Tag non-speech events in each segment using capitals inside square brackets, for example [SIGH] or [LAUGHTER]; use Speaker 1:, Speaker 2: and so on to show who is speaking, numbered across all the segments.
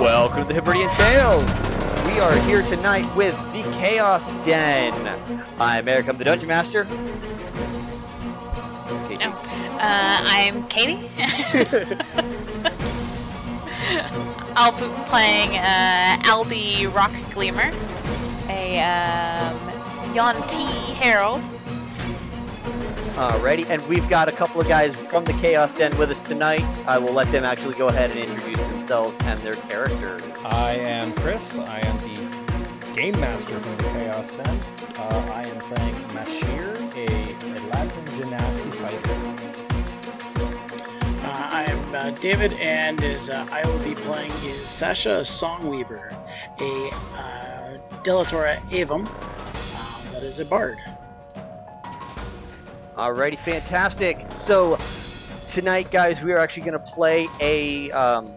Speaker 1: Welcome to the Hebridean Tales. We are here tonight with the Chaos Den. I'm Eric. I'm the Dungeon Master. KT.
Speaker 2: Oh. Uh, I'm Katie. [LAUGHS] I'll be playing uh, Albi Rock Gleamer, a um, Yonti Herald.
Speaker 1: [LAUGHS] Alrighty, and we've got a couple of guys from the Chaos Den with us tonight. I will let them actually go ahead and introduce themselves and their character.
Speaker 3: I am Chris. I am the game master from the Chaos Den. Uh, I am playing Mashir, a, a Latin genasi fighter.
Speaker 4: Uh, I am uh, David, and is uh, I will be playing is Sasha Songweaver, a uh, Delatora Avum um, that is a bard.
Speaker 1: Alrighty, fantastic. So tonight, guys, we are actually going to play a um,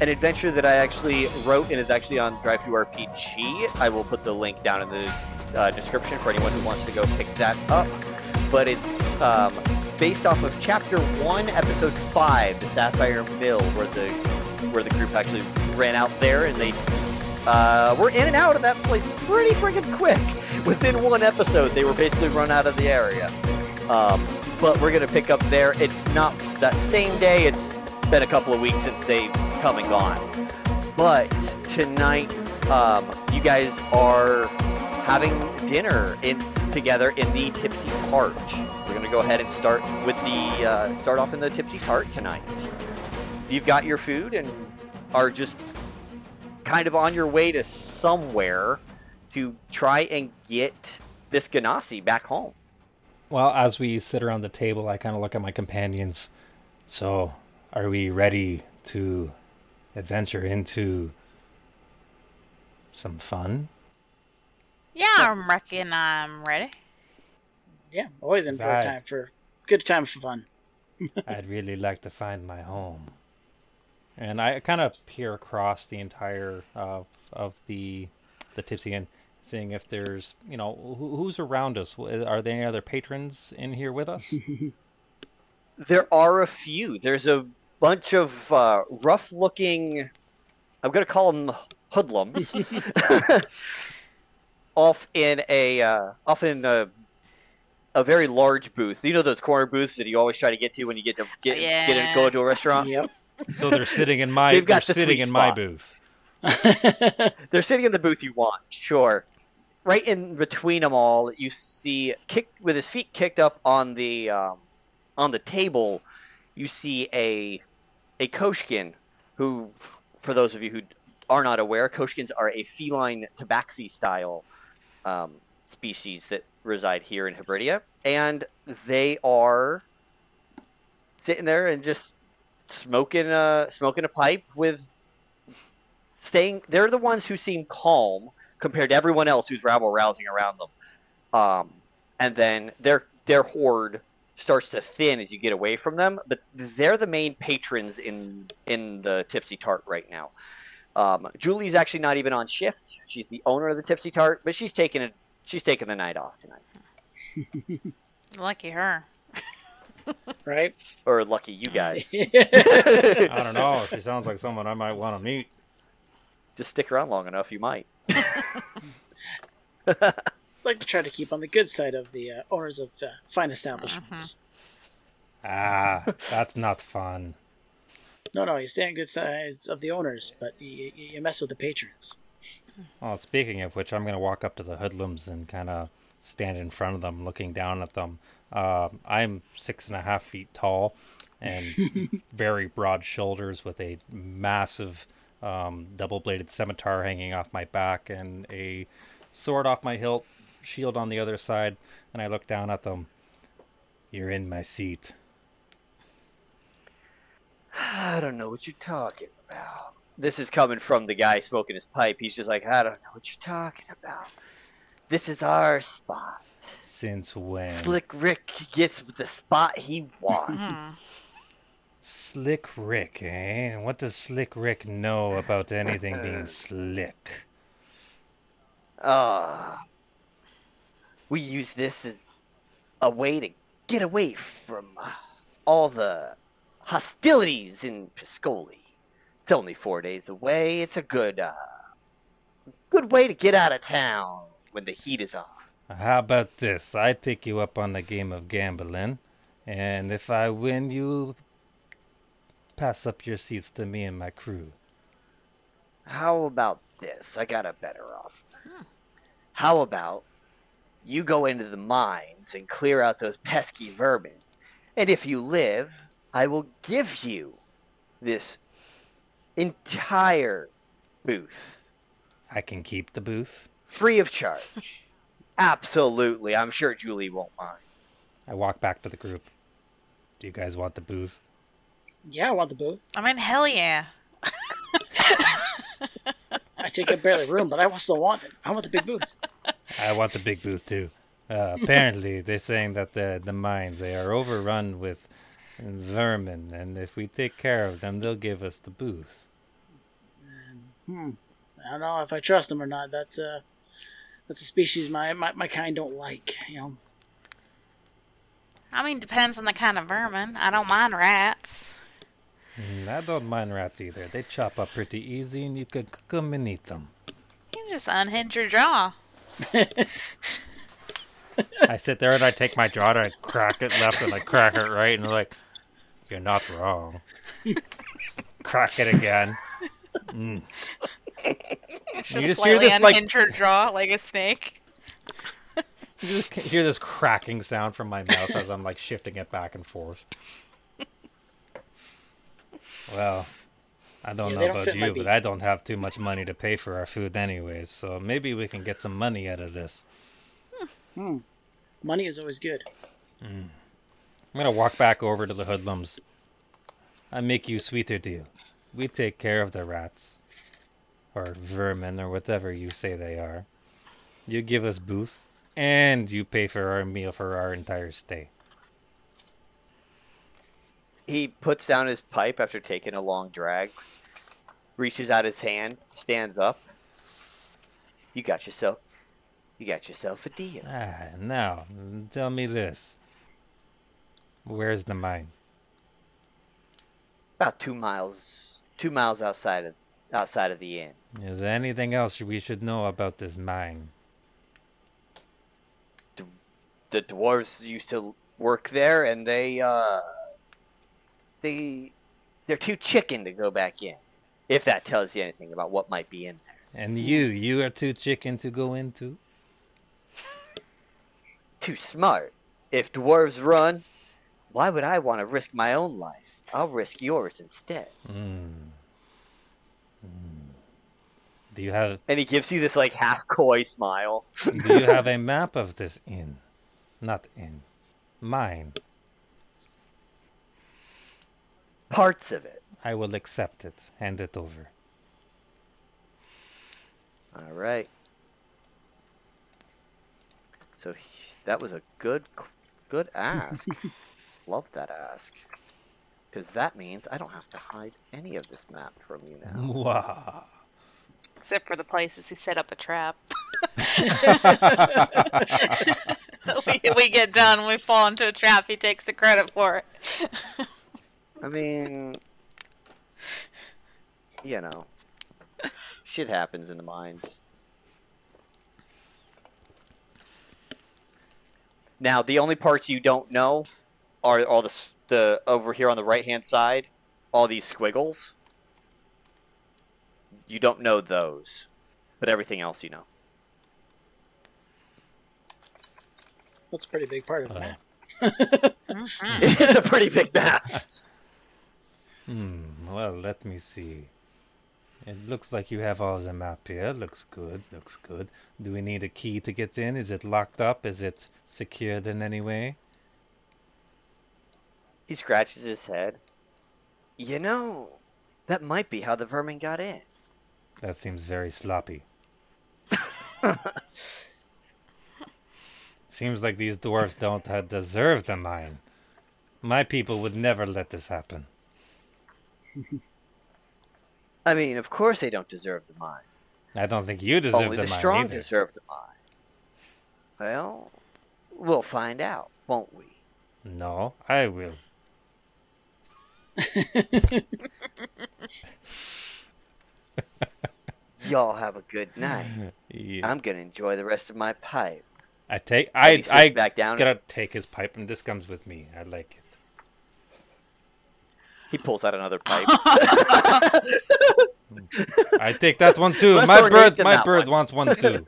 Speaker 1: an adventure that I actually wrote and is actually on Drive Through RPG. I will put the link down in the uh, description for anyone who wants to go pick that up. But it's um, based off of Chapter One, Episode Five, the Sapphire Mill, where the where the group actually ran out there and they uh, were in and out of that place pretty freaking quick. [LAUGHS] Within one episode, they were basically run out of the area. Um, but we're gonna pick up there. It's not that same day. It's been a couple of weeks since they've come and gone. But tonight, um, you guys are having dinner in together in the Tipsy Tart. We're gonna go ahead and start with the uh, start off in the Tipsy Tart tonight. You've got your food and are just kind of on your way to somewhere to try and get this Ganassi back home.
Speaker 3: Well, as we sit around the table, I kind of look at my companions. So, are we ready to adventure into some fun?
Speaker 2: Yeah, I'm reckon I'm ready.
Speaker 4: Yeah, always in for
Speaker 3: Right.
Speaker 4: a time for good time for fun.
Speaker 3: I'd really like to find my home. And I kind of peer across the entire uh, of the the tipsy inn, seeing if there's you know who, who's around us. Are there any other patrons in here
Speaker 1: [LAUGHS]
Speaker 3: with us?
Speaker 1: there are a few. There's a bunch of uh, rough-looking. I'm gonna call them hoodlums. [LAUGHS] off in a uh, off in a, a very large booth. You know those corner booths that you always try to get to when you get to get get in,
Speaker 2: Yeah.
Speaker 1: go to a restaurant.
Speaker 4: Yep.
Speaker 3: so they're sitting in my
Speaker 1: They've got
Speaker 3: they're
Speaker 1: the
Speaker 3: sitting
Speaker 1: sweet
Speaker 3: in my
Speaker 1: spot.
Speaker 3: booth.
Speaker 1: They're sitting in the booth you want, sure. Right in between them all, you see kicked with his feet kicked up on the um, on the table. You see a a koshkin, who, f- for those of you who are not aware, koshkins are a feline tabaxi style um, species that reside here in Hebridia, and they are sitting there and just smoking a smoking a pipe with staying they're the ones who seem calm compared to everyone else who's rabble rousing around them um, and then their their horde starts to thin as you get away from them but they're the main patrons in in the tipsy tart right now um, julie's actually not even on shift she's the owner of the tipsy tart but she's taking it she's taking the night off tonight
Speaker 2: Lucky her.
Speaker 4: Right. [LAUGHS]
Speaker 1: or lucky you guys
Speaker 3: I don't know. She sounds like someone I might want to meet.
Speaker 1: just stick around long enough you might
Speaker 4: like to try to keep on the good side of the uh, owners of uh, fine establishments.
Speaker 3: Ah, that's not fun.
Speaker 4: No, no, you stay on good sides of the owners, but you, you mess with the patrons.
Speaker 3: Well, speaking of which, I'm going to walk up to the hoodlums and kind of stand in front of them, looking down at them. Um, I'm six and a half feet tall and very broad shoulders with a massive um, double bladed scimitar hanging off my back and a sword off my hilt, shield on the other side. And I look down at them. You're in my seat.
Speaker 1: I don't know what you're talking about. This is coming from the guy smoking his pipe. He's just like, I don't know what you're talking about. This is our spot.
Speaker 3: Since when?
Speaker 1: Slick Rick gets the spot he wants.
Speaker 3: Slick Rick, eh? And What does Slick Rick know about anything being slick?
Speaker 1: Ah. we use this as a way to get away from uh, all the hostilities in Piscoli. It's only four days away. It's a good, uh, good way to get out of town when the heat is on.
Speaker 3: How about this? I take you up on a game of gambling, and if I win, you pass up your seats to me and my crew.
Speaker 1: How about this? I got a better offer. How about you go into the mines and clear out those pesky vermin? And if you live, I will give you this entire booth
Speaker 3: I can keep the booth.
Speaker 1: free of charge. Absolutely. I'm sure Julie won't mind.
Speaker 3: I walk back to the group. Do you guys want the booth?
Speaker 4: Yeah, I want the booth.
Speaker 2: I mean, hell yeah.
Speaker 4: I take up barely room, but I still want it. I want the big booth.
Speaker 3: I want the big booth too. Uh, apparently, they're saying that the the mines they are overrun with vermin, and if we take care of them, they'll give us the booth.
Speaker 4: Hmm. I don't know if I trust them or not. That's a that's a species my, my, my kind don't like. You know,
Speaker 2: I mean, depends on the kind of vermin. I don't mind rats.
Speaker 3: Mm, I don't mind rats either. They chop up pretty easy, and you could cook 'em and eat them.
Speaker 2: You can just unhinge your jaw.
Speaker 3: I sit there and I take my jaw and I crack it left and I crack it right, and they're like, "You're not wrong." crack it again. Mm.
Speaker 2: Just,
Speaker 3: You just hear
Speaker 2: slightly
Speaker 3: this like
Speaker 2: unhinge your jaw like a snake.
Speaker 3: You just hear this cracking sound from my mouth as I'm like shifting it back and forth. Well, I don't
Speaker 4: Yeah,
Speaker 3: know
Speaker 4: they don't
Speaker 3: about
Speaker 4: fit my
Speaker 3: you, but
Speaker 4: beak.
Speaker 3: I don't have too much money to pay for our food anyways, so maybe we can get some money out of this.
Speaker 4: money is always good.
Speaker 3: I'm gonna walk back over to the hoodlums. I make you sweeter deal. We take care of the rats. Or vermin or whatever you say they are. You give us booth and you pay for our meal for our entire stay.
Speaker 1: He puts down his pipe after taking a long drag, reaches out his hand, stands up. You got yourself, you got yourself a deal.
Speaker 3: Ah, now, tell me this. Where's the mine?
Speaker 1: About two miles, two miles outside of outside of the inn.
Speaker 3: Is there anything else we should know about this mine?
Speaker 1: The dwarves used to work there, and they uh, they they're too chicken to go back in. If that tells you anything about what might be in there,
Speaker 3: And you, you are too chicken to go into?
Speaker 1: too smart. If dwarves run, why would I want to risk my own life? I'll risk yours instead.
Speaker 3: Mm. Mm. Do you have
Speaker 1: And he gives you this like half coy smile.
Speaker 3: Do you have a map of this inn? Not inn. Mine.
Speaker 1: Parts of it.
Speaker 3: I will accept it. Hand it over.
Speaker 1: All right. So he- that was a good, qu- good ask. Love that ask. Because that means I don't have to hide any of this map from you now.
Speaker 3: Mwah.
Speaker 2: Except for the places he set up a trap. [LAUGHS] we, we get done, we fall into a trap, he takes the credit for it.
Speaker 1: I mean, you know, shit happens in the mines. Now, the only parts you don't know are all the s- the over here on the right hand side, all these squiggles. You don't know those, but everything else you know.
Speaker 4: That's a pretty big part of the
Speaker 3: Uh,
Speaker 4: map.
Speaker 2: Mhm.
Speaker 1: [LAUGHS] it's a pretty big map.
Speaker 3: Hmm. [LAUGHS] Well, let me see. It looks like you have all the map here. Looks good. Looks good. Do we need a key to get in? Is it locked up? Is it secured in any way?
Speaker 1: He scratches his head. You know, that might be how the vermin got in.
Speaker 3: That seems very sloppy. seems like these dwarfs don't uh, deserve the mine. My people would never let this happen.
Speaker 1: I mean, of course they don't deserve the mine.
Speaker 3: I don't think you deserve
Speaker 1: Only
Speaker 3: the,
Speaker 1: the,
Speaker 3: mine
Speaker 1: strong
Speaker 3: either.
Speaker 1: deserve the mine. Well, we'll find out, won't we?
Speaker 3: No, I will.
Speaker 1: Y'all have a good night.
Speaker 3: [LAUGHS] Yeah.
Speaker 1: I'm gonna enjoy the rest of my pipe.
Speaker 3: I take
Speaker 1: And
Speaker 3: I
Speaker 1: he sits
Speaker 3: I
Speaker 1: back down.
Speaker 3: gotta take his pipe and this comes with me. I like it.
Speaker 1: He pulls out another pipe.
Speaker 3: I take that
Speaker 1: [LAUGHS]
Speaker 3: one too.
Speaker 1: Less
Speaker 3: my
Speaker 1: ornate
Speaker 3: bird
Speaker 1: than
Speaker 3: my
Speaker 1: that
Speaker 3: bird
Speaker 1: one.
Speaker 3: wants one too.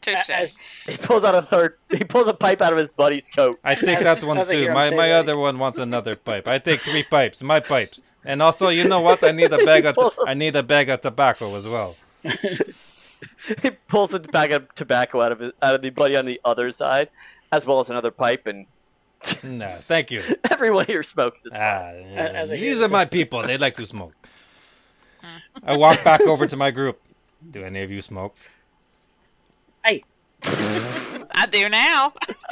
Speaker 2: Touche.
Speaker 4: As-
Speaker 1: [LAUGHS] he pulls out a third. He pulls a pipe out of his buddy's coat.
Speaker 3: I take
Speaker 4: As-
Speaker 3: that one
Speaker 4: as I hear
Speaker 3: too.
Speaker 4: him
Speaker 3: My
Speaker 4: say
Speaker 3: my
Speaker 4: that.
Speaker 3: other one wants another pipe. I take three pipes. My pipes. And also, you know what? I need a bag of
Speaker 1: [LAUGHS] Pulls up-
Speaker 3: I need a bag of tobacco as well.
Speaker 1: He pulls a bag of tobacco out of his, out of the buddy on the other side, as well as another pipe, and [LAUGHS]
Speaker 3: No, thank you.
Speaker 1: everyone here smokes.
Speaker 3: [LAUGHS]
Speaker 1: It's
Speaker 3: Ah,
Speaker 4: as I hear
Speaker 3: these
Speaker 4: this,
Speaker 3: are my
Speaker 4: I-
Speaker 3: people. They like to smoke. I walk back over to my group. Do any of you smoke?
Speaker 4: hey,
Speaker 2: I do now. [LAUGHS]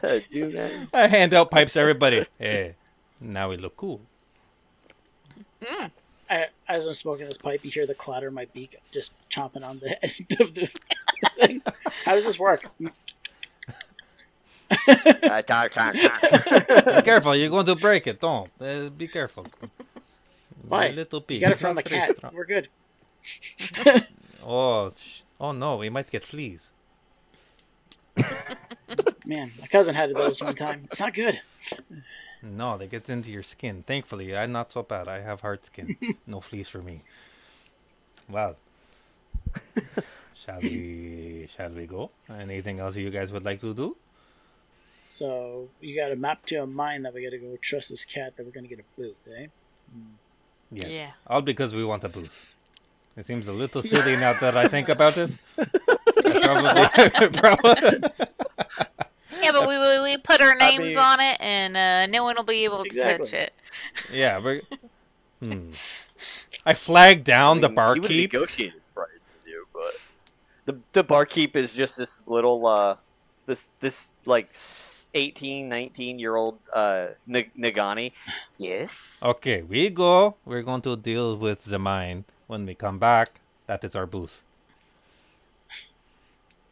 Speaker 1: fine. You know.
Speaker 3: I hand out pipes to everybody. [LAUGHS] Hey, now we look cool.
Speaker 4: I, as I'm smoking this pipe, you hear the clatter of my beak just chomping on the [LAUGHS] end of the thing. How does this work?
Speaker 1: Ah, tar, tar, tar.
Speaker 3: Be careful, you're going to break it. Don't. Uh, be careful.
Speaker 4: Why?
Speaker 3: A little
Speaker 4: You
Speaker 3: bit.
Speaker 4: got it from the
Speaker 3: Not very
Speaker 4: cat.
Speaker 3: strong.
Speaker 4: We're good.
Speaker 3: Oh, sh- oh no, we might get fleas.
Speaker 4: Man, my cousin had those one time. It's not good.
Speaker 3: No, they get into your skin. Thankfully, I'm not so bad. I have hard
Speaker 4: [LAUGHS]
Speaker 3: skin. No fleas for me. Well, shall we? Shall we go? Anything else you guys would like to do?
Speaker 4: So you got a map to a mine that we got to go trust this cat that we're going to get a booth, eh?
Speaker 3: Yes.
Speaker 2: Yeah.
Speaker 3: All because we want a booth. It seems a little silly now that I think about
Speaker 4: [LAUGHS]
Speaker 3: it. I probably, [LAUGHS] probably,
Speaker 2: Yeah, but we, we, we put our names
Speaker 1: mean-
Speaker 2: on it, and uh, no one will be able to touch
Speaker 4: Exactly.
Speaker 2: it.
Speaker 3: yeah. We're, hmm. I flagged down the
Speaker 1: I mean, he would've
Speaker 3: barkeep.
Speaker 1: negotiated price with you, but the the barkeep is just this little uh this this like s- 18, 19 year old uh N- Nagani. Yes.
Speaker 3: Okay, we go. We're going to deal with the mine. When we come back, that is our booth.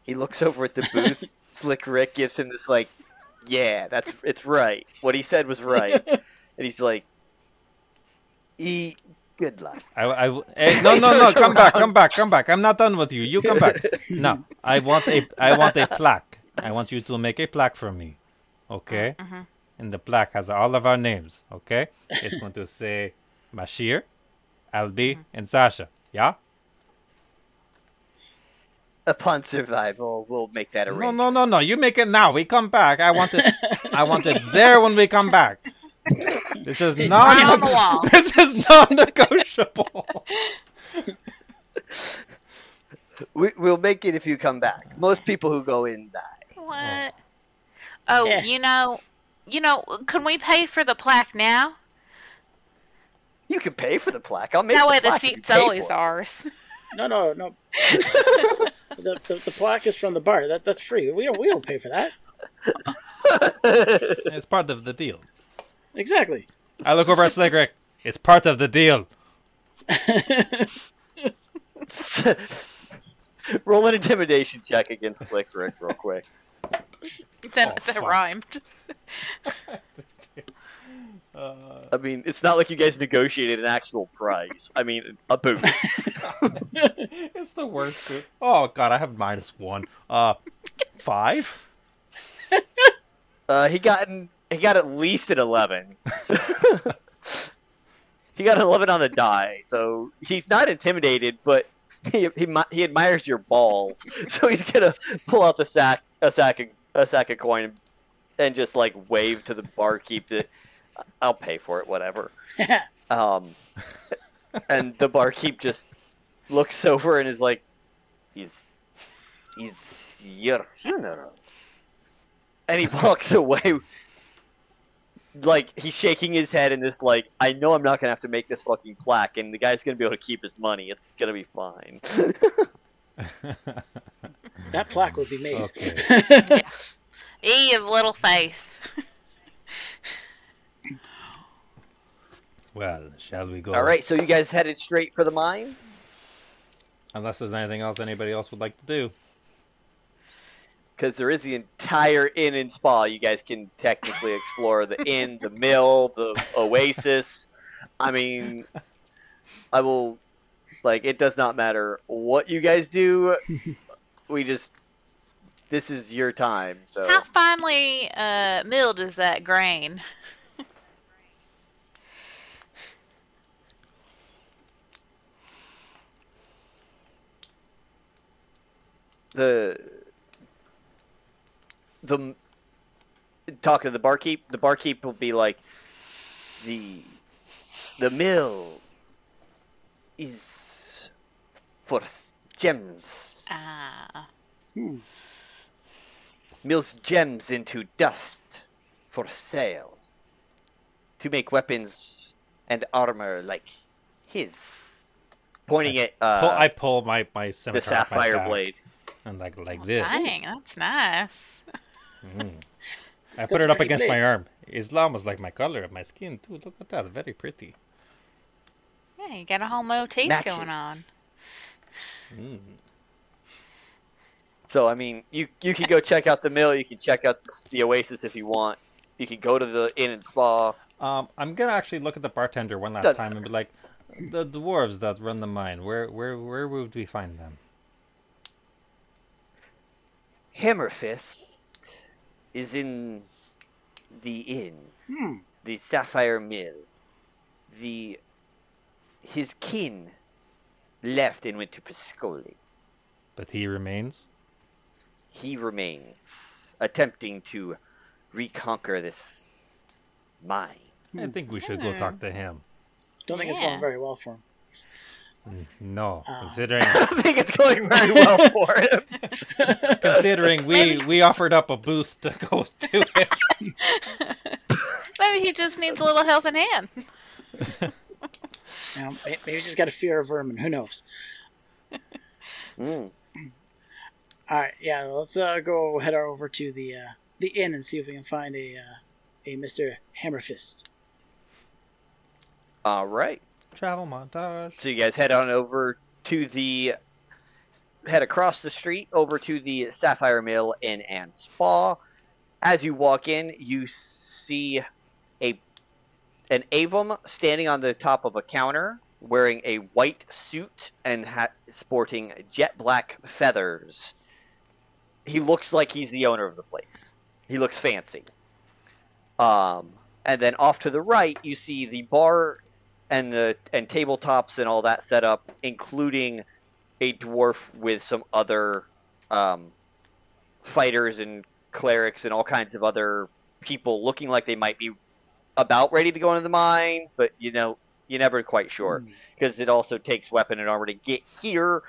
Speaker 1: He looks over at the
Speaker 3: [LAUGHS]
Speaker 1: booth. Slick Rick gives him this like, yeah, that's it's right. What he said was
Speaker 3: [LAUGHS]
Speaker 1: right, and he's like, e good luck.
Speaker 3: I, I, eh, no,
Speaker 1: He
Speaker 3: no, no!
Speaker 1: turns
Speaker 3: Come back,
Speaker 1: around.
Speaker 3: come back, come back! I'm not done with you. You come back. No, I want a, I want a plaque. I want you to make a plaque for me, okay?
Speaker 2: Mhm.
Speaker 3: And the plaque has all of our names, okay? It's going to say Mashir, Albi, and Sasha. Yeah?
Speaker 1: Upon survival, we'll make that
Speaker 3: No,
Speaker 1: arrangement.
Speaker 3: no, no, no! You make it now. We come back. I want it. I want it there when we come back. This is
Speaker 2: Right on the
Speaker 3: non.
Speaker 2: wall.
Speaker 3: [LAUGHS] This is non-negotiable.
Speaker 1: We, we'll make it if you come back. Most people who go in die.
Speaker 2: What? Oh,
Speaker 4: Yeah.
Speaker 2: you know, you know, can we pay for the plaque now?
Speaker 1: You can pay for the plaque. I'll make
Speaker 2: That
Speaker 1: the
Speaker 2: way the
Speaker 1: plaque if you
Speaker 2: seat's
Speaker 1: pay for
Speaker 2: always
Speaker 1: it.
Speaker 2: ours. [LAUGHS]
Speaker 4: No, no, no. the, the, the plaque is from the bar. That that's free. We don't we don't pay for that.
Speaker 3: It's part of the deal.
Speaker 4: [LAUGHS] Exactly.
Speaker 3: I look over at Slickrick. It's part of the deal.
Speaker 1: [LAUGHS] Roll an intimidation check against Slick Rick real quick.
Speaker 2: Then
Speaker 3: Oh,
Speaker 2: that
Speaker 3: fuck.
Speaker 2: rhymed.
Speaker 1: I mean, it's not like you guys negotiated an actual price. I mean, a boot.
Speaker 3: [LAUGHS] It's the worst group. Oh god, I have minus one. Uh, five. [LAUGHS]
Speaker 1: Uh, he got an, he got at least an eleven. he got an eleven on the die, so he's not intimidated, but he he, mi- he admires your balls, [LAUGHS] so he's gonna pull out the sack a sack of, a sack of coin and just like wave to the barkeep that I'll pay for it, whatever. Um, and the barkeep just looks over and is like, "He's, he's your funeral," and he walks away. Like he's shaking his head in this, like, "I know I'm not gonna have to make this fucking plaque, and the guy's gonna be able to keep his money. It's gonna be fine." [LAUGHS]
Speaker 4: that plaque would be made.
Speaker 3: Okay.
Speaker 2: E of little faith.
Speaker 3: well, shall we go?
Speaker 1: All right, so you guys headed straight for the mine.
Speaker 3: Unless there's anything else anybody else would like to do.
Speaker 1: because there is the entire inn and spa. You guys can technically explore the inn, the mill, the oasis. I mean, I will. Like, it does not matter what you guys do. We just. This is your time, so.
Speaker 2: How finely uh, milled is that grain?
Speaker 1: the the talk to the barkeep. The barkeep will be like, the the mill is for s- gems.
Speaker 2: Ah,
Speaker 4: Hmm.
Speaker 1: Mills gems into dust for sale to make weapons and armor like his. Pointing at
Speaker 3: Pull,
Speaker 1: uh,
Speaker 3: I pull my my scimitar
Speaker 1: the
Speaker 3: off my
Speaker 1: sapphire
Speaker 3: back
Speaker 1: blade.
Speaker 3: and like like
Speaker 2: well,
Speaker 3: this.
Speaker 2: dang, that's nice.
Speaker 3: Mm. I put
Speaker 4: That's
Speaker 3: it up
Speaker 4: pretty
Speaker 3: against
Speaker 4: big.
Speaker 3: my arm. Islam was like my color of my skin too. Look at that, very pretty.
Speaker 2: Yeah, you got a whole motif
Speaker 1: Matches.
Speaker 2: going on.
Speaker 3: Mm.
Speaker 1: So I mean, you you can go check out the mill. You can check out the Oasis if you want. You can go to the inn and spa.
Speaker 3: Um, I'm gonna actually look at the bartender one last
Speaker 1: Doesn't
Speaker 3: time and be like, the dwarves that run the mine. Where where where would we find them?
Speaker 1: Hammerfist is in the inn,
Speaker 4: Hmm.
Speaker 1: the Sapphire Mill. The his kin left and went to Piscoli.
Speaker 3: But he remains.
Speaker 1: He remains attempting to reconquer this mine.
Speaker 3: I think we should go talk to him.
Speaker 4: Don't think it's
Speaker 2: Yeah.
Speaker 4: going very well for him.
Speaker 3: Mm, No,
Speaker 4: Ah. [LAUGHS]
Speaker 3: considering
Speaker 1: [LAUGHS] I don't think it's going very well for him.
Speaker 3: [LAUGHS] considering we
Speaker 2: Maybe-
Speaker 3: we offered up a booth to go [LAUGHS] to it.
Speaker 2: Maybe he just needs a little helping hand.
Speaker 4: You know, may- maybe he's just got a fear of vermin. Who knows?
Speaker 1: [LAUGHS] Mm.
Speaker 4: All right, yeah. Let's uh, go head over to the uh, the inn and see if we can find a uh, a Mister Hammerfist.
Speaker 1: All right.
Speaker 3: Travel montage.
Speaker 1: So you guys head on over to the head across the street over to the Sapphire Mill Inn and Spa. As you walk in, you see a an Avum standing on the top of a counter, wearing a white suit and ha- sporting jet black feathers. He looks like he's the owner of the place. He looks fancy. Um, and then off to the right, you see the bar and the and tabletops and all that set up, including a dwarf with some other um, fighters and clerics and all kinds of other people looking like they might be about ready to go into the mines, but you know you're never quite sure
Speaker 4: Hmm.
Speaker 1: because it also takes weapon and armor to get here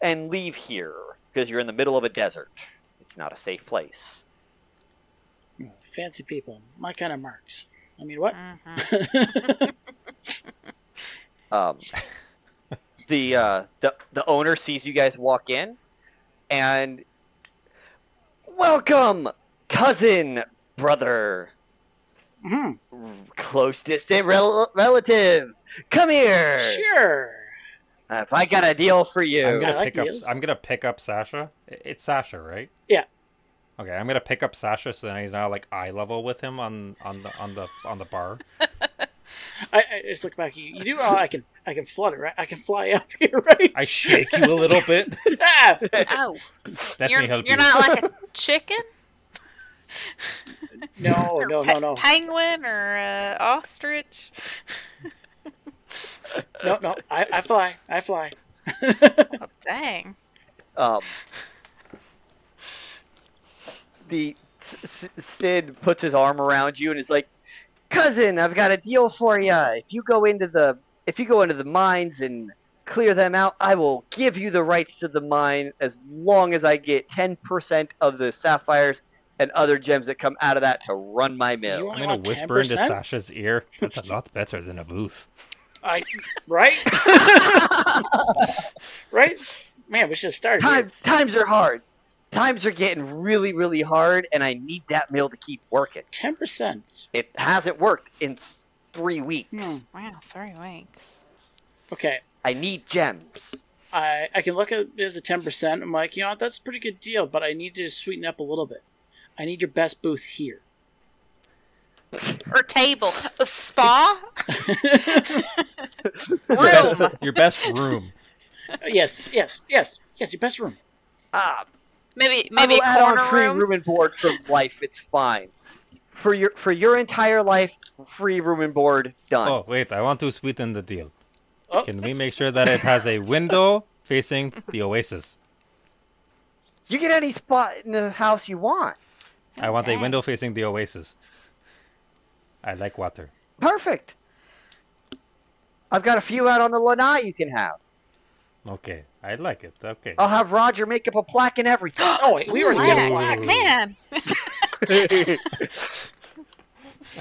Speaker 1: and leave here because you're in the middle of a desert. It's not a safe place.
Speaker 4: Oh, Fancy people, my kind of marks. I mean, what?
Speaker 2: Mhm.
Speaker 1: um, the, uh, the the owner sees you guys walk in, and welcome, cousin, brother,
Speaker 4: hmm
Speaker 1: close distant rel- relative. Come here.
Speaker 4: Sure.
Speaker 1: If I got a deal for you.
Speaker 3: I'm gonna
Speaker 4: I like
Speaker 3: pick up.
Speaker 4: deals.
Speaker 3: I'm gonna pick up Sasha. I- It's Sasha, right?
Speaker 4: Yeah.
Speaker 3: Okay, I'm gonna pick up Sasha so then he's now like eye level with him on on the on the on the bar.
Speaker 4: I, I just look back. at You, you do. Oh, I can. I can flutter. Right? I can fly up [LAUGHS] here. Right.
Speaker 3: I shake you a little
Speaker 4: [LAUGHS]
Speaker 3: bit.
Speaker 4: Ah!
Speaker 3: [LAUGHS]
Speaker 2: Oh,
Speaker 3: That
Speaker 2: you're,
Speaker 3: may help
Speaker 2: you're
Speaker 3: you.
Speaker 2: not like a chicken,
Speaker 4: No.
Speaker 1: Oh,
Speaker 2: or
Speaker 4: No.
Speaker 2: pe-
Speaker 4: No. No.
Speaker 2: penguin, or uh, ostrich.
Speaker 4: No. No. I, I fly. I fly.
Speaker 2: Oh, Dang.
Speaker 1: Um, the S- S- Sid puts his arm around you and is like, "Cousin, I've got a deal for you. If you go into the if you go into the mines and clear them out, I will give you the rights to the mine as long as I get ten percent of the sapphires and other gems that come out of that to run my
Speaker 4: You
Speaker 1: mill."
Speaker 4: want-
Speaker 3: I'm gonna
Speaker 4: Only
Speaker 3: whisper into
Speaker 4: 10%?
Speaker 3: Sasha's
Speaker 4: [LAUGHS]
Speaker 3: ear. That's a lot better than a booth.
Speaker 4: I. Right. right. Man, we should have started. here.
Speaker 1: [LAUGHS] Time times are hard. Times are getting really, really hard, and I need that mill to keep working.
Speaker 4: Ten percent.
Speaker 1: It hasn't worked in th- three weeks.
Speaker 4: Hmm.
Speaker 2: Wow, three weeks.
Speaker 4: Okay.
Speaker 1: I need gems.
Speaker 4: I I can look at it as a ten percent. I'm like, you know, what, that's a pretty good deal, but I need to sweeten up a little bit. I need your best booth here.
Speaker 2: Or table. A
Speaker 3: [LAUGHS]
Speaker 2: spa?
Speaker 3: Your best,
Speaker 2: room.
Speaker 3: your best room.
Speaker 4: Uh, yes, yes, yes, yes. Your best room.
Speaker 1: Ah,
Speaker 2: Maybe
Speaker 1: I
Speaker 2: maybe
Speaker 1: will
Speaker 2: a
Speaker 1: add on
Speaker 2: corner
Speaker 1: free
Speaker 2: room.
Speaker 1: room and board from life. It's fine. For your for your entire life, free room and board done.
Speaker 3: Oh wait, I want to sweeten the deal.
Speaker 4: Oh.
Speaker 3: Can we make sure that it has a window facing the oasis?
Speaker 1: You get any spot in the house you want.
Speaker 3: I want a
Speaker 2: Okay.
Speaker 3: window facing the oasis. I like water.
Speaker 1: Perfect. I've got a few out on the lanai you can have.
Speaker 3: Okay, I like it. Okay.
Speaker 1: I'll have Roger make up a plaque and everything.
Speaker 4: [GASPS] Oh wait, we already did
Speaker 2: Black.
Speaker 4: black.
Speaker 2: Man.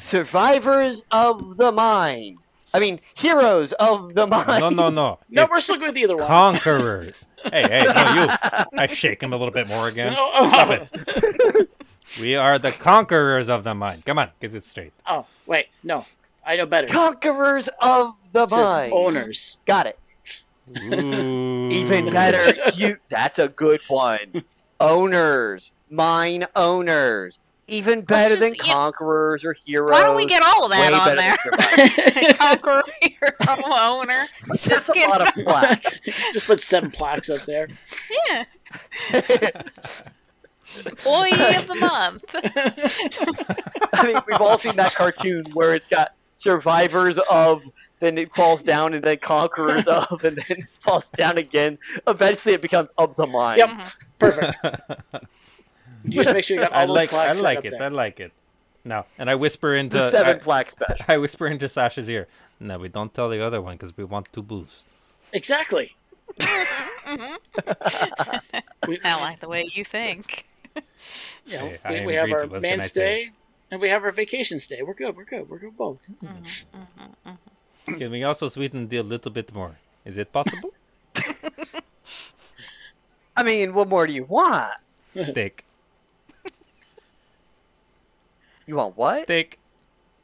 Speaker 1: Survivors of the mine. I mean, heroes of the mine.
Speaker 3: No, no, no.
Speaker 4: [LAUGHS] No,
Speaker 3: It's
Speaker 4: we're still good with the other one.
Speaker 3: conqueror. hey, hey, no,
Speaker 4: [LAUGHS]
Speaker 3: you. I shake him a little bit more again.
Speaker 4: No, oh,
Speaker 3: Stop it. we are the conquerors of the mind. Come on, get it straight.
Speaker 4: [LAUGHS] oh wait, no, I know better. It
Speaker 1: [LAUGHS] Conquerors of the
Speaker 4: says
Speaker 1: mine.
Speaker 4: owners.
Speaker 1: Got it.
Speaker 3: Ooh.
Speaker 1: Even
Speaker 3: [LAUGHS]
Speaker 1: better. You. That's a good one. Owners. Mine owners. Even better than
Speaker 2: just- you-
Speaker 1: conquerors or heroes.
Speaker 2: Why don't we get all of that
Speaker 1: Way
Speaker 2: on
Speaker 1: better
Speaker 2: there?
Speaker 1: than
Speaker 2: [LAUGHS] Conqueror, [LAUGHS] hero, owner.
Speaker 1: survivors. Just
Speaker 2: get-
Speaker 1: a lot of plaque.
Speaker 4: Just put seven plaques up there.
Speaker 2: Yeah. Employee
Speaker 1: [LAUGHS]
Speaker 2: of the month.
Speaker 1: I mean, we've all seen that cartoon where it's got survivors of, then it falls down, and then conquerors of, and then it falls down again. Eventually, it becomes of the mind.
Speaker 4: Yep, perfect. [LAUGHS] You just make sure you got all
Speaker 3: [LAUGHS] I
Speaker 4: those
Speaker 3: like. I
Speaker 4: plaques. set
Speaker 3: like
Speaker 4: up
Speaker 3: it.
Speaker 4: there.
Speaker 3: I like it. No, and I whisper into.
Speaker 1: The seven
Speaker 3: I-
Speaker 1: plaque special.
Speaker 3: I whisper into Sasha's ear. No, we don't tell the other one because we want two booze.
Speaker 4: Exactly. we,
Speaker 2: I like the way you think.
Speaker 4: you know,
Speaker 3: Hey, I
Speaker 4: we,
Speaker 3: am
Speaker 4: we have
Speaker 3: greedy,
Speaker 4: our
Speaker 3: what can
Speaker 4: man
Speaker 3: I say?
Speaker 4: stay and we have our vacation stay. We're good. We're good. We're good both.
Speaker 3: Can we also sweeten the deal a little bit more? Is it
Speaker 4: [LAUGHS]
Speaker 3: possible?
Speaker 1: I mean, what more do you want?
Speaker 3: Steak.
Speaker 1: You want what?
Speaker 3: Steak.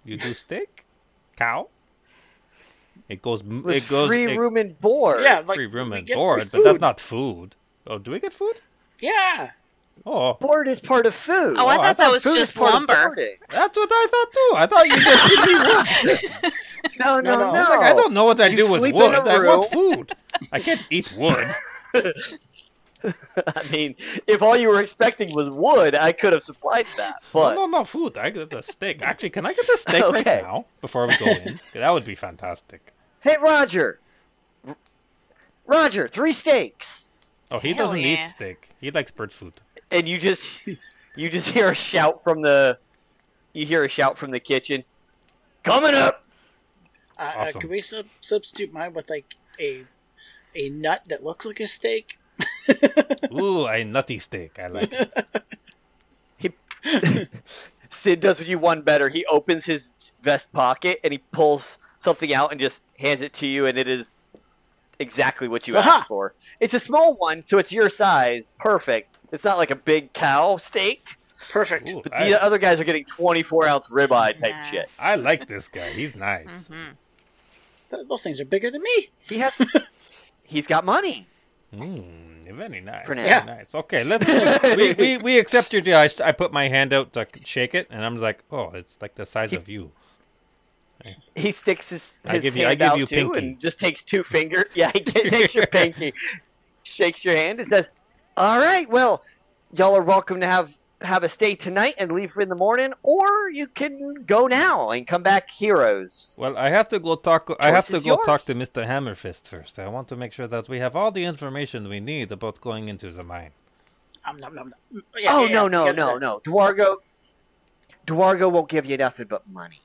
Speaker 3: You do steak? Cow? It goes. m-
Speaker 1: With
Speaker 3: it goes.
Speaker 1: free
Speaker 3: it-
Speaker 1: room and board.
Speaker 4: Yeah, like
Speaker 3: free room
Speaker 4: we
Speaker 3: and
Speaker 4: get free
Speaker 3: board, but that's
Speaker 4: food.
Speaker 3: not food. Oh, do we get food?
Speaker 4: Yeah.
Speaker 3: Oh,
Speaker 1: Board is part of food.
Speaker 2: Oh, I
Speaker 3: Oh, I
Speaker 2: thought that
Speaker 3: thought
Speaker 2: was
Speaker 1: Food is
Speaker 2: just
Speaker 1: part of
Speaker 2: lumber.
Speaker 1: boarding.
Speaker 3: that's what I thought too. I thought you just give me wood.
Speaker 1: [LAUGHS] No, no,
Speaker 4: no.
Speaker 1: [LAUGHS] no.
Speaker 3: Like, I don't know what I
Speaker 1: You
Speaker 3: do with
Speaker 1: sleep in
Speaker 3: wood.
Speaker 1: a
Speaker 3: I want food. I can't eat
Speaker 1: [LAUGHS]
Speaker 3: wood.
Speaker 1: [LAUGHS] I mean, if all you were expecting was wood, I could have supplied
Speaker 2: [LAUGHS]
Speaker 1: that. But
Speaker 3: No, no, no food. I get the steak. Actually, can I get the steak
Speaker 1: Okay.
Speaker 3: right now before we go
Speaker 1: [LAUGHS]
Speaker 3: in? That would be fantastic.
Speaker 1: hey, Roger. R- Roger, three steaks.
Speaker 3: Oh, he
Speaker 2: Hell
Speaker 3: doesn't eat
Speaker 2: yeah.
Speaker 3: steak. He likes bird food.
Speaker 1: and you just you just hear a shout from the you hear a shout from the kitchen coming up
Speaker 4: Uh, uh,
Speaker 3: Awesome.
Speaker 4: can we sub- substitute mine with like a a nut that looks like a steak?
Speaker 3: Ooh, a nutty steak. I
Speaker 4: [LAUGHS]
Speaker 3: like it.
Speaker 1: [LAUGHS] sid does what you want better he opens his vest pocket and he pulls something out and just hands it to you and it is exactly what you
Speaker 4: Aha!
Speaker 1: asked for it's a small one so it's your size perfect it's not like a big cow steak
Speaker 4: Perfect.
Speaker 3: Ooh,
Speaker 1: but the
Speaker 3: I,
Speaker 1: other guys are getting 24 ounce ribeye type
Speaker 2: Nice.
Speaker 1: shit
Speaker 3: I like this guy. He's nice.
Speaker 2: hmm
Speaker 4: Th- those things are bigger than me.
Speaker 1: he has he's got money
Speaker 3: Mm, very nice.
Speaker 1: For now.
Speaker 3: Very
Speaker 4: Yeah.
Speaker 3: nice. Okay,
Speaker 1: [LAUGHS]
Speaker 3: let's. we, we, we accept your deal. I, st- I put my hand out to shake it, and I'm like, oh, it's like the size of you.
Speaker 1: he sticks his,
Speaker 3: I
Speaker 1: his
Speaker 3: give you- I
Speaker 1: hand
Speaker 3: give
Speaker 1: out
Speaker 3: you
Speaker 1: too
Speaker 3: pinky.
Speaker 1: and just takes two finger. [LAUGHS] Yeah, he takes your pinky, shakes your hand, and says, "All right, well, y'all are welcome to have have a stay tonight and leave in the morning, or you can go now and come back heroes."
Speaker 3: Well, I have to go talk. I have to
Speaker 1: Choice is
Speaker 3: go talk to
Speaker 1: yours.
Speaker 3: Mr. Hammerfist first. I want to make sure that we have all the information we need about going into the mine.
Speaker 4: Um, nom, nom, nom. Yeah,
Speaker 1: oh
Speaker 4: yeah,
Speaker 1: no
Speaker 4: yeah,
Speaker 1: no
Speaker 4: yeah,
Speaker 1: no
Speaker 4: yeah.
Speaker 1: no, Dwargo. Dwargo won't give you nothing but money.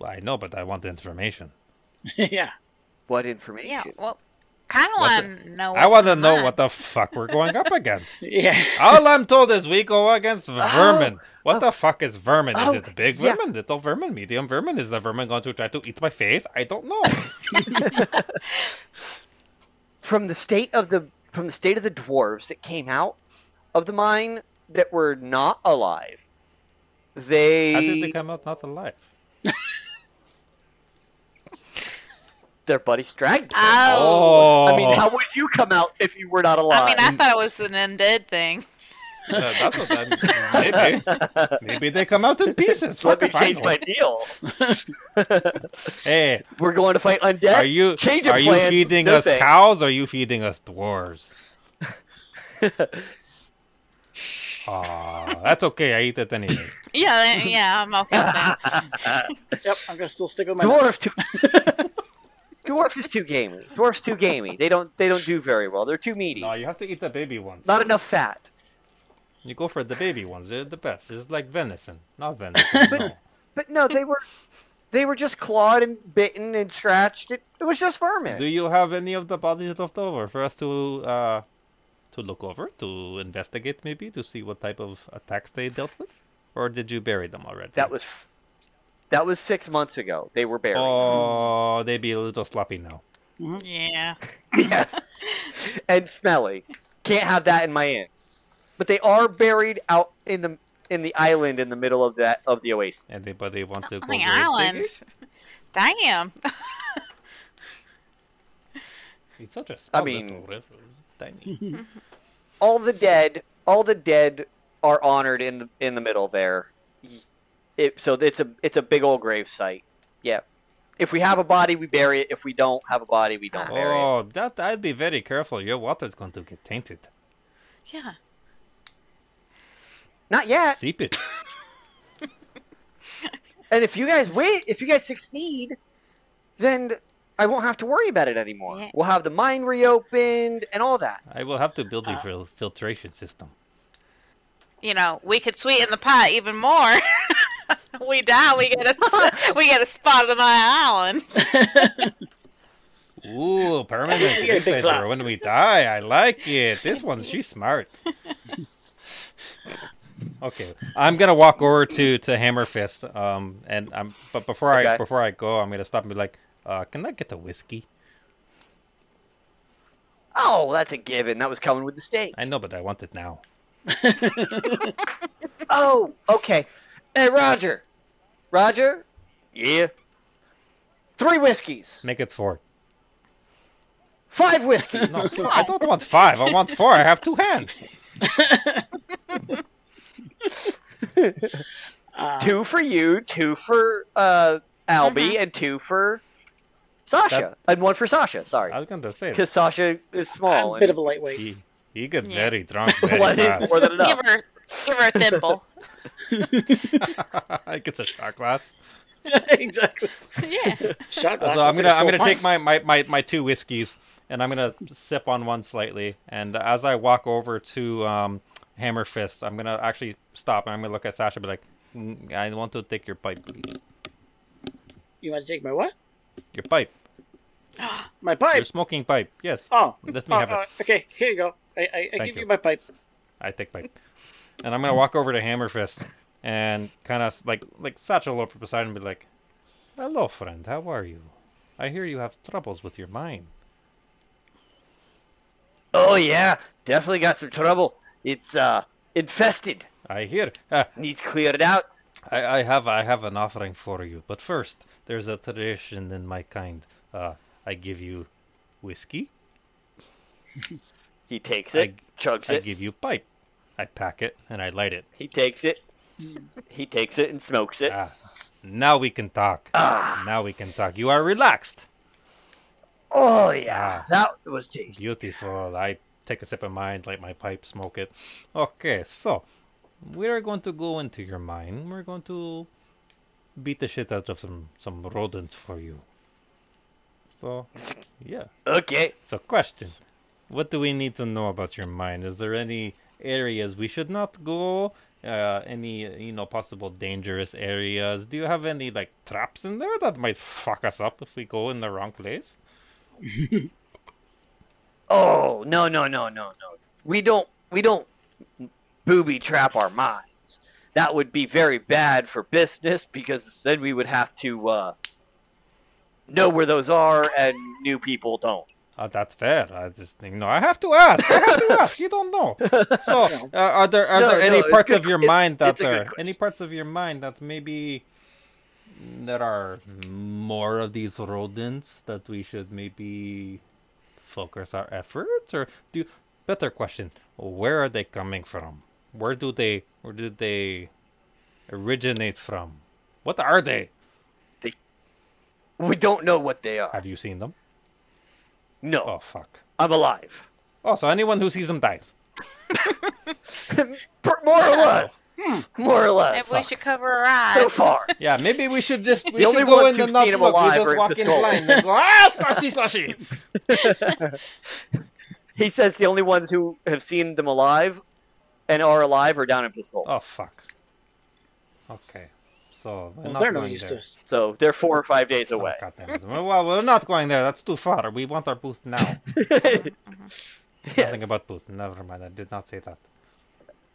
Speaker 3: Well, I know, but I want the information.
Speaker 4: [LAUGHS] yeah.
Speaker 1: What
Speaker 2: Yeah,
Speaker 1: information?
Speaker 2: well, kind of
Speaker 3: What's
Speaker 2: want to know.
Speaker 3: I want to know what the fuck we're going up against.
Speaker 4: Yeah. [LAUGHS]
Speaker 3: All I'm told is we go against vermin. what the fuck is vermin?
Speaker 1: oh,
Speaker 3: is it big
Speaker 1: yeah.
Speaker 3: vermin, little vermin, medium vermin? Is the vermin going to try to eat my face? I don't know.
Speaker 1: From the state of the from the state of the dwarves that came out of the mine that were not alive. They
Speaker 3: How did they come out not alive?
Speaker 1: their buddies dragged them.
Speaker 2: Oh.
Speaker 3: Oh,
Speaker 1: I mean, how would you come out if you were not alive?
Speaker 2: I mean, I thought it was an undead thing. [LAUGHS]
Speaker 5: Uh, that's what that
Speaker 1: [LAUGHS]
Speaker 3: maybe, maybe they come out in pieces.
Speaker 1: Let
Speaker 3: Fuck
Speaker 1: me
Speaker 3: if I
Speaker 1: change
Speaker 3: know.
Speaker 1: my deal.
Speaker 3: Hey,
Speaker 1: We're going to fight undead.
Speaker 3: are you
Speaker 1: Change of
Speaker 3: are you
Speaker 1: plan,
Speaker 3: feeding
Speaker 1: no
Speaker 3: us
Speaker 1: thanks.
Speaker 3: cows? Or are you feeding us
Speaker 1: [LAUGHS]
Speaker 3: dwarves? Aw, that's okay. I eat that anyways.
Speaker 2: Yeah, then- yeah, I'm okay with that.
Speaker 4: Yep, I'm gonna still stick with my
Speaker 1: Dwarf
Speaker 4: notes.
Speaker 1: too.
Speaker 3: [LAUGHS]
Speaker 1: Dwarf is too gamey. Dwarf's too gamey. They don't they don't do very well. They're too meaty.
Speaker 3: No, you have to eat the baby ones.
Speaker 1: Not enough fat.
Speaker 3: You go for the baby ones. They're the best. It's like venison, not venison. no.
Speaker 1: [LAUGHS] But no, they were they were just clawed and bitten and scratched. It, it was just vermin.
Speaker 3: Do you have any of the bodies left over for us to uh, to look over, to investigate, maybe to see what type of attacks they dealt with, or did you bury them already?
Speaker 1: That was f- that was six months ago. They were buried.
Speaker 3: Oh, they'd be a little sloppy now.
Speaker 2: Yeah.
Speaker 1: Yes, and smelly. Can't have that in my inn. But they are buried out in the in the island in the middle of that of the oasis.
Speaker 3: Anybody want to go
Speaker 2: On the
Speaker 3: grave
Speaker 2: island.
Speaker 3: digging?
Speaker 2: Damn. [LAUGHS]
Speaker 3: It's such a small
Speaker 1: I mean-
Speaker 3: little river. It's
Speaker 1: [LAUGHS]
Speaker 3: Tiny.
Speaker 1: all the dead, all the dead are honored in the in the middle there. It, so it's a it's a big old grave site. Yeah. If we have a body, we bury it. If we don't have a body, we don't bury it.
Speaker 3: oh, that I'd be very careful. Your water's going to get tainted.
Speaker 2: Yeah.
Speaker 1: Not yet.
Speaker 3: Seep it.
Speaker 1: And if you guys win, if you guys succeed, then I won't have to worry about it anymore.
Speaker 2: Yeah.
Speaker 1: We'll have the mine reopened and all that.
Speaker 3: I will have to build
Speaker 1: Uh.
Speaker 3: you a filtration system.
Speaker 2: You know, we could sweeten the pot even more. [LAUGHS] we die, we get a [LAUGHS] we get a spot on the island.
Speaker 3: Ooh,
Speaker 4: [LAUGHS]
Speaker 3: permanent
Speaker 4: You gotta think about-
Speaker 3: fixator when we die. I like it. This one's she's
Speaker 4: [LAUGHS]
Speaker 3: smart. Okay, I'm gonna walk over to to Hammerfist. Um, and I'm but before I
Speaker 1: Okay.
Speaker 3: before I go, I'm gonna stop and be like, uh, can I get the whiskey?
Speaker 1: Oh, that's a given. That was coming with the steak.
Speaker 3: I know, but I want it now.
Speaker 1: Oh, okay. Hey, Roger. Roger. Yeah. Three whiskeys.
Speaker 3: Make
Speaker 1: [LAUGHS]
Speaker 3: it four.
Speaker 1: Five whiskeys.
Speaker 3: [LAUGHS] No, I don't want five. I want four. I have two hands.
Speaker 4: Uh,
Speaker 1: two for you, two for uh, Albie,
Speaker 4: Uh-huh.
Speaker 1: and two for Sasha, and one for Sasha. Sorry,
Speaker 3: I was gonna say
Speaker 1: because Sasha is
Speaker 4: I'm
Speaker 1: small.
Speaker 4: a bit of
Speaker 1: And
Speaker 4: a lightweight.
Speaker 3: he he gets
Speaker 2: Yeah.
Speaker 3: very drunk.
Speaker 1: [LAUGHS]
Speaker 3: Very
Speaker 1: one is
Speaker 3: fast. [LAUGHS]
Speaker 1: more than enough.
Speaker 2: Give her give her a thimble. [LAUGHS]
Speaker 3: I gets a shot glass.
Speaker 4: [LAUGHS] exactly.
Speaker 2: yeah.
Speaker 4: Shot
Speaker 3: Uh,
Speaker 4: glasses.
Speaker 3: so I'm gonna
Speaker 4: are
Speaker 3: I'm
Speaker 4: full
Speaker 3: gonna take
Speaker 4: pint.
Speaker 3: my, my, my, my two whiskeys and I'm gonna sip on one slightly. And as I walk over to um, Hammer Fist, I'm gonna actually stop and I'm gonna look at Sasha and be like, "Mm, I want to take your pipe, please.
Speaker 4: You want to take my what?
Speaker 3: Your pipe.
Speaker 4: My
Speaker 3: Your
Speaker 4: pipe.
Speaker 3: smoking pipe. Yes.
Speaker 4: Oh.
Speaker 3: Let me
Speaker 4: oh,
Speaker 3: have it.
Speaker 4: oh, Okay. Here you go. I, I, I
Speaker 3: Thank
Speaker 4: give you.
Speaker 3: you.
Speaker 4: my pipe.
Speaker 3: I take pipe. And I'm gonna walk over to Hammer Fist and kind of like like satchel over beside him and be like, "Hello, friend. How are you? I hear you have troubles with your mind."
Speaker 1: Oh yeah, definitely got some trouble. It's uh, infested.
Speaker 3: I hear. [LAUGHS] Uh,
Speaker 1: Needs cleared out.
Speaker 3: I, I have I have an offering for you, but first there's a tradition in my kind. Uh, I give you whiskey.
Speaker 1: He takes
Speaker 3: I-
Speaker 1: it, chugs
Speaker 3: I
Speaker 1: it.
Speaker 3: give you pipe. I pack it and I light it.
Speaker 1: He takes it.
Speaker 4: Mm.
Speaker 1: He takes it and smokes it.
Speaker 3: Ah, now we can talk.
Speaker 1: Ah.
Speaker 3: Now we can talk. You are relaxed.
Speaker 1: Oh yeah,
Speaker 3: Ah.
Speaker 1: that was tasty.
Speaker 3: Beautiful. I take a sip of mine, light my pipe, smoke it. Okay, so we're going to go into your mine. We're going to beat the shit out of some some rodents for you. So, yeah.
Speaker 1: Okay.
Speaker 3: So, question: What do we need to know about your mind? Is there any areas we should not go? Uh, any you know possible dangerous areas? Do you have any like traps in there that might fuck us up if we go in the wrong place?
Speaker 1: Oh no no no no no! We don't we don't booby trap our minds. That would be very bad for business because then we would have to uh, know where those are, and new people don't.
Speaker 3: Uh, that's fair. I just think no. I have to ask. I have
Speaker 1: [LAUGHS]
Speaker 3: to ask. You don't know. So, uh, are there are
Speaker 1: No,
Speaker 3: there
Speaker 1: no,
Speaker 3: any
Speaker 1: it's
Speaker 3: parts
Speaker 1: good-
Speaker 3: of your
Speaker 1: it-
Speaker 3: mind that
Speaker 1: it's a good
Speaker 3: are any
Speaker 1: question.
Speaker 3: parts of your mind that maybe there are more of these rodents that we should maybe focus our efforts or do better question where are they coming from where do they where do they originate from what are they
Speaker 1: We don't know what they are.
Speaker 3: have you seen them
Speaker 1: No,
Speaker 3: oh fuck
Speaker 1: I'm alive. [LAUGHS]
Speaker 3: oh so anyone who sees them dies
Speaker 1: Per- More or less. More or
Speaker 2: Maybe
Speaker 1: less.
Speaker 2: we should cover our eyes.
Speaker 1: So far.
Speaker 3: yeah maybe we should just we
Speaker 1: The only
Speaker 3: should go
Speaker 1: ones
Speaker 3: in and
Speaker 1: who've
Speaker 3: not
Speaker 1: seen 'em
Speaker 3: look. We
Speaker 1: alive
Speaker 3: just
Speaker 1: are in
Speaker 3: walk
Speaker 1: this
Speaker 3: in
Speaker 1: hole.
Speaker 3: blind and go, ah slushy slushy
Speaker 1: He says the only ones who have seen them alive and are alive are down in Piscol.
Speaker 3: [LAUGHS] oh fuck okay so we're
Speaker 4: Well,
Speaker 3: not
Speaker 4: they're no
Speaker 3: going
Speaker 4: use to
Speaker 3: there.
Speaker 4: us.
Speaker 1: So they're four or five days
Speaker 3: Oh,
Speaker 1: away.
Speaker 3: God damn it. Well, we're not going there. That's too far. We want our booth
Speaker 4: [LAUGHS]
Speaker 3: now.
Speaker 1: [LAUGHS]
Speaker 3: Nothing
Speaker 1: Yes.
Speaker 3: about booth. Never mind. I did not say that.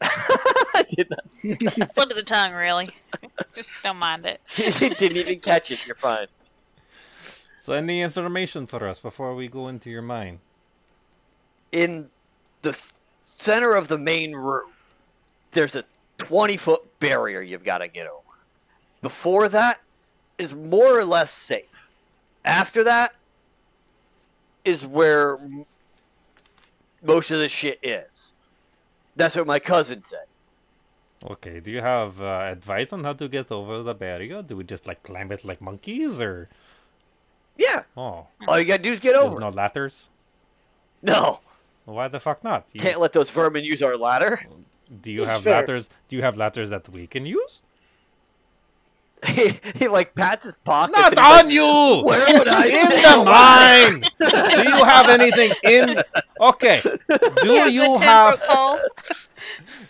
Speaker 1: I did not see
Speaker 2: [LAUGHS] Flip of the tongue, really. [LAUGHS] Just don't mind it.
Speaker 1: it. Didn't even catch it. You're fine.
Speaker 3: So, any information for us before we go into your mine?
Speaker 1: In the s- center of the main room, there's a 20 foot barrier you've got to get over. Before that is more or less safe. After that is where m- most of the shit is. That's what my cousin said.
Speaker 3: Okay. Do you have uh, advice on how to get over the barrier? Do we just like climb it like monkeys, or
Speaker 1: Yeah,
Speaker 3: oh,
Speaker 1: all you gotta do is get
Speaker 3: there's
Speaker 1: over. it.
Speaker 3: no ladders?
Speaker 1: no,
Speaker 3: Why the fuck not? You-
Speaker 1: can't let those vermin use our ladder.
Speaker 3: do you
Speaker 4: This is
Speaker 3: have
Speaker 4: fair.
Speaker 3: ladders? Do you have ladders that we can use?
Speaker 1: he, [LAUGHS] he like pats his pocket. and
Speaker 3: Not
Speaker 1: he's like,
Speaker 3: on you.
Speaker 1: Where would I?
Speaker 3: in
Speaker 1: fit
Speaker 3: the
Speaker 1: a
Speaker 3: mine. Do you have anything in? Okay.
Speaker 2: [LAUGHS]
Speaker 3: Do you have?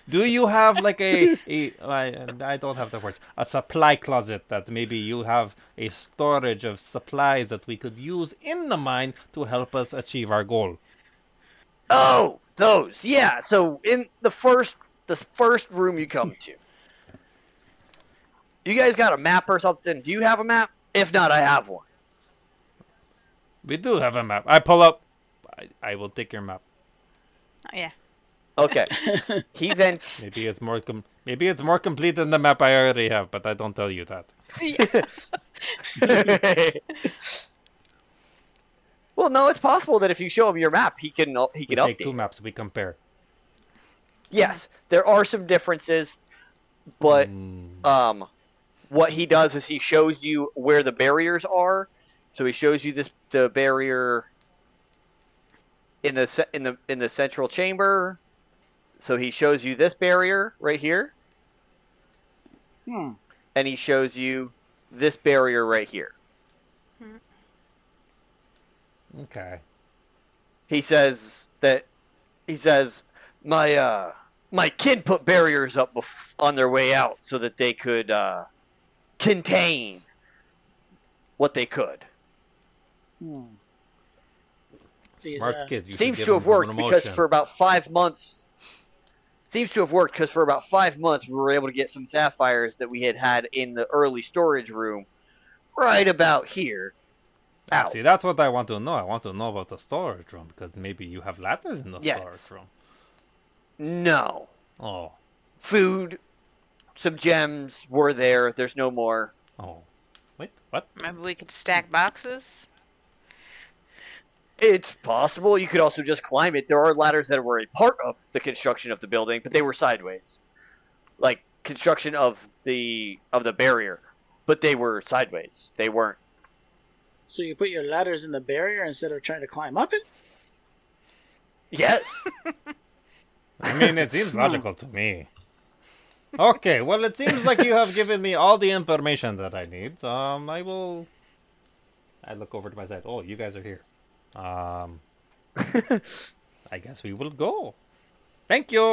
Speaker 3: Do you have like a, a I, I don't have the words a supply closet that maybe you have a storage of supplies that we could use in the mine to help us achieve our goal?
Speaker 1: [LAUGHS] Oh, those. Yeah. So in the first the first room you come to. You guys got a map or something? Do you have a map? If not, I have one.
Speaker 3: We do have a map. I pull up. I, I will take your map.
Speaker 2: yeah.
Speaker 1: Okay. he then [LAUGHS]
Speaker 3: Maybe it's more com- maybe it's more complete than the map I already have, but I don't tell you that.
Speaker 1: Well, no, it's possible that if you show him your map, he can he
Speaker 3: We
Speaker 1: can
Speaker 3: take
Speaker 1: update.
Speaker 3: two maps. We compare.
Speaker 1: Yes, there are some differences, but
Speaker 3: Mm,
Speaker 1: um, what he does is he shows you where the barriers are. So he shows you this the barrier in the ce- in the in the central chamber. So he shows you this barrier right here,
Speaker 4: Hmm.
Speaker 1: and he shows you this barrier right here.
Speaker 3: okay.
Speaker 1: He says that he says my uh, my kin put barriers up bef- on their way out so that they could uh, contain what they could.
Speaker 4: Hmm. These,
Speaker 3: Smart
Speaker 4: uh,
Speaker 3: kid. You should
Speaker 1: seems
Speaker 3: give
Speaker 1: to
Speaker 3: him
Speaker 1: have worked
Speaker 3: an
Speaker 1: because
Speaker 3: emotion.
Speaker 1: for about five months seems to have worked because for about five months we were able to get some sapphires that we had had in the early storage room right about here
Speaker 3: Ah,
Speaker 1: out
Speaker 3: See, that's what I want to know. I want to know about the storage room because maybe you have ladders in the
Speaker 1: Yes.
Speaker 3: storage room.
Speaker 1: no
Speaker 3: Oh,
Speaker 1: food some gems were there there's no more
Speaker 3: oh, wait, what?
Speaker 2: Maybe we could stack boxes.
Speaker 1: it's possible you could also just climb it there are ladders that were a part of the construction of the building but they were sideways like construction of the of the barrier but they were sideways they weren't
Speaker 4: So you put your ladders in the barrier instead of trying to climb up it?
Speaker 1: yes
Speaker 3: I mean, it seems logical to me. Okay, well, it seems like you have given me all the information that I need. Um, I will. I look over to my side. Oh, you guys are here. Um, I guess we will go. Thank you.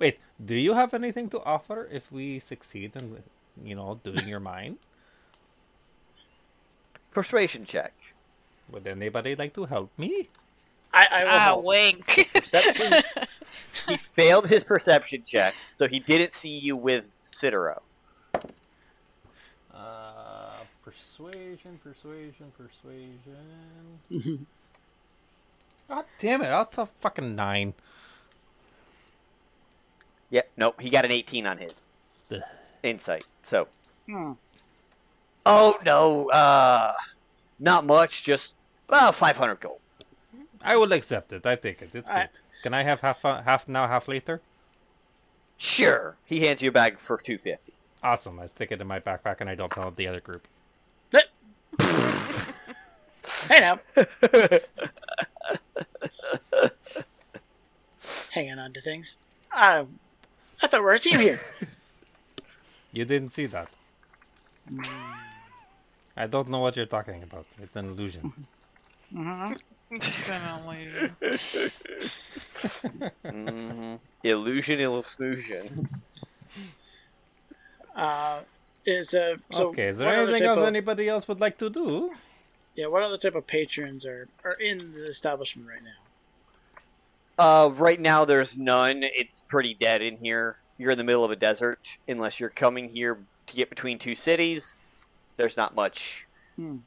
Speaker 3: Wait, do you have anything to offer if we succeed in, you know, doing your mine?
Speaker 1: [LAUGHS] Persuasion check.
Speaker 3: Would anybody like to help me?
Speaker 4: I, I will
Speaker 2: Ah,
Speaker 4: help.
Speaker 2: wink. [LAUGHS]
Speaker 1: Perception. [LAUGHS] he failed his perception check, so he didn't see you with Sidero.
Speaker 3: Uh, persuasion, persuasion, persuasion.
Speaker 4: Mhm.
Speaker 3: [LAUGHS] God damn it! That's a fucking nine.
Speaker 1: Yeah, nope. He got an 18 on his
Speaker 3: Ugh.
Speaker 1: insight. So,
Speaker 4: Hmm.
Speaker 1: Oh no, uh, not much. Just well, five hundred gold.
Speaker 3: I will accept it. I take it. It's good.
Speaker 4: Alright.
Speaker 3: Can I have half uh, half now, half later?
Speaker 1: Sure. He hands you a bag for two fifty.
Speaker 3: Awesome. I stick it in my backpack and I don't tell the other group.
Speaker 4: [LAUGHS] Hey now.
Speaker 1: [LAUGHS]
Speaker 4: Hanging on to things. I, I thought we were a
Speaker 3: [LAUGHS]
Speaker 4: team here.
Speaker 3: You didn't see
Speaker 4: [LAUGHS]
Speaker 3: that. I don't know what you're talking about. It's an illusion. Mm-hmm.
Speaker 1: Mm-hmm. Illusion, illusion.
Speaker 4: Uh, is uh, so
Speaker 3: okay, is there
Speaker 4: what other
Speaker 3: anything
Speaker 4: type
Speaker 3: else
Speaker 4: of-
Speaker 3: anybody else would like to do?
Speaker 4: Yeah, what other type of patrons are are in the establishment right now?
Speaker 1: Uh, right now there's none. It's pretty dead in here. You're in the middle of a desert. Unless you're coming here to get between two cities, there's not much
Speaker 4: Hmm.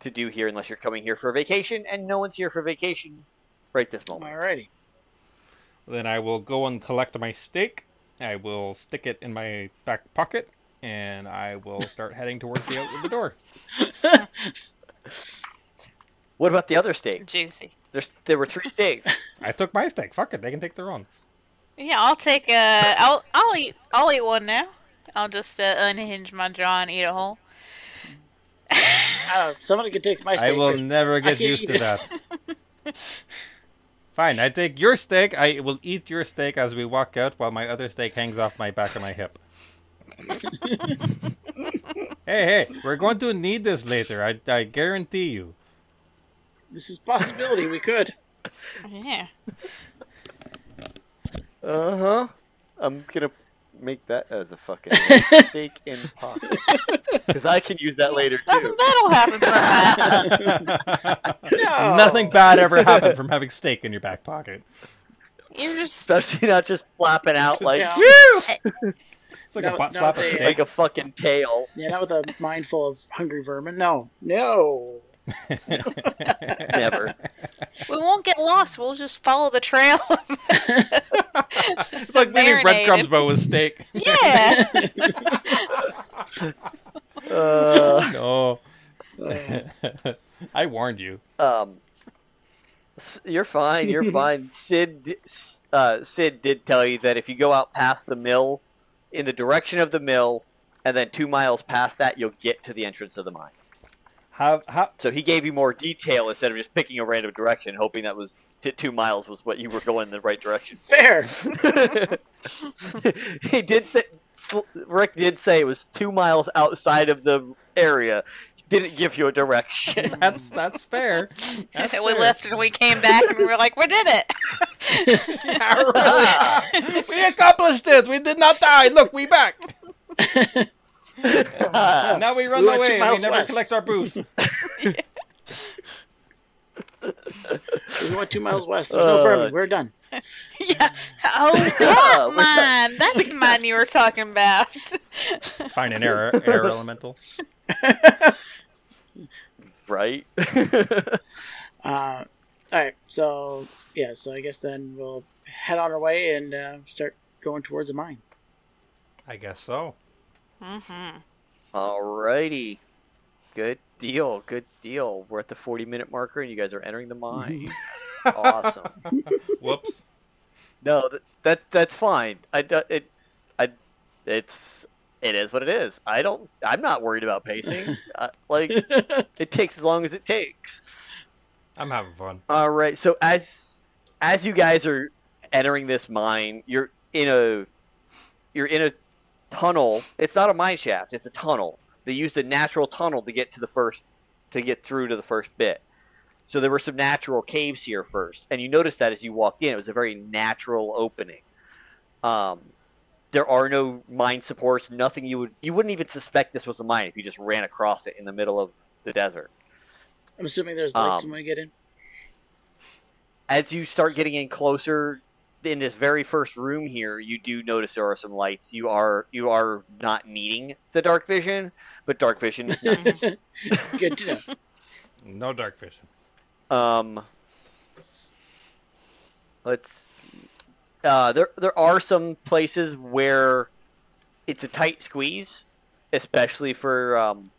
Speaker 1: to do here unless you're coming here for a vacation, and no one's here for vacation right this
Speaker 3: Oh
Speaker 1: moment.
Speaker 4: Alrighty.
Speaker 3: Then I will go and collect my steak. I will stick it in my back pocket, and I [LAUGHS] will start heading towards the out the door.
Speaker 1: What about the other steak?
Speaker 2: Juicy.
Speaker 1: There's there were three steaks.
Speaker 3: I took my steak. Fuck it, they can take their own.
Speaker 2: Yeah, I'll take a. I'll I'll eat. I'll eat one now. I'll just uh, unhinge my jaw and eat a whole.
Speaker 4: Uh, somebody could take my
Speaker 3: I
Speaker 4: steak.
Speaker 3: will
Speaker 4: 'cause
Speaker 3: never get
Speaker 4: can't
Speaker 3: used
Speaker 4: eat
Speaker 3: to
Speaker 4: it.
Speaker 3: that.
Speaker 4: [LAUGHS]
Speaker 3: Fine, I take your steak. I will eat your steak as we walk out while my other steak hangs off my back and my
Speaker 4: [LAUGHS]
Speaker 3: hip. hey, hey, we're going to need this later. I, I guarantee
Speaker 4: [LAUGHS]
Speaker 3: you. [LAUGHS]
Speaker 4: This is a possibility. We could.
Speaker 2: Yeah.
Speaker 1: Uh huh. I'm gonna make that as a [LAUGHS] fucking steak in pocket because I can use that later
Speaker 2: Nothing
Speaker 1: too.
Speaker 2: bad will happen
Speaker 1: [LAUGHS]
Speaker 2: from that.
Speaker 4: No.
Speaker 3: Nothing bad ever happened from having steak in your back pocket.
Speaker 2: You're just.
Speaker 1: Especially not just flopping out like
Speaker 4: Yeah.
Speaker 3: It's like a
Speaker 4: No,
Speaker 3: butt
Speaker 4: no,
Speaker 3: flap of
Speaker 4: they-
Speaker 3: steak.
Speaker 1: like a fucking tail.
Speaker 4: Yeah, not with a mind full of hungry vermin. No,
Speaker 3: [LAUGHS]
Speaker 4: no.
Speaker 1: Never.
Speaker 2: We won't get lost. We'll just follow the trail. [LAUGHS]
Speaker 3: it's like
Speaker 2: marinated.
Speaker 3: leaving breadcrumbs but with steak.
Speaker 2: yeah.
Speaker 1: [LAUGHS] Uh,
Speaker 3: no. I warned you.
Speaker 1: [LAUGHS] um, S- you're fine. [LAUGHS] You're fine. Sid, di- S- uh, Sid did tell you that if you go out past the mill, in the direction of the mill, and then two miles past that, you'll get to the entrance of the mine.
Speaker 3: Have, have,
Speaker 1: So he gave you more detail instead of just picking a random direction, hoping that was t- two miles was what you were going in the right direction. [LAUGHS]
Speaker 4: Fair.
Speaker 1: he did say sl- Rick did say it was two miles outside of the area. He didn't give you a direction.
Speaker 3: [LAUGHS]
Speaker 1: [LAUGHS]
Speaker 3: that's that's fair. That's
Speaker 2: we
Speaker 3: fair. [LAUGHS]
Speaker 2: left and we came back and we were like, we did it. [LAUGHS]
Speaker 3: [LAUGHS] we accomplished it. We did not die. Look, we back. Now we run away. and
Speaker 4: We went two
Speaker 3: We
Speaker 4: miles
Speaker 3: never
Speaker 4: west.
Speaker 3: collect our
Speaker 4: [LAUGHS]
Speaker 3: booze.
Speaker 4: We went two miles west. There's no
Speaker 1: Uh,
Speaker 4: vermin. We're done.
Speaker 2: yeah. Oh,
Speaker 1: [LAUGHS]
Speaker 2: that mine. That's mine you were talking about. [LAUGHS]
Speaker 3: Find an [LAUGHS] air air elemental.
Speaker 1: right? [LAUGHS]
Speaker 4: Uh, all right. So yeah. So I guess then we'll head on our way and uh, start going towards the mine.
Speaker 3: I guess so.
Speaker 1: Mm-hmm. Alrighty. Good deal. Good deal. We're at the 40 minute marker and you guys are entering the
Speaker 4: [LAUGHS]
Speaker 1: mine. awesome.
Speaker 3: Whoops.
Speaker 1: No, that, that that's fine. I do- it I it's it is what it is. I don't I'm not worried about pacing. I, like it takes as long as it takes.
Speaker 3: I'm having fun.
Speaker 1: All right. So as as you guys are entering this mine, you're in a you're in a tunnel. It's not a mine shaft. It's a tunnel. They used a natural tunnel to get to the first to get through to the first bit. So there were some natural caves here first, and you noticed that as you walked in, it was a very natural opening. Um, there are no mine supports. Nothing you would you wouldn't even suspect this was a mine if you just ran across it in the middle of the desert.
Speaker 4: I'm assuming there's lights
Speaker 1: Um,
Speaker 4: when we get in.
Speaker 1: as you start getting in closer in this very first room here you do notice there are some lights you are you are not needing the dark vision but dark vision is nice
Speaker 4: Good to know.
Speaker 3: No dark vision.
Speaker 1: um let's uh there there are some places where it's a tight squeeze especially for um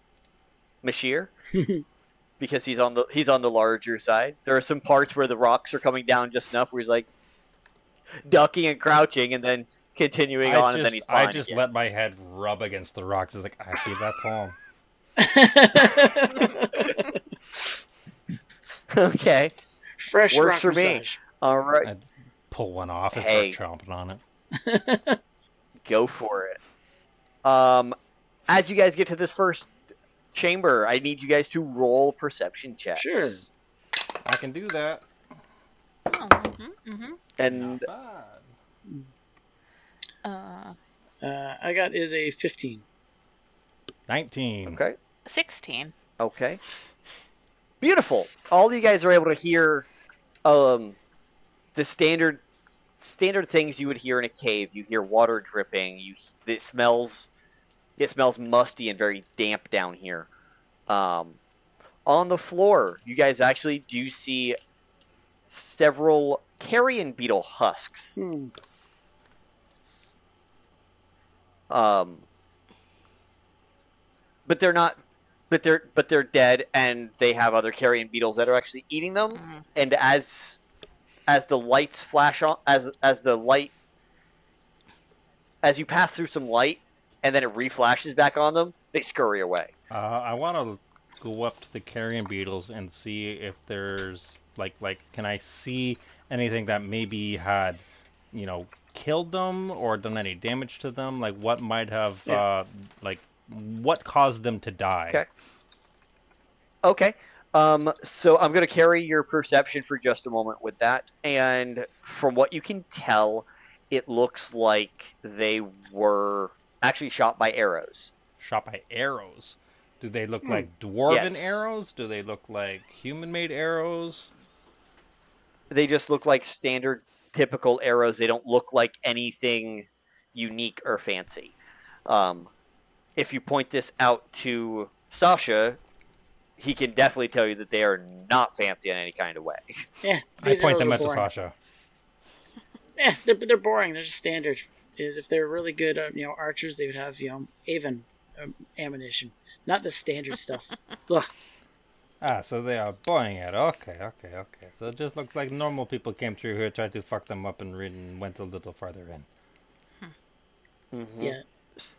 Speaker 3: [LAUGHS]
Speaker 1: Mashir because he's on the he's on the larger side. There are some parts where the rocks are coming down just enough where he's like ducking and crouching and then continuing on
Speaker 3: I
Speaker 1: and
Speaker 3: just,
Speaker 1: then he's fine.
Speaker 3: I just
Speaker 1: again.
Speaker 3: let my head rub against the rocks. It's like, I feel that palm.
Speaker 1: [LAUGHS] okay.
Speaker 4: Fresh
Speaker 1: Works
Speaker 4: rock
Speaker 1: for me.
Speaker 4: massage.
Speaker 1: All right.
Speaker 3: I pull one off and
Speaker 1: Hey.
Speaker 3: start chomping on it.
Speaker 1: Go for it. Um as you guys get to this first chamber, I need you guys to roll perception checks.
Speaker 4: Sure.
Speaker 5: I can do that.
Speaker 2: Oh, mhm, mhm.
Speaker 1: And
Speaker 5: Bad.
Speaker 2: Uh,
Speaker 4: Uh, I got is a 15.
Speaker 3: 19.
Speaker 1: okay.
Speaker 2: 16.
Speaker 1: Okay. Beautiful. All you guys are able to hear um, the standard standard things you would hear in a cave. You hear water dripping. You it smells it smells musty and very damp down here. Um, on the floor, you guys actually do see several carrion beetle husks.
Speaker 4: Hmm.
Speaker 1: Um, but they're not. But they're but they're dead, and they have other carrion beetles that are actually eating them.
Speaker 2: Mm.
Speaker 1: And as as the lights flash on, as as the light as you pass through some light, and then it reflashes back on them, they scurry away.
Speaker 3: Uh, I want to go up to the carrion beetles and see if there's like like can I see anything that maybe had you know killed them or done any damage to them? Like what might have
Speaker 4: Yeah.
Speaker 3: uh, like what caused them to die?
Speaker 1: Okay. Okay. Um, so I'm going to carry your perception for just a moment with that. And from what you can tell, it looks like they were actually shot by arrows.
Speaker 3: Shot by arrows. Do they look like dwarven
Speaker 1: Hmm. Yes.
Speaker 3: arrows? Do they look like human-made arrows?
Speaker 1: They just look like standard, typical arrows. They don't look like anything unique or fancy. Um, if you point this out to Sasha, he can definitely tell you that they are not fancy in any kind of way.
Speaker 4: Yeah,
Speaker 3: I
Speaker 4: these
Speaker 3: point
Speaker 4: arrows
Speaker 3: them
Speaker 4: are
Speaker 3: at the
Speaker 4: boring.
Speaker 3: Sasha.
Speaker 4: Yeah, they're, they're boring. They're just standard. Is if they're really good, uh, you know, archers, they would have you know Avon um, ammunition, not the
Speaker 1: [LAUGHS]
Speaker 4: standard stuff. Ugh.
Speaker 3: Ah, so they are buying it. Okay, okay, okay. So it just looks like normal people came through here, tried to fuck them up, and, re- and went a little farther in.
Speaker 4: Yeah,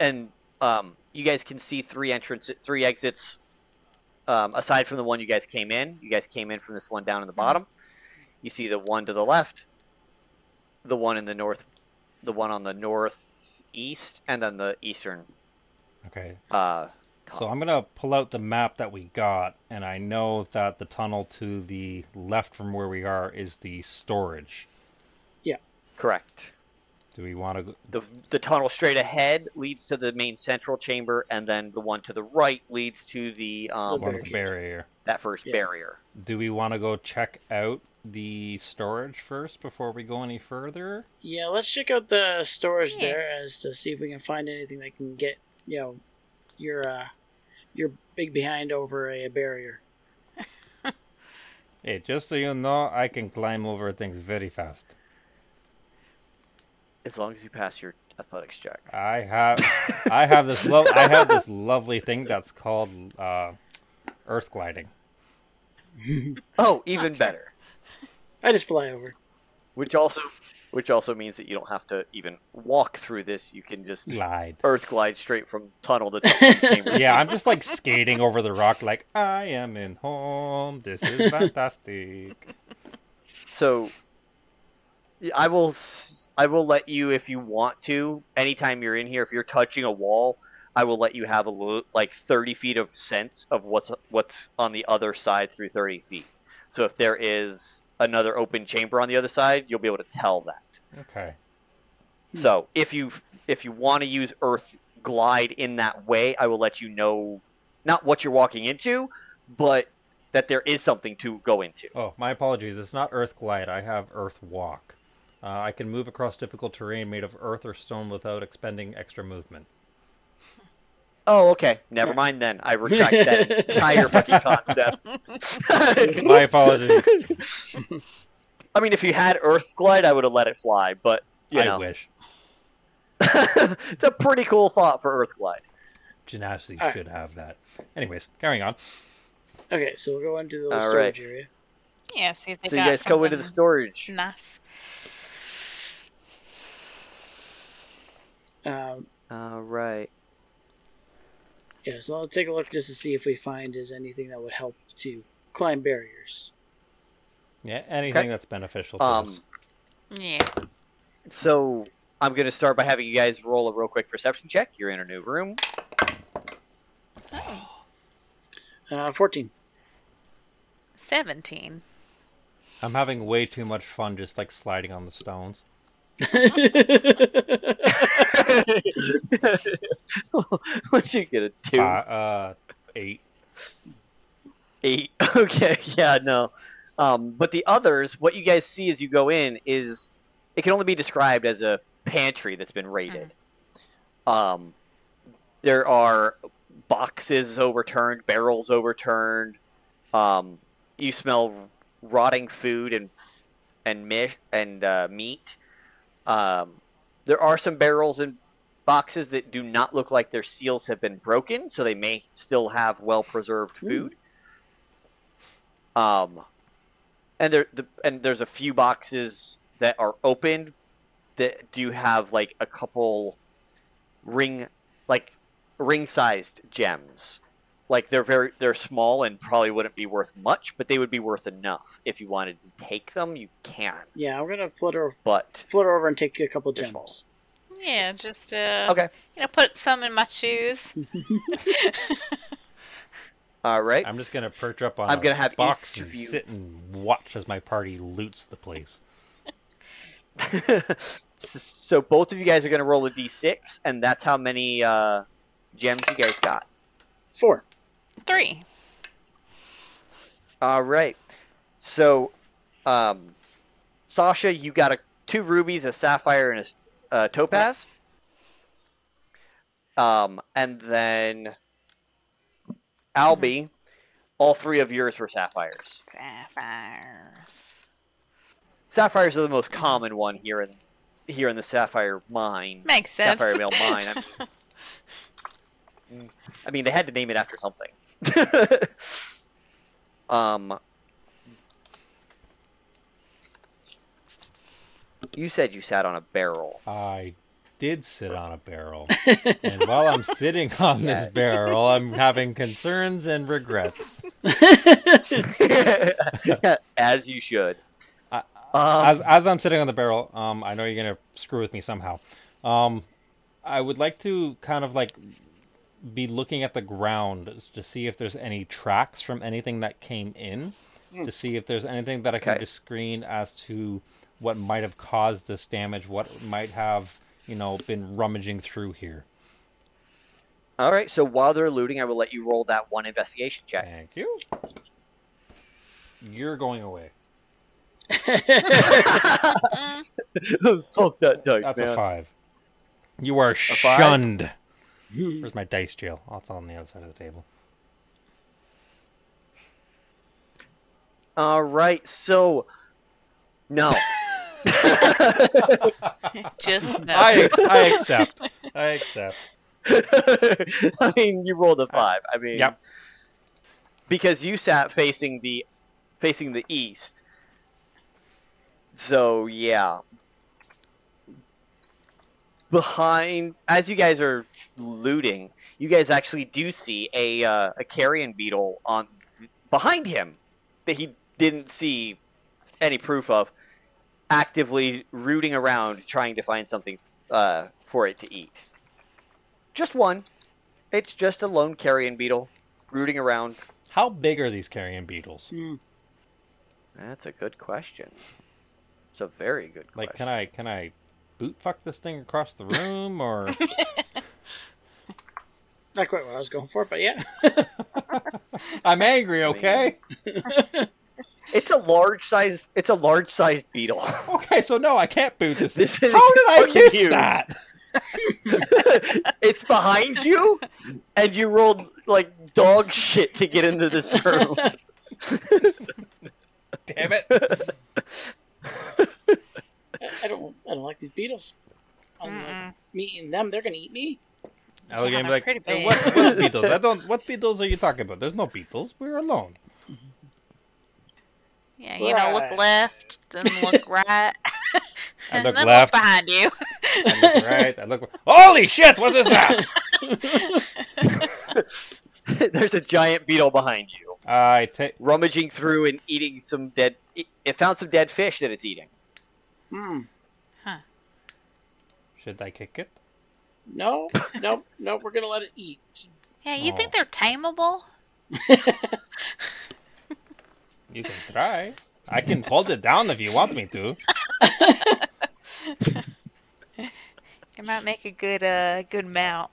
Speaker 1: and um, you guys can see three entrances, three exits. Um, aside from the one you guys came in, you guys came in from this one down in the bottom. You see the one to the left, the one in the north, the one on the northeast, and then the eastern.
Speaker 3: Okay,
Speaker 1: Uh,
Speaker 3: so I'm gonna pull out the map that we got, and I know that the tunnel to the left from where we are is the storage.
Speaker 1: correct.
Speaker 3: Do we want to?
Speaker 1: The the tunnel straight ahead leads to the main central chamber, and then the one to the right leads to the um,
Speaker 3: One of the barrier.
Speaker 1: that first
Speaker 4: Yeah.
Speaker 1: barrier.
Speaker 3: Do we want to go check out the storage first before we go any further?
Speaker 4: yeah. Let's check out the storage
Speaker 2: Yeah.
Speaker 4: there as to see if we can find anything that can get you know your uh your big behind over a barrier.
Speaker 3: Hey, just so you know, I can climb over things very fast.
Speaker 1: As long as you pass your athletics check.
Speaker 3: I have, I have this lo- I have this lovely thing that's called uh, earth gliding.
Speaker 1: Oh, even better.
Speaker 4: I just fly over.
Speaker 1: which also which also means that you don't have to even walk through this you can just
Speaker 3: Glide.
Speaker 1: earth glide straight from tunnel to tunnel
Speaker 3: Yeah, I'm just like skating over the rock, like I am in home. This is fantastic.
Speaker 1: so yeah, i will s- i will let you if you want to anytime you're in here if you're touching a wall i will let you have a little like 30 feet of sense of what's what's on the other side through 30 feet so if there is another open chamber on the other side you'll be able to tell that
Speaker 3: Okay.
Speaker 1: So if you if you want to use Earth Glide in that way, I will let you know not what you're walking into, but that there is something to go into.
Speaker 3: Oh, my apologies. It's not earth glide. I have earth walk. Uh, I can move across difficult terrain made of earth or stone without expending extra movement.
Speaker 1: Oh, okay. Never mind then. I retract that [LAUGHS] entire fucking concept.
Speaker 3: My apologies.
Speaker 1: I mean, if you had Earth Glide, I would have let it fly, but you [LAUGHS]
Speaker 3: I
Speaker 1: know,
Speaker 3: wish.
Speaker 1: it's a pretty cool thought for Earth Glide.
Speaker 3: Genacity
Speaker 4: All right.
Speaker 3: should have that. Anyways, carrying on.
Speaker 4: Okay, so we'll go into the
Speaker 1: All
Speaker 4: storage
Speaker 1: right.
Speaker 4: area.
Speaker 2: Yeah, see if they
Speaker 1: So you
Speaker 2: got
Speaker 1: guys go into the
Speaker 2: something
Speaker 1: storage.
Speaker 2: Nice.
Speaker 4: Um,
Speaker 1: All right.
Speaker 4: yeah, so I'll take a look just to see if we find is anything that would help to climb barriers.
Speaker 3: Yeah, anything that's beneficial to us.
Speaker 1: Um,
Speaker 2: Yeah.
Speaker 1: so I'm gonna start by having you guys roll a real quick perception check. You're in a new room.
Speaker 4: Uh, Fourteen. [LAUGHS]
Speaker 2: 17.
Speaker 3: I'm having way too much fun just like sliding on the stones.
Speaker 1: [LAUGHS] What'd you get? A two,
Speaker 3: Fi- uh, eight.
Speaker 1: eight. [LAUGHS] Okay, yeah, no. Um, but the others, what you guys see as you go in is it can only be described as a pantry that's been raided. Um, there are boxes overturned, barrels overturned. Um, you smell rotting food and and mish and uh, meat. Um, there are some barrels and boxes that do not look like their seals have been broken, so they may still have well preserved food. Um, and there the, and there's a few boxes that are open that do have like a couple ring like ring sized gems. Like they're very they're small and probably wouldn't be worth much, but they would be worth enough. If you wanted to take them, you can.
Speaker 4: Yeah, I'm gonna flutter
Speaker 1: But
Speaker 4: flutter over and take a couple
Speaker 1: Your
Speaker 4: gems.
Speaker 1: fault.
Speaker 2: Yeah, just uh,
Speaker 1: okay,
Speaker 2: You know, put some in my shoes.
Speaker 1: all uh, right.
Speaker 3: I'm just gonna perch up on.
Speaker 1: I'm
Speaker 3: a
Speaker 1: gonna have
Speaker 3: box
Speaker 1: each
Speaker 3: and
Speaker 1: of you-
Speaker 3: sit and watch as my party loots the place.
Speaker 1: [LAUGHS] S- so both of you guys are going to roll a d6, and that's how many uh, gems you guys got.
Speaker 4: Four.
Speaker 2: Three.
Speaker 1: All right. So, um, Sasha, you got a two rubies, a sapphire, and a s- a topaz. Um, and then Albie, all three of yours were sapphires.
Speaker 2: Sapphires.
Speaker 1: Sapphires are the most common one here in here in the sapphire mine.
Speaker 2: Makes sense.
Speaker 1: Sapphire
Speaker 2: [LAUGHS]
Speaker 1: Male Mine. I mean, I mean, they had to name it after something. [LAUGHS] um, you said you sat on a
Speaker 3: [LAUGHS]
Speaker 1: barrel.
Speaker 3: I did sit on a barrel, and while I'm sitting on this barrel, I'm having concerns and regrets.
Speaker 1: As you should.
Speaker 3: I-
Speaker 1: um,
Speaker 3: as as I'm sitting on the barrel, um, I know you're gonna screw with me somehow. Um, I would like to kind of like be looking at the ground to see if there's any tracks from anything that came in, to see if there's anything that I can
Speaker 1: Hmm. Okay.
Speaker 3: just screen as to what might have caused this damage, what might have you know been rummaging through here.
Speaker 1: all right, so while they're looting, I will let you roll that one investigation check.
Speaker 3: Thank you. You're going away.
Speaker 2: Mm,
Speaker 1: [LAUGHS] Fuck that dice,
Speaker 3: That's
Speaker 1: man.
Speaker 3: a five. You are
Speaker 1: five? Hmm.
Speaker 3: shunned. Where's my dice jail? Oh, it's on the other side of the table.
Speaker 1: All right, so no. [LAUGHS]
Speaker 3: [LAUGHS]
Speaker 2: Just no.
Speaker 1: [LAUGHS]
Speaker 3: I, I accept. I accept.
Speaker 1: I mean, you rolled a five. I mean,
Speaker 3: Yep.
Speaker 1: because you sat facing the facing the east. So yeah, behind as you guys are looting, you guys actually do see a uh, a carrion beetle on behind him that he didn't see any proof of, actively rooting around trying to find something uh, for it to eat. Just one. It's just a lone carrion beetle rooting around.
Speaker 3: How big are these carrion beetles?
Speaker 1: That's a good question. It's a very good question.
Speaker 3: Like, can I can I boot fuck this thing across the room or [LAUGHS]
Speaker 4: Not quite what I was going for, but yeah.
Speaker 3: I'm [LAUGHS] angry? Okay.
Speaker 1: It's a large size. It's a large sized beetle. [LAUGHS]
Speaker 3: Okay, so no, I can't boot this. thing.
Speaker 1: This is
Speaker 3: How did I
Speaker 1: fucking
Speaker 3: miss
Speaker 1: huge.
Speaker 3: that?
Speaker 1: [LAUGHS] it's behind you, and you rolled like dog shit to get into this room. [LAUGHS]
Speaker 3: Damn [LAUGHS] it!
Speaker 4: I, I don't. I don't like these beetles. I'm like,
Speaker 2: Mm-mm.
Speaker 4: me eating them, they're gonna eat me.
Speaker 3: I was
Speaker 2: Yeah,
Speaker 3: gonna be
Speaker 2: they're
Speaker 3: like,
Speaker 2: pretty
Speaker 3: "Eh,
Speaker 2: big."
Speaker 3: what, what Beatles? I don't. What Beatles are you talking about? There's no Beatles. We're
Speaker 2: [LAUGHS]
Speaker 3: alone.
Speaker 2: Yeah, you know, look
Speaker 4: Right.
Speaker 2: left, then look [LAUGHS] right,
Speaker 3: I
Speaker 2: and [LAUGHS]
Speaker 3: look
Speaker 2: then
Speaker 3: left.
Speaker 2: look behind you.
Speaker 3: I look right. I look. Holy shit! What
Speaker 2: [LAUGHS]
Speaker 3: is that?
Speaker 1: There's a giant beetle behind you,
Speaker 3: I take.
Speaker 1: rummaging through and eating some dead. It, it found some dead fish that it's eating.
Speaker 4: Hmm.
Speaker 3: Should I kick it?
Speaker 4: No, no, no. We're gonna let it eat.
Speaker 2: Yeah, you
Speaker 3: Oh.
Speaker 2: think they're tameable?
Speaker 3: You can try. I can hold it down if you want me to.
Speaker 2: It might make a good uh good mount.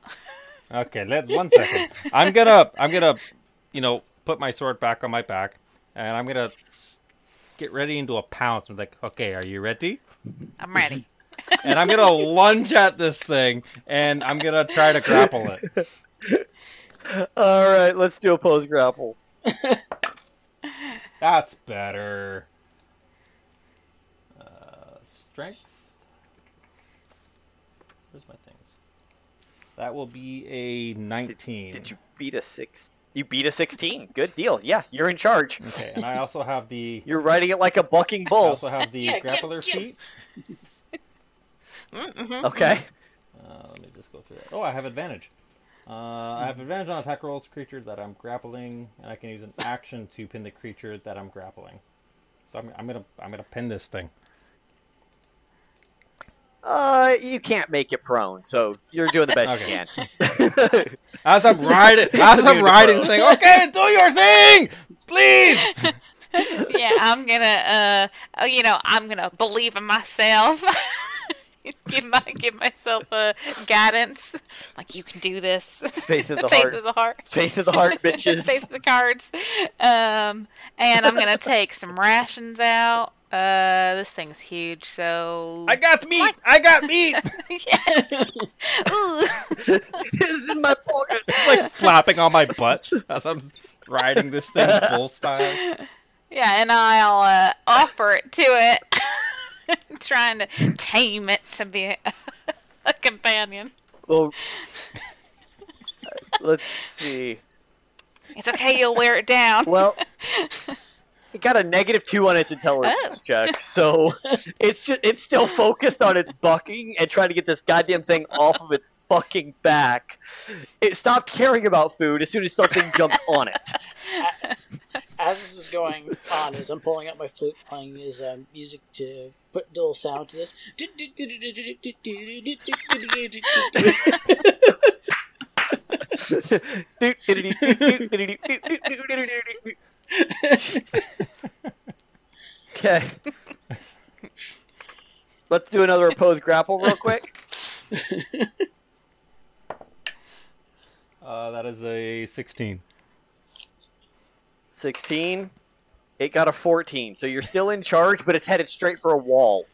Speaker 3: Okay, let one second. I'm gonna, I'm gonna, you know, put my sword back on my back, and I'm gonna s- get ready into a pounce. I'm like, okay, are you ready?
Speaker 2: I'm
Speaker 3: [LAUGHS]
Speaker 2: ready.
Speaker 3: And I'm
Speaker 4: [LAUGHS]
Speaker 3: gonna lunge at this thing, and I'm gonna try to grapple it.
Speaker 1: All right, let's do a pose grapple.
Speaker 3: That's better. Uh, strength. Where's my things? That will be a 19.
Speaker 1: Did you beat a six? You beat a sixteen. Good deal. Yeah, you're in charge.
Speaker 3: Okay, and I also have the.
Speaker 1: [LAUGHS] You're riding it like a bucking
Speaker 3: I
Speaker 1: bull.
Speaker 3: also have the
Speaker 4: Yeah, get-
Speaker 3: grappler
Speaker 4: get-
Speaker 3: feet.
Speaker 2: Mm-hmm.
Speaker 1: Okay.
Speaker 3: Uh, let me just go through that. Oh, I have advantage. Uh, I have advantage on attack rolls, creature that I'm grappling, and I can use an action to pin the creature that I'm grappling. So I'm, I'm gonna I'm gonna pin this thing.
Speaker 1: Uh, you can't make it prone, so you're doing the best you can.
Speaker 3: As I'm riding, as I'm riding, saying, "Okay, do your thing, please."
Speaker 2: yeah, I'm gonna, uh, oh, you know, I'm gonna believe in myself. [LAUGHS] give my, give myself a guidance. Like you can do this. [LAUGHS]
Speaker 1: Faith of the
Speaker 2: Faith
Speaker 1: heart.
Speaker 2: of the heart. [LAUGHS]
Speaker 1: Faith of the heart, bitches.
Speaker 2: Faith of the cards. Um, and I'm gonna take some rations out. Uh, this thing's huge, so [LAUGHS]
Speaker 3: I got meat. I got meat.
Speaker 2: Ooh.
Speaker 1: [LAUGHS] this is in my pocket.
Speaker 3: [LAUGHS] It's like flapping on my butt as I'm riding this [LAUGHS] thing bull style.
Speaker 2: yeah, and I'll uh, offer it to it, [LAUGHS] trying to tame it to be a, a companion.
Speaker 1: Well, uh, let's see.
Speaker 2: It's okay, you'll wear it down.
Speaker 1: Well, it got a negative two on its intelligence
Speaker 2: Oh.
Speaker 1: check, so it's just it's still focused on its bucking and trying to get this goddamn thing off of its fucking back. It stopped caring about food as soon as something jumped on it. [LAUGHS]
Speaker 4: As this is going on, as I'm pulling out my flute, playing his um, music to put little sound to this. [LAUGHS]
Speaker 1: okay. Let's do another opposed grapple real quick.
Speaker 3: Uh, that is a 16.
Speaker 1: 16. It got a 14. So you're still in charge, but it's headed straight for a wall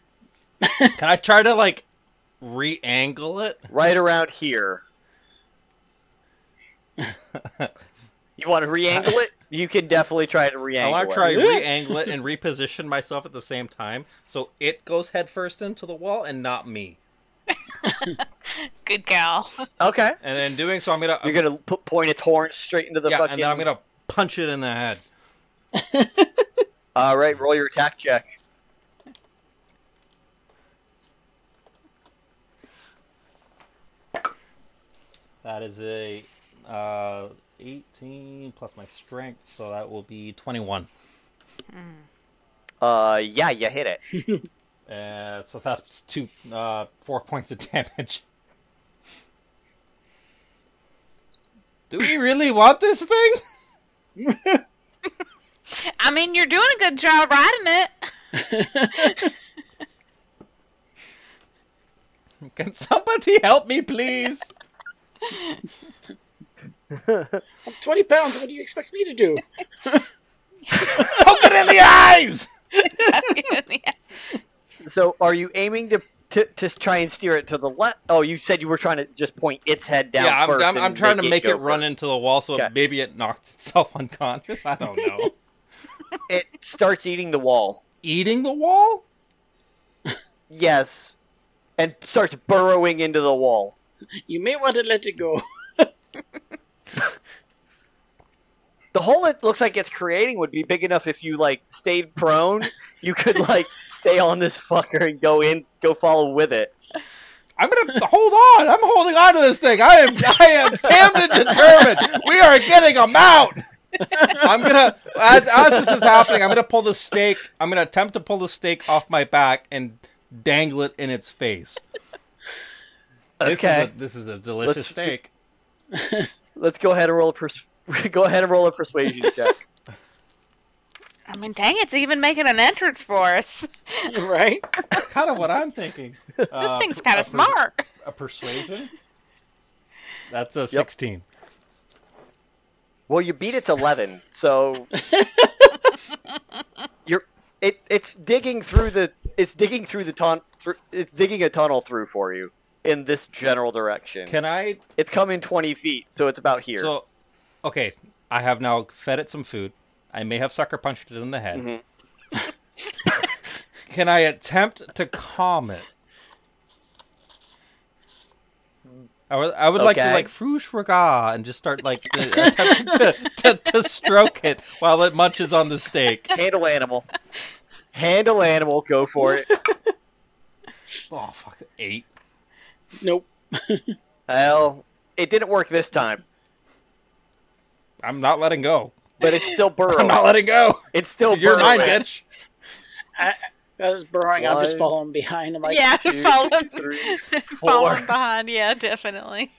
Speaker 3: Can I try to like re-angle it?
Speaker 1: right around
Speaker 3: [LAUGHS]
Speaker 1: here. You want to re-angle it? You can definitely try to
Speaker 3: I
Speaker 1: re-angle
Speaker 3: want
Speaker 1: it.
Speaker 3: to try
Speaker 1: [LAUGHS]
Speaker 3: re-angle it and reposition myself at the same time, so it goes headfirst into the wall and not me.
Speaker 2: Good gal.
Speaker 1: Okay.
Speaker 3: And in doing so, I'm gonna
Speaker 1: You're gonna put, point its horn straight into the
Speaker 3: yeah,
Speaker 1: fucking.
Speaker 3: and then I'm gonna punch it in the head.
Speaker 1: All right, roll your attack check.
Speaker 3: That is a uh, 18 plus my strength, so that will be 21.
Speaker 1: Uh, yeah, you hit it.
Speaker 3: Uh, so that's two, uh, four points of damage. Do we really want this thing? [LAUGHS]
Speaker 2: I mean, you're doing a good job riding
Speaker 1: [LAUGHS]
Speaker 2: it.
Speaker 3: Can somebody help me, please?
Speaker 4: I'm 20 pounds. What do you expect me to do?
Speaker 3: Poke it in the eyes!
Speaker 2: Yeah.
Speaker 1: So, are you aiming to to, to try and steer it to the left? Oh, you said you were trying to just point its head down.
Speaker 3: Yeah, I'm,
Speaker 1: first
Speaker 3: I'm,
Speaker 1: and
Speaker 3: I'm trying to make it,
Speaker 1: go
Speaker 3: run
Speaker 1: first.
Speaker 3: into the wall so
Speaker 1: Okay.
Speaker 3: it, maybe it knocked itself [LAUGHS] unconscious. I don't
Speaker 5: [LAUGHS]
Speaker 3: know.
Speaker 1: It starts eating the wall.
Speaker 3: Eating the wall?
Speaker 1: Yes, and starts burrowing into the wall.
Speaker 4: You may want to let it go. [LAUGHS]
Speaker 1: The hole it looks like it's creating would be big enough if you like stayed prone. You could like stay on this fucker and go in, go follow with it.
Speaker 5: I'm
Speaker 3: [LAUGHS]
Speaker 5: gonna hold on. I'm holding on to this thing. I am. I am damned and determined. We are getting a
Speaker 3: [LAUGHS]
Speaker 5: mount. I'm gonna as as this is happening. I'm gonna pull the stake. I'm gonna attempt to pull the stake off my back and dangle it in its face. This
Speaker 1: Okay,
Speaker 3: Is a, this is a delicious
Speaker 1: Let's-
Speaker 3: steak.
Speaker 1: let's go ahead and roll a pers- [LAUGHS] go ahead and roll a persuasion check.
Speaker 2: I mean, dang, it's even making an entrance for us.
Speaker 4: right?
Speaker 3: That's kind of what I'm thinking. This
Speaker 2: [LAUGHS] This thing's kind of smart.
Speaker 3: A persuasion. That's a sixteen.
Speaker 1: Well, you beat it to eleven, so you're it. It's digging through the. It's digging through the ton. Through, it's digging a tunnel through for you in this general direction.
Speaker 3: Can I?
Speaker 1: it's coming twenty feet, so it's about here.
Speaker 3: So, okay. I have now fed it some food. I may have sucker punched it in the head.
Speaker 1: Mhm. Mm-hmm.
Speaker 3: [LAUGHS] Can I attempt to calm it? I would, I would like to
Speaker 1: Okay.
Speaker 3: like fruche regard and just start like [LAUGHS] to- attempt to, to, to stroke it while it munches on the steak.
Speaker 1: Handle animal. Handle animal. Go for it.
Speaker 3: Oh fuck! Eight.
Speaker 4: Nope.
Speaker 1: Well, it didn't work this time,
Speaker 3: I'm not letting go.
Speaker 1: but it's still
Speaker 3: I'm not
Speaker 1: burrowing.
Speaker 3: letting go.
Speaker 1: It's still
Speaker 3: You're
Speaker 1: burrowing.
Speaker 3: mine, [LAUGHS] bitch.
Speaker 4: As burrowing, I'm just
Speaker 1: One,
Speaker 4: following behind. I'm like,
Speaker 2: yeah,
Speaker 1: two, [LAUGHS]
Speaker 2: follow,
Speaker 1: three,
Speaker 2: [LAUGHS] follow
Speaker 1: four.
Speaker 2: him behind. Yeah, definitely.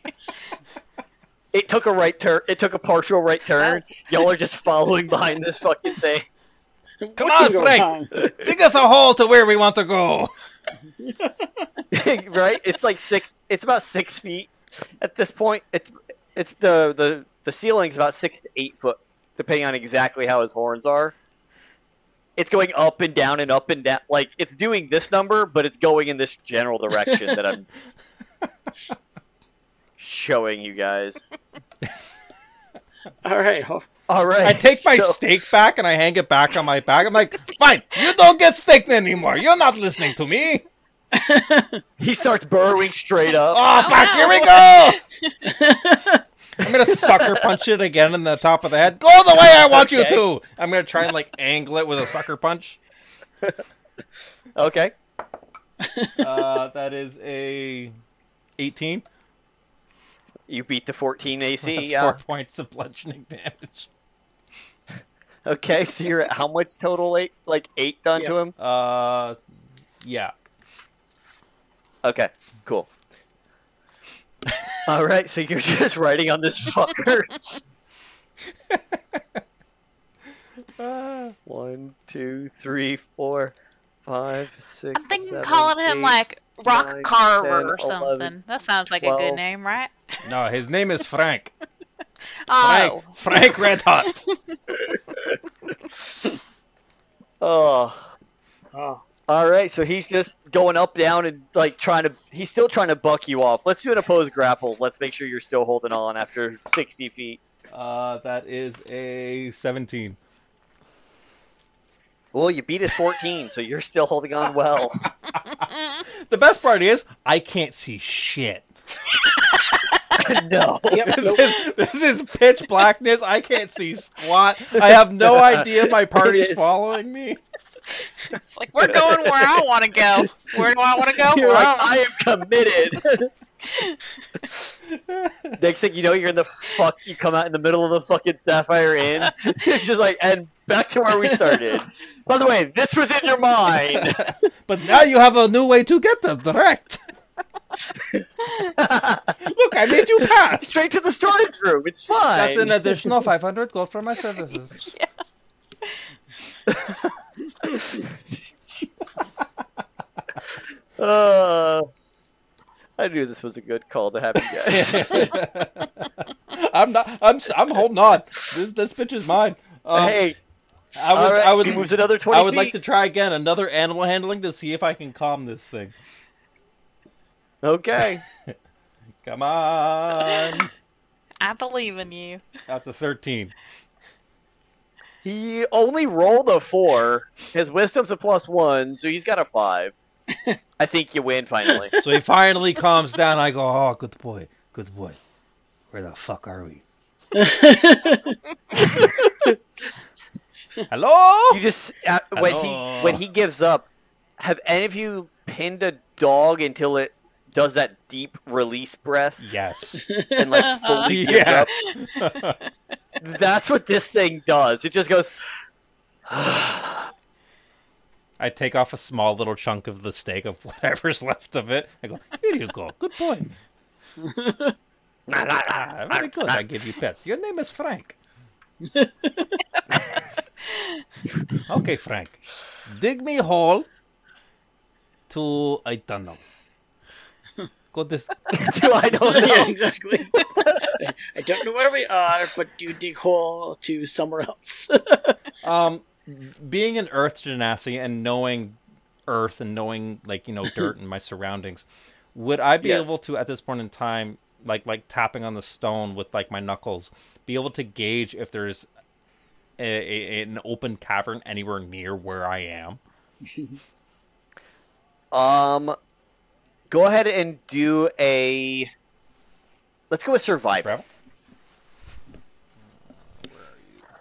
Speaker 1: It took a right turn. It took a partial right turn. Y'all are just following behind this fucking thing.
Speaker 4: what
Speaker 3: Come
Speaker 4: can
Speaker 3: on,
Speaker 4: go
Speaker 3: Frank.
Speaker 4: wrong?
Speaker 3: Dig us a hole to where we want to go.
Speaker 1: [LAUGHS] right? It's like six. It's about six feet at this point. It's it's the the the ceiling's about six to eight foot, depending on exactly how his horns are. It's going up and down and up and down. Like it's doing this number, but it's going in this general direction that I'm showing you guys.
Speaker 4: All right. ho-
Speaker 1: All right.
Speaker 3: I take my
Speaker 1: so-
Speaker 3: steak back and I hang it back on my back. I'm like, fine, you don't get steak anymore. You're not listening to me.
Speaker 1: He starts burrowing straight up.
Speaker 3: Oh, fuck, here we go. I'm gonna sucker punch it again in the top of the head. Go the way I want
Speaker 1: Okay.
Speaker 3: you to. I'm gonna try and like angle it with a sucker punch.
Speaker 1: Okay.
Speaker 3: Uh, that is a 18.
Speaker 1: You beat the 14 AC.
Speaker 3: That's
Speaker 1: yeah.
Speaker 3: four points of bludgeoning damage.
Speaker 1: Okay. So you're at how much total? Eight, like eight done to
Speaker 4: Yeah.
Speaker 1: him.
Speaker 3: Uh, yeah.
Speaker 1: Okay, cool. All right, so you're [LAUGHS] just riding on this fucker. Uh. One, two, three, four, five, six.
Speaker 2: I'm thinking
Speaker 1: seven,
Speaker 2: calling him
Speaker 1: eight.
Speaker 2: like Rock
Speaker 1: nine,
Speaker 2: Carver
Speaker 1: 10,
Speaker 2: or something.
Speaker 1: 11,
Speaker 2: that sounds like a
Speaker 1: 12.
Speaker 2: good name, right?
Speaker 3: No, his name is Frank. Frank.
Speaker 2: Oh,
Speaker 3: Frank Red Hot.
Speaker 1: Oh,
Speaker 4: Oh, [LAUGHS]
Speaker 1: all right. So he's just going up, down, and like trying to. He's still trying to buck you off. Let's do an opposed grapple. Let's make sure you're still holding on after sixty feet.
Speaker 3: Uh, that is a 17.
Speaker 1: Well, you beat his fourteen, so you're still holding on well.
Speaker 3: The best part is I can't
Speaker 1: [LAUGHS]
Speaker 3: see shit.
Speaker 1: [LAUGHS] no.
Speaker 4: yep.
Speaker 3: This
Speaker 4: nope.
Speaker 3: is, this is pitch blackness. I can't see squat. I
Speaker 1: [LAUGHS]
Speaker 3: have no idea my party's
Speaker 1: is.
Speaker 3: following me.
Speaker 2: it's like we're going where I want to go. Where do I want to go?
Speaker 1: [LAUGHS] You're
Speaker 2: Where
Speaker 1: like,
Speaker 2: I wanna-
Speaker 1: I am committed.
Speaker 3: [LAUGHS]
Speaker 1: Next thing you know, you're in the fuck. You come out in the middle of the fucking Sapphire
Speaker 3: [LAUGHS]
Speaker 1: Inn. It's just like, and back to where we started. By the way, this was in your mind.
Speaker 3: [LAUGHS]
Speaker 1: [LAUGHS]
Speaker 3: But now you have a new way to get the direct. [LAUGHS] Look, I made you pass.
Speaker 1: Straight to the storage room. It's fine.
Speaker 3: That's an additional 500 gold for
Speaker 1: [LAUGHS]
Speaker 3: my services. [LAUGHS]
Speaker 1: Uh, I knew this was a good call to have you
Speaker 3: [LAUGHS]
Speaker 1: guys.
Speaker 3: I'm not. I'm. s- I'm holding on. This this bitch is mine. Um,
Speaker 1: [LAUGHS] hey,
Speaker 3: I would.
Speaker 1: all right,
Speaker 3: I would.
Speaker 1: he moves another twenty.
Speaker 3: I would like to
Speaker 1: feet.
Speaker 3: try again another animal handling to see if I can calm this thing.
Speaker 1: Okay.
Speaker 3: Come on.
Speaker 2: I believe in you.
Speaker 3: That's a 13.
Speaker 1: He only rolled a four. His wisdom's a plus one, so he's got a five. I think you win finally.
Speaker 3: So he finally calms down. I go, oh, good boy, good boy. Where the fuck are we? Hello?
Speaker 1: You just uh, when he when he gives up. Have any of you pinned a dog until it does that deep release breath
Speaker 3: Yes.
Speaker 1: and like fully gives
Speaker 3: Yes.
Speaker 1: up? That's what this thing does. It just goes. [LAUGHS]
Speaker 3: I take off a small little chunk of the steak of whatever's left of it. I go, here you go, good boy. Ah, very good. I give you pets. Your name is [LAUGHS] Frank. okay, Frank. Dig me hole to a tunnel. Go this.
Speaker 1: [LAUGHS] Do I don't know?
Speaker 4: [LAUGHS] yeah,
Speaker 3: [LAUGHS]
Speaker 4: exactly. I don't know where we are, but you dig hole to somewhere else. [LAUGHS]
Speaker 3: Um, being an Earth genasi and knowing Earth and knowing like you know dirt and my surroundings, would I be
Speaker 1: Yes.
Speaker 3: able to at this point in time, like like tapping on the stone with like my knuckles, be able to gauge if there's a, a, an open cavern anywhere near where I am?
Speaker 1: Um, go ahead and do a. Let's go with survival
Speaker 3: Travel?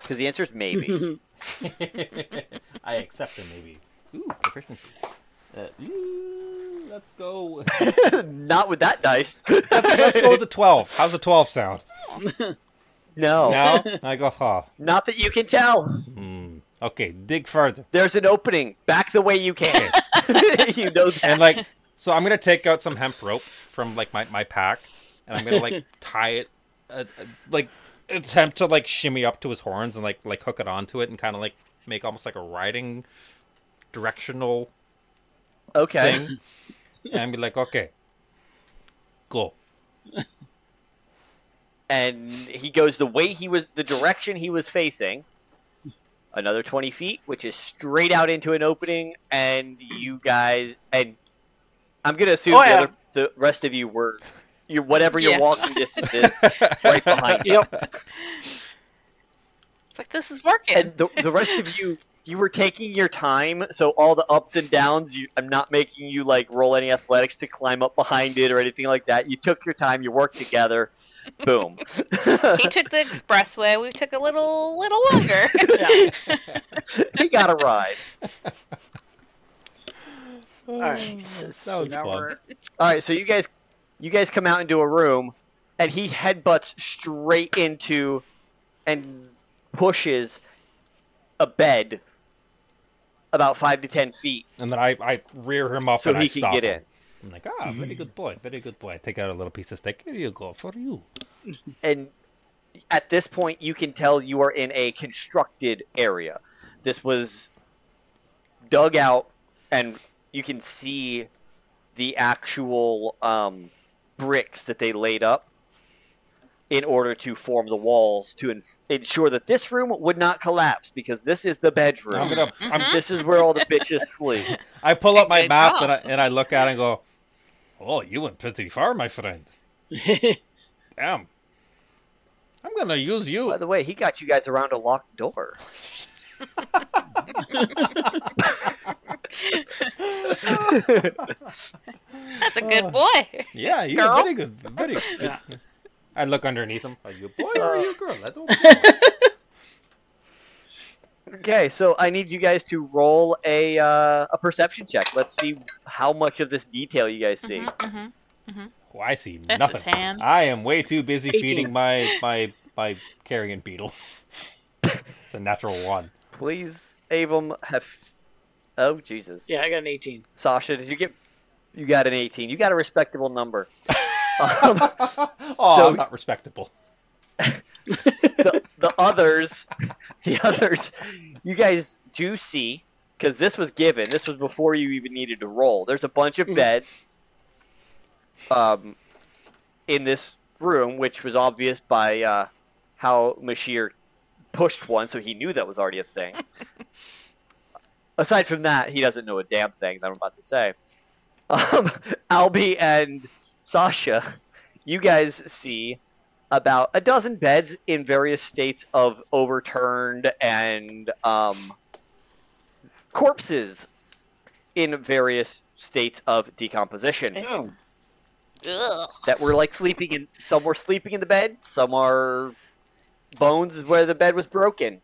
Speaker 1: because the answer is maybe.
Speaker 3: I accept it, maybe. Ooh, proficiency. Uh, ooh, let's go.
Speaker 1: Not with that dice.
Speaker 3: [LAUGHS]
Speaker 1: [LAUGHS]
Speaker 3: let's go with the twelve. How's the twelve sound?
Speaker 1: no.
Speaker 3: [LAUGHS] Now I go. Huh.
Speaker 1: not that you can tell.
Speaker 3: Okay, dig further.
Speaker 1: There's an opening. Back the way you
Speaker 3: [LAUGHS]
Speaker 1: can. [LAUGHS] you know that.
Speaker 3: and [LAUGHS] like so i'm gonna take out some hemp rope from like my, my pack and i'm gonna [LAUGHS] like tie it uh, uh, like attempt to like shimmy up to his horns and like like hook it onto it and kind of like make almost like a riding directional
Speaker 1: okay.
Speaker 3: thing and be like okay [LAUGHS] go
Speaker 1: And he goes the way he was, the direction he was facing. Another 20 feet, which is straight out into an opening, and you guys, and I'm gonna assume
Speaker 4: Oh,
Speaker 1: the,
Speaker 4: yeah.
Speaker 1: other, the rest of you were, you whatever
Speaker 2: Yeah.
Speaker 1: your walking distance is, right behind. you.
Speaker 4: [LAUGHS] yep.
Speaker 2: It's like this is working.
Speaker 1: And the, the rest of you, you were taking your time, so all the ups and downs, you, I'm not making you like roll any athletics to climb up behind it or anything like that. You took your time, you worked together, boom. [LAUGHS]
Speaker 2: he took the expressway. We took a little little
Speaker 1: [LAUGHS]
Speaker 2: longer. [LAUGHS]
Speaker 1: he got a ride.
Speaker 3: all
Speaker 4: right.
Speaker 3: [LAUGHS] that
Speaker 4: So
Speaker 3: was
Speaker 4: now
Speaker 3: fun
Speaker 4: we're
Speaker 1: All right, so you guys, you guys come out into a room, and he headbutts straight into, and pushes, a bed. About five to ten feet,
Speaker 3: and then i i rear him up
Speaker 1: so
Speaker 3: and
Speaker 1: he
Speaker 3: i
Speaker 1: can
Speaker 3: stop
Speaker 1: get
Speaker 3: him.
Speaker 1: in.
Speaker 3: i'm like ah very good boy very good boy I take out a little piece of steak here you go for you
Speaker 1: and at this point you can tell you are in a constructed area this was dug out and you can see the actual um, bricks that they laid up in order to form the walls to en- ensure that this room would not collapse because this is the bedroom
Speaker 3: i'm gonna i'm
Speaker 1: this is where all the bitches sleep
Speaker 3: I pull up my
Speaker 2: Mm-hmm. Good
Speaker 3: map
Speaker 2: call.
Speaker 3: and I, and I look at it and go, "Oh, you went pretty far, my friend. [LAUGHS] Damn, I'm gonna use
Speaker 1: by
Speaker 3: you."
Speaker 1: the way he got you guys around a locked door
Speaker 2: That's a good boy.
Speaker 3: Yeah, you're
Speaker 2: Girl?
Speaker 3: very good,
Speaker 2: [LAUGHS]
Speaker 3: very. Good.
Speaker 4: Yeah.
Speaker 3: I look underneath him. Are you a boy or are you a girl? I don't.
Speaker 1: Okay, so I need you guys to roll a uh, a perception check. Let's see how much of this detail you guys [LAUGHS] see.
Speaker 2: Mm-hmm.
Speaker 3: Oh, I see
Speaker 2: a
Speaker 3: nothing.
Speaker 2: tan.
Speaker 3: I am way too busy
Speaker 4: 18.
Speaker 3: feeding my my my carrion beetle. [LAUGHS] it's a natural one.
Speaker 1: Please, Abram, have. Oh Jesus,
Speaker 4: yeah, I got an 18.
Speaker 1: Sasha, did you get? You got an eighteen. You got a respectable number. um,
Speaker 3: [LAUGHS] Oh,
Speaker 1: So-
Speaker 3: I'm not respectable.
Speaker 1: the, the others, [LAUGHS] the others, you guys do see because this was given. This was before you even needed to roll. There's a bunch of beds, um, in this room, which was obvious by uh, how Mashir pushed one, so he knew that was already a thing. Aside from that, he doesn't know a damn thing that I'm about to say. Um, [LAUGHS] Albie and Sasha, you guys see about a dozen beds in various states of overturned and um, corpses in various states of decomposition.
Speaker 4: Oh,
Speaker 2: Ugh.
Speaker 1: That we're like sleeping in. Some were sleeping in the bed. Some are bones is where the bed was broken.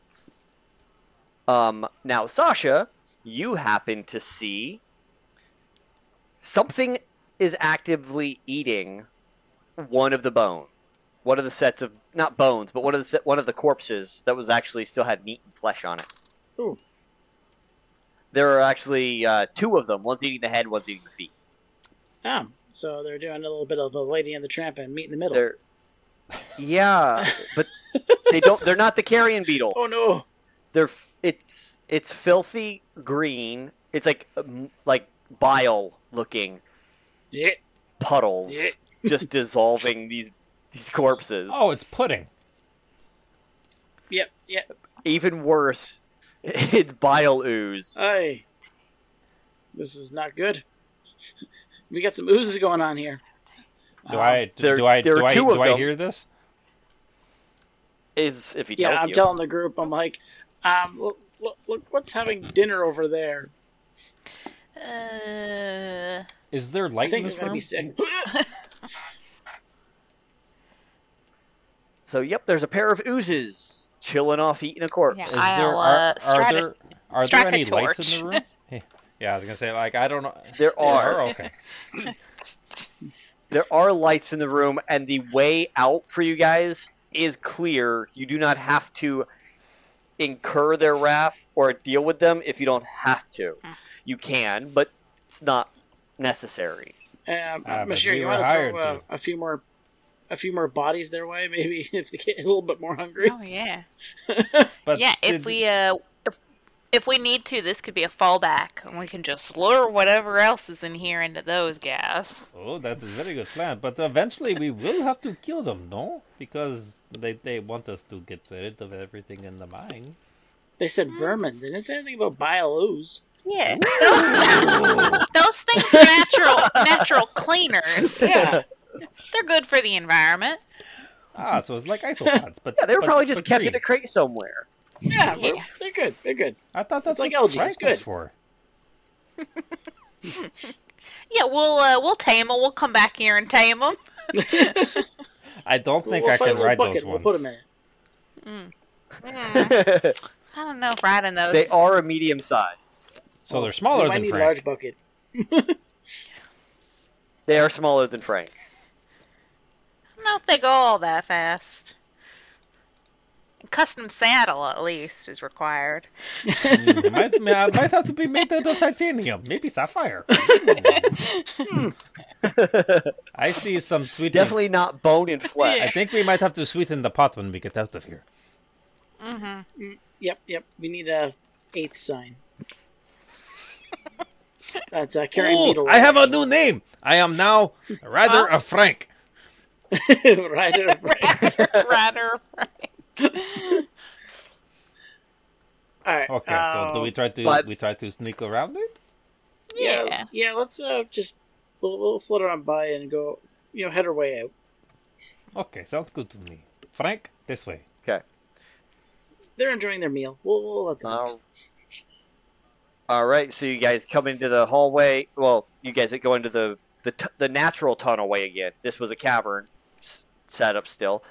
Speaker 1: Um. Now, Sasha, you happen to see something is actively eating one of the bone, one of the sets of not bones, but one of the set, one of the corpses that was actually still had meat and flesh on it.
Speaker 4: Ooh.
Speaker 1: There are actually uh, two of them. One's eating the head, one's eating the feet.
Speaker 4: oh. So they're doing a little bit of a Lady and the Tramp and meet in the middle.
Speaker 1: They're yeah, but they don't. They're not the carrion beetles.
Speaker 4: Oh no!
Speaker 1: They're f- it's it's filthy green. It's like um, like bile looking
Speaker 4: Yeah.
Speaker 1: puddles
Speaker 4: Yeah. [LAUGHS]
Speaker 1: just dissolving these these corpses.
Speaker 3: Oh, it's pudding.
Speaker 4: Yep. Yep.
Speaker 1: Even worse, [LAUGHS] it's bile ooze.
Speaker 4: Hey. This is not good. [LAUGHS] we got some oozes going on here.
Speaker 3: Do
Speaker 4: Uh,
Speaker 3: I
Speaker 1: Uh-huh. there-
Speaker 3: do I
Speaker 1: there
Speaker 3: do
Speaker 1: are
Speaker 3: I
Speaker 1: two of
Speaker 3: do I
Speaker 1: them.
Speaker 3: hear this?
Speaker 1: Is if he tells
Speaker 4: Yeah, I'm
Speaker 1: you.
Speaker 4: telling the group. I'm like, um, look, look, look, what's having dinner over there?
Speaker 2: Uh,
Speaker 3: Is there
Speaker 4: I
Speaker 3: light in
Speaker 4: think I'm
Speaker 3: this
Speaker 4: gonna
Speaker 3: room?
Speaker 4: be sick.
Speaker 3: [LAUGHS]
Speaker 4: [LAUGHS]
Speaker 1: so yep, there's a pair of oozes chilling off eating a corpse.
Speaker 2: Yeah,
Speaker 3: Is
Speaker 2: I-
Speaker 3: there
Speaker 2: I'll,
Speaker 3: are,
Speaker 2: uh,
Speaker 3: are
Speaker 2: strap it-
Speaker 3: there are
Speaker 2: strap
Speaker 3: there
Speaker 2: a
Speaker 3: any lights in the
Speaker 2: torch.
Speaker 3: room? Yeah. yeah, I was gonna say like
Speaker 1: [LAUGHS]
Speaker 3: I don't know.
Speaker 1: There are.
Speaker 3: There okay.
Speaker 1: there are lights in the room and the way out for you guys is clear you do not have to incur their wrath or deal with them if you don't have to you can but it's not necessary
Speaker 4: Um,
Speaker 3: Ah, but
Speaker 4: Monsieur,
Speaker 3: we
Speaker 4: you
Speaker 3: were
Speaker 4: want to
Speaker 3: hired
Speaker 4: throw uh,
Speaker 3: to.
Speaker 4: a few more, a few more bodies their way, [LAUGHS] maybe if they get a little bit more hungry.
Speaker 2: oh yeah.
Speaker 3: But [LAUGHS]
Speaker 2: Yeah, if
Speaker 3: did-
Speaker 2: we uh if, if we need to, this could be a fallback and we can just lure whatever else is in here into those guys.
Speaker 3: Oh, that is very good plan. But eventually we will have to kill them, no? Because they they want us to get rid of everything in the mine.
Speaker 4: They said vermin. They didn't say anything about bile ooze.
Speaker 2: Yeah. [LAUGHS] Those, those things are natural natural [LAUGHS] cleaners.
Speaker 4: [LAUGHS] Yeah,
Speaker 2: They're good for the environment.
Speaker 3: Ah, so it's like isopods, but
Speaker 1: [LAUGHS] yeah they were
Speaker 3: but-
Speaker 1: probably just
Speaker 3: but
Speaker 1: kept
Speaker 3: green.
Speaker 1: in a crate somewhere
Speaker 4: yeah,
Speaker 2: Yeah.
Speaker 4: we're- they're good. They're good.
Speaker 3: I thought that's
Speaker 4: It's like
Speaker 3: what
Speaker 4: algae,
Speaker 3: Frank
Speaker 4: it's
Speaker 3: was
Speaker 4: good.
Speaker 3: for.
Speaker 2: Yeah, we'll uh, we'll tame them. We'll come back here and tame them.
Speaker 3: I don't think
Speaker 4: we'll
Speaker 3: I
Speaker 4: find a
Speaker 3: can
Speaker 4: little
Speaker 3: ride
Speaker 4: bucket.
Speaker 3: those
Speaker 4: we'll
Speaker 3: ones.
Speaker 4: put them in it.
Speaker 2: I don't know if riding those.
Speaker 1: they are a medium size
Speaker 3: So they're
Speaker 4: We
Speaker 3: smaller
Speaker 4: might
Speaker 3: than
Speaker 4: need a
Speaker 3: Frank.
Speaker 4: large bucket.
Speaker 1: they are smaller than frank
Speaker 2: I don't know if they go all that fast. A custom saddle, at least, is required.
Speaker 3: Mm, might, may- I might have to be made out
Speaker 4: [LAUGHS]
Speaker 3: of titanium, maybe sapphire. I see some sweetening.
Speaker 1: Hmm. definitely not bone and flesh
Speaker 3: I think we might have to sweeten the pot when we get out of here.
Speaker 4: Yep, yep. We need a
Speaker 3: [LAUGHS]
Speaker 4: eighth sign. That's uh, carrying
Speaker 3: Ooh,
Speaker 4: beetle.
Speaker 3: I have a new name. I am now rather a Frank.
Speaker 4: [LAUGHS] right there,
Speaker 3: [LAUGHS]
Speaker 4: right.
Speaker 2: Rider,
Speaker 4: All right.
Speaker 3: Okay, so do
Speaker 4: um,
Speaker 3: we try to
Speaker 1: but-
Speaker 3: we try to sneak around it?
Speaker 4: Yeah,
Speaker 2: Yeah.
Speaker 4: yeah. Let's uh, just we'll, we'll float around by and go. You know, head our way out.
Speaker 3: Okay, sounds good to me. Frank, this way.
Speaker 1: okay
Speaker 4: They're enjoying their meal. We'll, we'll let them.
Speaker 1: Uh, all right, so you guys come into the hallway. Well, you guys go into the the, t- the natural tunnel way again. This was a cavern s- set up still,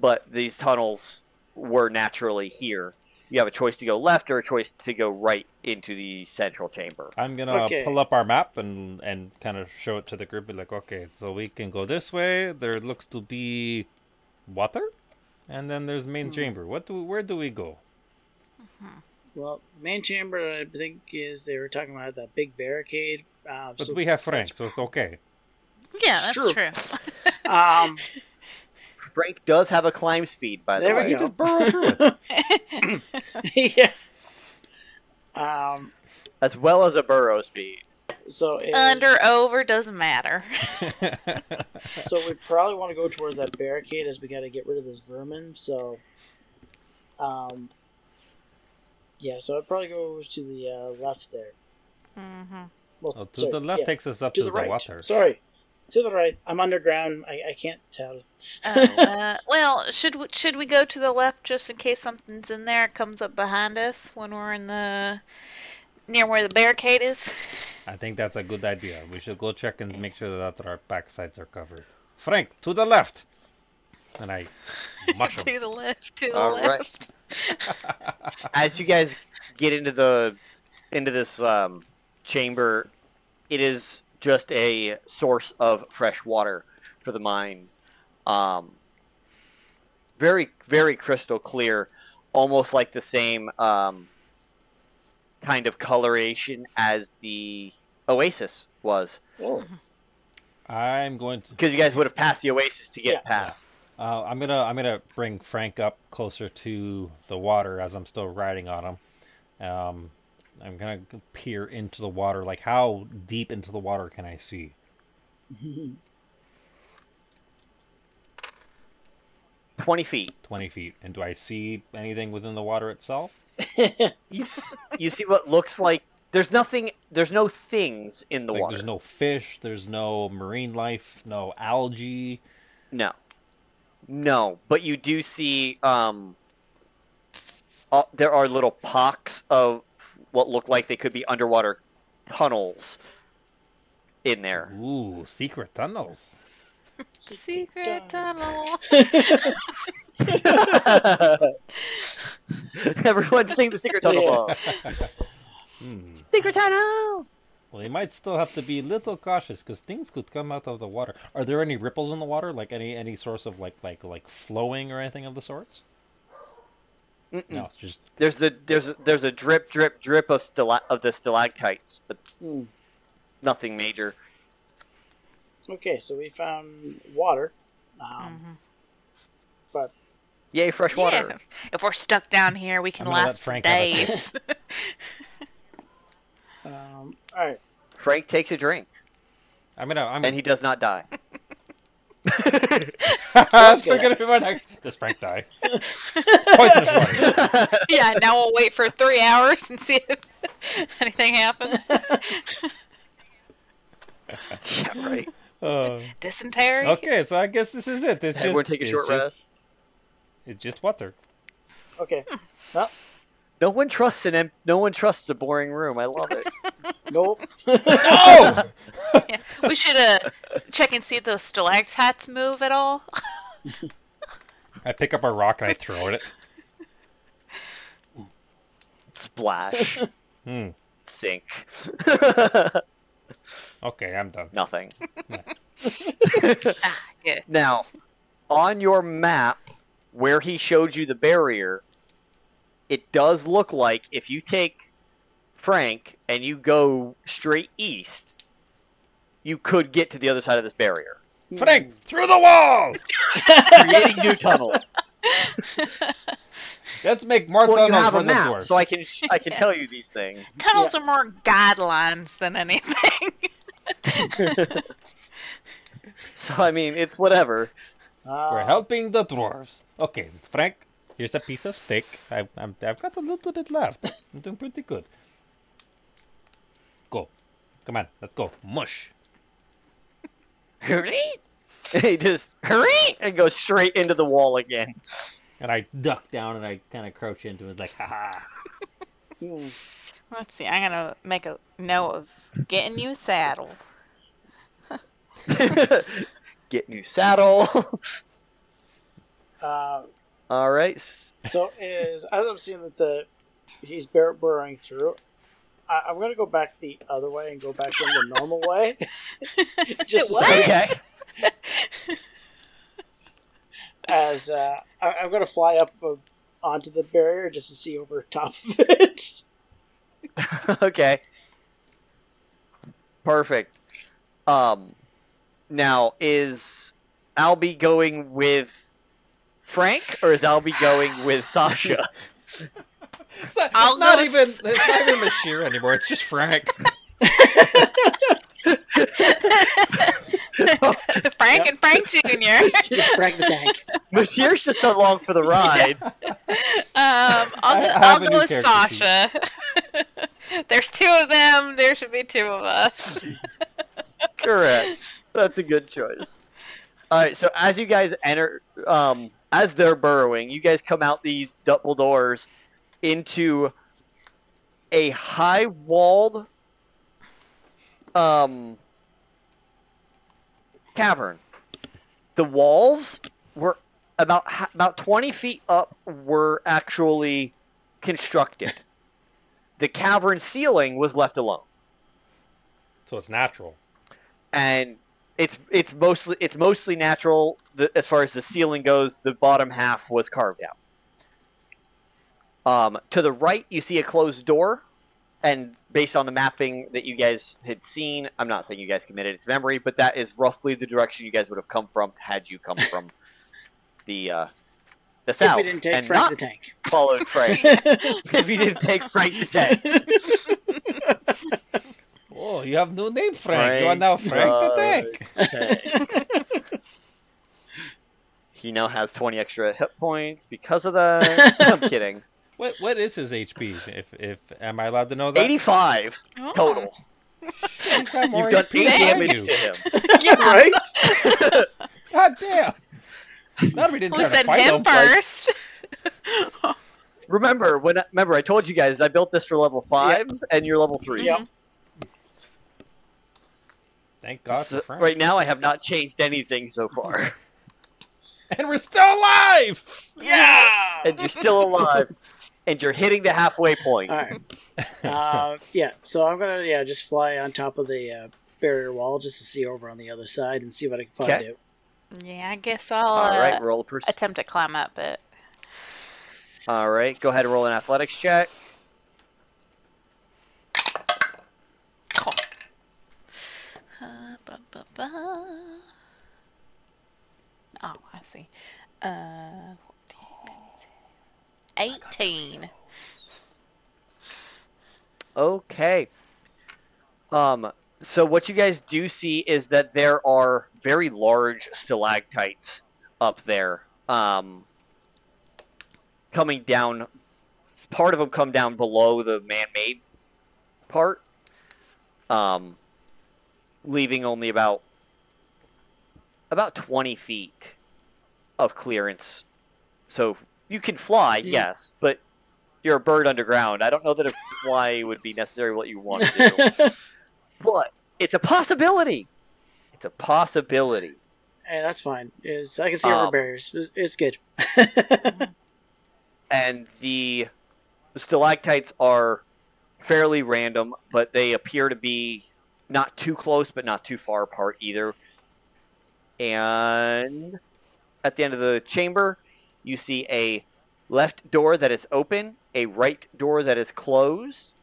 Speaker 1: but these tunnels were naturally here. You have a choice to go left or a choice to go right into the central chamber.
Speaker 3: I'm gonna
Speaker 4: Okay.
Speaker 3: pull up our map and and kind of show it to the group. Be like, okay, so we can go this way. There looks to be water, and then there's
Speaker 4: Hmm.
Speaker 3: main chamber. What do where do we go?
Speaker 4: Well, main chamber, I think, is they were talking about that big barricade. Uh,
Speaker 3: But
Speaker 4: so,
Speaker 3: we have Frank, so it's okay.
Speaker 2: Yeah, that's
Speaker 4: True.
Speaker 2: true.
Speaker 4: um,
Speaker 1: Frank does have a climb speed, by the
Speaker 4: There we
Speaker 1: way.
Speaker 4: go.
Speaker 3: You just burrow through it.
Speaker 4: yeah. [LAUGHS] Um,
Speaker 1: As well as a burrow speed.
Speaker 4: so it,
Speaker 2: Under, over, doesn't matter.
Speaker 4: so we probably want to go towards that barricade as we got to get rid of this vermin. So, um, yeah. So I'd probably go to the uh, left there.
Speaker 1: Mm-hmm.
Speaker 2: hmm
Speaker 4: Well,
Speaker 3: Oh, to
Speaker 4: sorry,
Speaker 3: the left
Speaker 4: yeah,
Speaker 3: takes us up to,
Speaker 4: to the, right.
Speaker 3: water.
Speaker 4: Sorry, to the right. I'm underground. I, I can't tell.
Speaker 2: Oh, uh, well, should we, should we go to the left just in case something's in there? It comes up behind us when we're in the near where the barricade is. [LAUGHS]
Speaker 3: I think that's a good idea. We should go check and make sure that our backsides are covered. Frank, to the left. And
Speaker 4: [LAUGHS]
Speaker 3: I mush him.
Speaker 2: to the left, to the
Speaker 1: All right.
Speaker 2: left.
Speaker 1: as you guys get into the into this um, chamber, it is just a source of fresh water for the mine. Um, very, very crystal clear, almost like the same um, kind of coloration as the oasis was,
Speaker 4: Whoa.
Speaker 3: I'm going to.
Speaker 1: because you guys would have passed the oasis to get
Speaker 4: Yeah.
Speaker 1: past.
Speaker 3: Uh, I'm gonna. I'm gonna bring Frank up closer to the water as I'm still riding on him. Um, I'm gonna peer into the water. Like, how deep into the water can I see?
Speaker 1: Twenty feet.
Speaker 3: Twenty feet. And do I see anything within the water itself?
Speaker 1: You s- you see what looks like. There's nothing. There's no things in the
Speaker 3: Like,
Speaker 1: water.
Speaker 3: there's no fish. There's no marine life. No algae.
Speaker 1: No. No, but you do see um uh, there are little pocks of what look like they could be underwater tunnels in
Speaker 3: [LAUGHS]
Speaker 1: there.
Speaker 3: Ooh, secret tunnels.
Speaker 2: Secret tunnel.
Speaker 1: Everyone sing the secret tunnel
Speaker 4: Yeah.
Speaker 1: song.
Speaker 3: Hmm.
Speaker 1: Secret tunnel.
Speaker 3: Well, you might still have to be a little cautious because things could come out of the water. Are there any ripples in the water? Like any any source of like like like flowing or anything of the sorts?
Speaker 1: Mm-mm.
Speaker 3: No, it's just
Speaker 1: There's the there's there's a drip drip drip of stala- of the stalactites, but nothing major.
Speaker 4: [LAUGHS] Okay, so we found water. Um, But
Speaker 1: Yay, fresh water.
Speaker 2: Yeah. If we're stuck down here, we can
Speaker 3: I'm gonna let
Speaker 2: last for
Speaker 3: Frank have a sip.
Speaker 2: days. [LAUGHS]
Speaker 4: um, all right,
Speaker 1: Frank takes a drink
Speaker 3: I'm gonna I'm [LAUGHS]
Speaker 1: and he does not die. [LAUGHS]
Speaker 5: That's
Speaker 4: good.
Speaker 5: gonna be my next.
Speaker 3: does Frank [LAUGHS] die?
Speaker 5: Poisonous water.
Speaker 2: yeah, now we'll wait for three hours and see if [LAUGHS] anything happens.
Speaker 1: yeah, right.
Speaker 3: Uh,
Speaker 2: Dysentery.
Speaker 3: okay, so I guess this is it. It's just
Speaker 1: Everyone take a
Speaker 3: it's
Speaker 1: short
Speaker 3: just,
Speaker 1: rest.
Speaker 3: It's just water.
Speaker 4: okay. [LAUGHS] Well,
Speaker 1: No one trusts an em- no one trusts a boring room. I love
Speaker 3: [LAUGHS]
Speaker 1: it.
Speaker 4: nope.
Speaker 5: Oh,
Speaker 2: Yeah. We should uh, check and see if those stalactites move at all.
Speaker 3: I pick up a rock and I throw it.
Speaker 1: Splash.
Speaker 3: Hmm.
Speaker 1: Sink. [LAUGHS]
Speaker 3: Okay, I'm done.
Speaker 1: Nothing.
Speaker 2: ah, yeah.
Speaker 1: Now, on your map where he showed you the barrier, it does look like if you take Frank and you go straight east, you could get to the other side of this
Speaker 2: [LAUGHS]
Speaker 1: barrier,
Speaker 3: Frank through the wall.
Speaker 1: creating new tunnels.
Speaker 5: let's make more
Speaker 1: well, you
Speaker 5: tunnels
Speaker 1: have
Speaker 5: for
Speaker 1: a
Speaker 5: the
Speaker 1: map,
Speaker 5: dwarves.
Speaker 1: so I can sh- I can tell you these things.
Speaker 2: Tunnels are more guidelines than anything. [LAUGHS]
Speaker 1: So I mean, it's whatever.
Speaker 4: Uh,
Speaker 3: We're helping the dwarves. Okay, Frank, here's a piece of steak. I, I'm, I've got a little bit left. I'm doing pretty good. Go. Come on, let's go. Mush.
Speaker 1: hurry! he just hurry and goes straight into the wall again. [LAUGHS]
Speaker 3: And I duck down and I kind of crouch into it, like, ha ha.
Speaker 4: hmm.
Speaker 2: Let's see. I'm gonna make a note of getting you a saddle.
Speaker 1: Get new saddle.
Speaker 4: Uh,
Speaker 1: All right. s-
Speaker 4: so is as I'm seeing that the he's bur- burrowing through. I, I'm gonna go back the other way and go back in the normal way. Just to see-
Speaker 1: Okay.
Speaker 4: as uh, I, I'm gonna fly up uh, onto the barrier just to see over top of it.
Speaker 1: okay. Perfect. Um, now is Albie going with Frank or is Albie going with Sasha? [LAUGHS]
Speaker 5: It's not,
Speaker 2: I'll
Speaker 5: it's not
Speaker 2: go
Speaker 5: even
Speaker 2: s-
Speaker 5: it's not
Speaker 2: [LAUGHS]
Speaker 5: even Bashir anymore. It's just Frank.
Speaker 2: [LAUGHS] Frank and Frank Jr.
Speaker 4: just Frank the Tank.
Speaker 1: Bashir's just along for the ride.
Speaker 5: [LAUGHS]
Speaker 2: Um,
Speaker 5: I-
Speaker 2: I'll, go-
Speaker 5: I have
Speaker 2: I'll
Speaker 5: a
Speaker 2: go
Speaker 5: new
Speaker 2: with
Speaker 5: character sheet.
Speaker 2: Sasha. [LAUGHS] There's two of them. There should be two
Speaker 5: [LAUGHS]
Speaker 2: of us.
Speaker 1: Correct. That's a good choice. All right. So as you guys enter, um, as they're burrowing, you guys come out these double doors into a high walled um, cavern. The walls were about h- about 20 feet up were actually constructed. the cavern ceiling was left alone.
Speaker 3: So it's natural.
Speaker 1: and it's it's mostly it's mostly natural the, as far as the ceiling goes. The bottom half was carved out. Um, to the right, you see a closed door, and based on the mapping that you guys had seen, I'm not saying you guys committed its memory, but that is roughly the direction you guys would have come from had you come from the uh, the south
Speaker 4: [LAUGHS] if we didn't take
Speaker 1: and
Speaker 4: Frank
Speaker 1: not [LAUGHS]
Speaker 4: the Tank. [LAUGHS]
Speaker 1: followed Frank. if you didn't take Frank the tank.
Speaker 5: Oh, you have no name, Frank. you are
Speaker 1: Frank Uh,
Speaker 5: now Frank
Speaker 1: the
Speaker 5: the Tank.
Speaker 1: [LAUGHS] he now has 20 extra hit points because of that. I'm kidding.
Speaker 3: What what is his HP? If if am I allowed to know that?
Speaker 1: 85
Speaker 2: Oh.
Speaker 1: total.
Speaker 5: He's got more
Speaker 1: You've done
Speaker 5: HP
Speaker 1: 8
Speaker 5: than I
Speaker 1: damage
Speaker 3: you.
Speaker 1: to him.
Speaker 5: right?
Speaker 1: [LAUGHS]
Speaker 5: God damn. Glad we didn't
Speaker 2: We
Speaker 5: try to
Speaker 2: said
Speaker 5: fight
Speaker 2: him
Speaker 5: him. like-
Speaker 2: first.
Speaker 1: Remember when? Remember I told you guys I built this for level fives and you're level threes.
Speaker 4: Yep.
Speaker 3: Thank God
Speaker 1: So
Speaker 3: for Frank.
Speaker 1: right now I have not changed anything so far, [LAUGHS]
Speaker 5: and we're still alive.
Speaker 2: yeah.
Speaker 1: and you're still alive, and you're hitting the halfway point.
Speaker 4: All right. Uh, yeah, so I'm gonna yeah just fly on top of the uh, barrier wall just to see over on the other side and see what I can find
Speaker 1: Okay.
Speaker 4: out.
Speaker 2: [LAUGHS] Yeah, I guess I'll
Speaker 1: All right,
Speaker 2: uh,
Speaker 1: roll a pers-
Speaker 2: attempt to climb up it.
Speaker 1: All right, go ahead and roll an athletics check.
Speaker 2: Cool. Uh, ba, ba, ba. Oh, I see. Uh, 14, 18.
Speaker 1: Okay. Um, so what you guys do see is that there are very large stalactites up there. Um, coming down, part of them come down below the man-made part, um, leaving only about about twenty feet of clearance. So you can fly,
Speaker 4: Yeah.
Speaker 1: yes, but you're a bird underground. I don't know that a fly would be necessarily what you want to
Speaker 4: [LAUGHS]
Speaker 1: do. But it's a possibility. It's a possibility.
Speaker 4: Hey, that's fine. It's, I can see
Speaker 1: Um,
Speaker 4: over barriers. It's, it's good. [LAUGHS]
Speaker 1: And the stalactites are fairly random, but they appear to be not too close, but not too far apart either. And at the end of the chamber, you see a left door that is open, a right door that is closed.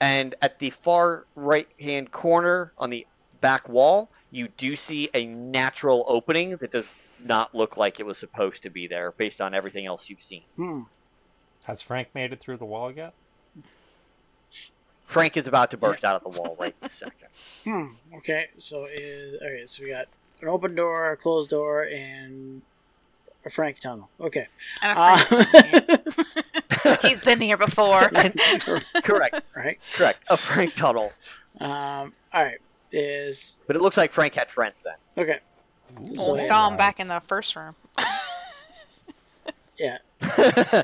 Speaker 1: And at the far right hand corner on the back wall, you do see a natural opening that does not look like it was supposed to be there based on everything else you've seen.
Speaker 4: Hmm.
Speaker 3: Has Frank made it through the wall yet?
Speaker 1: Frank is about to burst out of the wall right this
Speaker 4: [LAUGHS]
Speaker 1: second.
Speaker 4: Hmm. Okay. So, uh, all right. So we got an open door, a closed door, and a Frank tunnel. Okay.
Speaker 2: I don't
Speaker 5: Ah.
Speaker 4: Uh,
Speaker 2: think he's been here [LAUGHS] before.
Speaker 1: correct,
Speaker 4: [LAUGHS] right.
Speaker 1: correct. A Frank tunnel.
Speaker 4: Um. All right. Is
Speaker 1: But it looks like Frank had friends then.
Speaker 4: okay.
Speaker 2: Well, we saw him back in the first
Speaker 1: [LAUGHS]
Speaker 2: room.
Speaker 4: Yeah.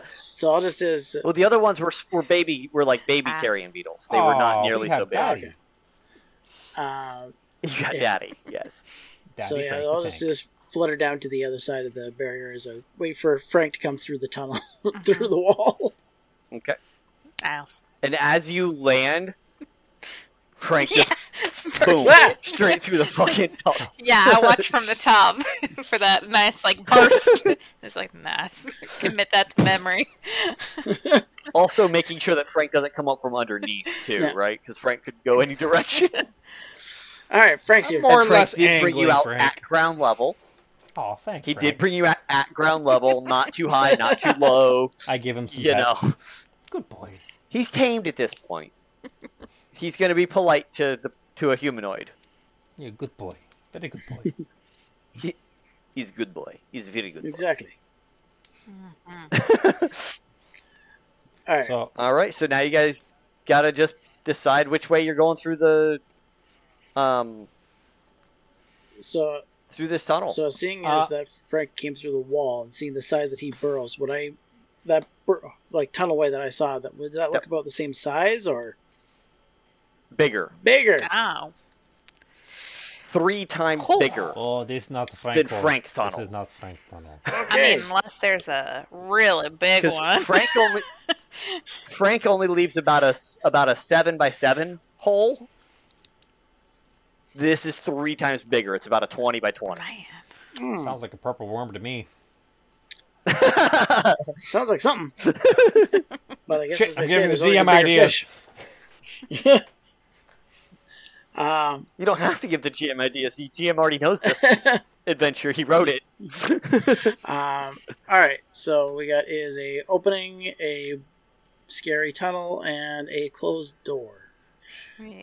Speaker 4: So I'll just is
Speaker 1: [LAUGHS] well, the other ones were, were baby, were like baby
Speaker 2: Ah.
Speaker 1: carrying beetles. They were
Speaker 3: Aw,
Speaker 1: not
Speaker 3: we
Speaker 1: nearly
Speaker 3: have
Speaker 1: so big.
Speaker 3: Daddy.
Speaker 4: ah, um.
Speaker 1: [LAUGHS] You got
Speaker 4: Yeah.
Speaker 1: daddy, yes.
Speaker 3: Daddy
Speaker 4: so yeah,
Speaker 3: Frank
Speaker 4: I'll
Speaker 3: the
Speaker 4: just
Speaker 3: Tank.
Speaker 4: just flutter down to the other side of the barrier as I wait for Frank to come through the tunnel [LAUGHS]
Speaker 2: Mm-hmm.
Speaker 4: through the wall.
Speaker 1: Okay.
Speaker 2: Ows.
Speaker 1: And as you land, Frank [LAUGHS]
Speaker 4: [LAUGHS]
Speaker 1: just boom
Speaker 2: Burst.
Speaker 1: straight through the fucking tunnel.
Speaker 5: [LAUGHS]
Speaker 2: Yeah, I watched from
Speaker 1: [LAUGHS]
Speaker 2: the top [LAUGHS] for that nice like burst. [LAUGHS] It's
Speaker 1: [LAUGHS]
Speaker 2: like nice. Commit that to memory.
Speaker 1: Also, making sure that Frank doesn't come up from underneath too,
Speaker 4: Yeah.
Speaker 1: right? Because Frank could go any direction.
Speaker 4: All right, Frank's
Speaker 5: I'm
Speaker 4: here.
Speaker 5: [LAUGHS] more or
Speaker 1: and Frank
Speaker 5: less
Speaker 1: did bring you
Speaker 5: angling,
Speaker 1: out
Speaker 5: Frank.
Speaker 1: at ground level.
Speaker 3: Oh, thanks.
Speaker 1: He
Speaker 3: Frank.
Speaker 1: did bring you at, at ground level, not too high, not too low.
Speaker 3: I give him some.
Speaker 1: you
Speaker 3: pep.
Speaker 1: know, [LAUGHS]
Speaker 3: Good boy.
Speaker 1: he's tamed at this point. He's going to be polite to the to a humanoid.
Speaker 3: You're a good boy. Very good boy.
Speaker 1: He, he's a good boy. He's a very good. Boy.
Speaker 4: Exactly.
Speaker 1: Mm-hmm.
Speaker 4: All right.
Speaker 3: so
Speaker 1: [LAUGHS] All right, so now you guys gotta just decide which way you're going through the um
Speaker 4: so
Speaker 1: through this tunnel.
Speaker 4: So seeing
Speaker 3: Uh,
Speaker 4: as that Frank came through the wall and seeing the size that he burrows, would I that bur- like tunnelway that I saw, that does that look about the same size or
Speaker 1: Bigger,
Speaker 4: bigger?
Speaker 2: Oh.
Speaker 1: three times
Speaker 2: Cool.
Speaker 1: bigger.
Speaker 3: Oh, this is not Frank.
Speaker 1: Did Frank's tunnel.
Speaker 3: This is not Frank tunnel.
Speaker 1: [LAUGHS]
Speaker 2: I mean, unless there's a really big
Speaker 1: Because
Speaker 2: [LAUGHS] one.
Speaker 1: Frank only Frank only leaves about a s- about a seven by seven hole. This is three times bigger. It's about a twenty by twenty.
Speaker 2: [LAUGHS] Man.
Speaker 4: Hmm,
Speaker 3: Sounds like a purple worm to me.
Speaker 4: sounds like something. but I guess
Speaker 3: Shit,
Speaker 4: as they
Speaker 3: I'm
Speaker 4: say,
Speaker 3: giving
Speaker 4: there's
Speaker 3: the
Speaker 4: always a
Speaker 3: DM
Speaker 4: bigger
Speaker 3: ideas.
Speaker 4: fish. [LAUGHS] um,
Speaker 1: You don't have to give the GM ideas. The GM already knows this adventure. He wrote it.
Speaker 4: [LAUGHS] Um, all right, so we got is a opening, a scary tunnel, and a closed door.
Speaker 2: Yeah.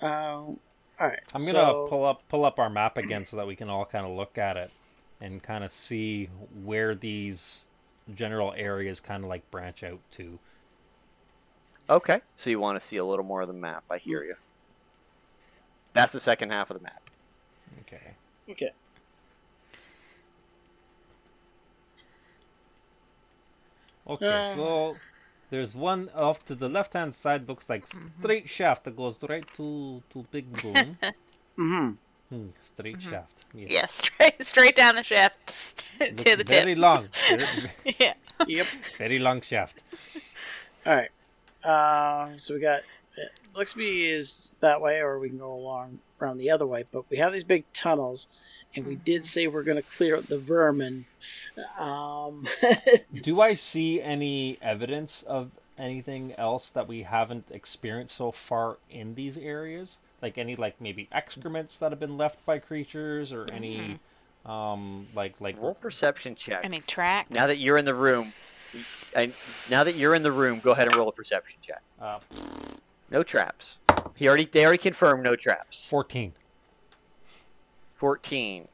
Speaker 4: Um, all right,
Speaker 3: I'm gonna
Speaker 4: so-
Speaker 3: pull up pull up our map again so that we can all kind of look at it and kind of see where these general areas kind of like branch out to.
Speaker 1: Okay. So you want to see a little more of the map? I hear you. That's the second half of the map.
Speaker 3: Okay.
Speaker 4: Okay.
Speaker 3: Okay,
Speaker 4: Uh.
Speaker 3: so there's one off to the left hand side looks like straight shaft that goes right to to big boom.
Speaker 4: Mm-hmm.
Speaker 3: hmm, straight shaft. Yeah.
Speaker 2: yeah, [LAUGHS] straight straight down the shaft [LAUGHS] to
Speaker 3: Looks
Speaker 2: the
Speaker 3: very
Speaker 2: tip.
Speaker 3: long. Very,
Speaker 2: [LAUGHS] Yeah.
Speaker 4: Yep.
Speaker 3: very long shaft.
Speaker 4: All right. Um, so we got it looks to be is that way, or we can go along around the other way. But we have these big tunnels, and we did say we're going to clear out the vermin. Um,
Speaker 3: Do I see any evidence of anything else that we haven't experienced so far in these areas? Like any like maybe excrements that have been left by creatures or any um like like
Speaker 1: Roll perception check.
Speaker 2: Any tracks?
Speaker 1: Now that you're in the room, and now that you're in the room, go ahead and roll a perception check.
Speaker 3: uh,
Speaker 1: No traps. He already they already confirmed no traps.
Speaker 3: 14.
Speaker 1: Fourteen.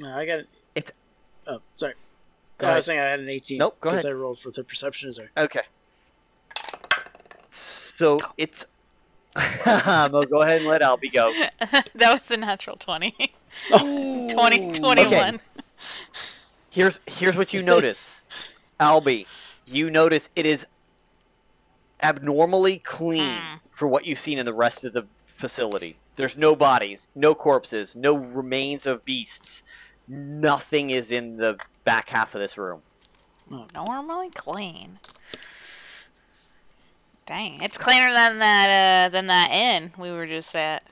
Speaker 4: no, I got it.
Speaker 1: It's-
Speaker 4: Oh, sorry.
Speaker 1: Go
Speaker 4: I
Speaker 1: ahead.
Speaker 4: was saying I had an eighteen.
Speaker 1: Nope, go
Speaker 4: because
Speaker 1: ahead.
Speaker 4: I rolled for the perception.
Speaker 1: [LAUGHS]
Speaker 4: Sorry.
Speaker 1: Okay. So it's. [LAUGHS] well, go ahead and let Albie go.
Speaker 2: [LAUGHS] that was a natural 20.
Speaker 4: Oh,
Speaker 2: 20, 21.
Speaker 1: Here's here's what you
Speaker 4: [LAUGHS]
Speaker 1: notice, Albie. You notice it is abnormally clean
Speaker 4: Hmm.
Speaker 2: Mm.
Speaker 1: for what you've seen in the rest of the facility. There's no bodies, no corpses, no remains of beasts. Nothing is in the back half of this room.
Speaker 4: Oh,
Speaker 2: Normally clean. Dang, it's cleaner than that uh, than that inn we were just at.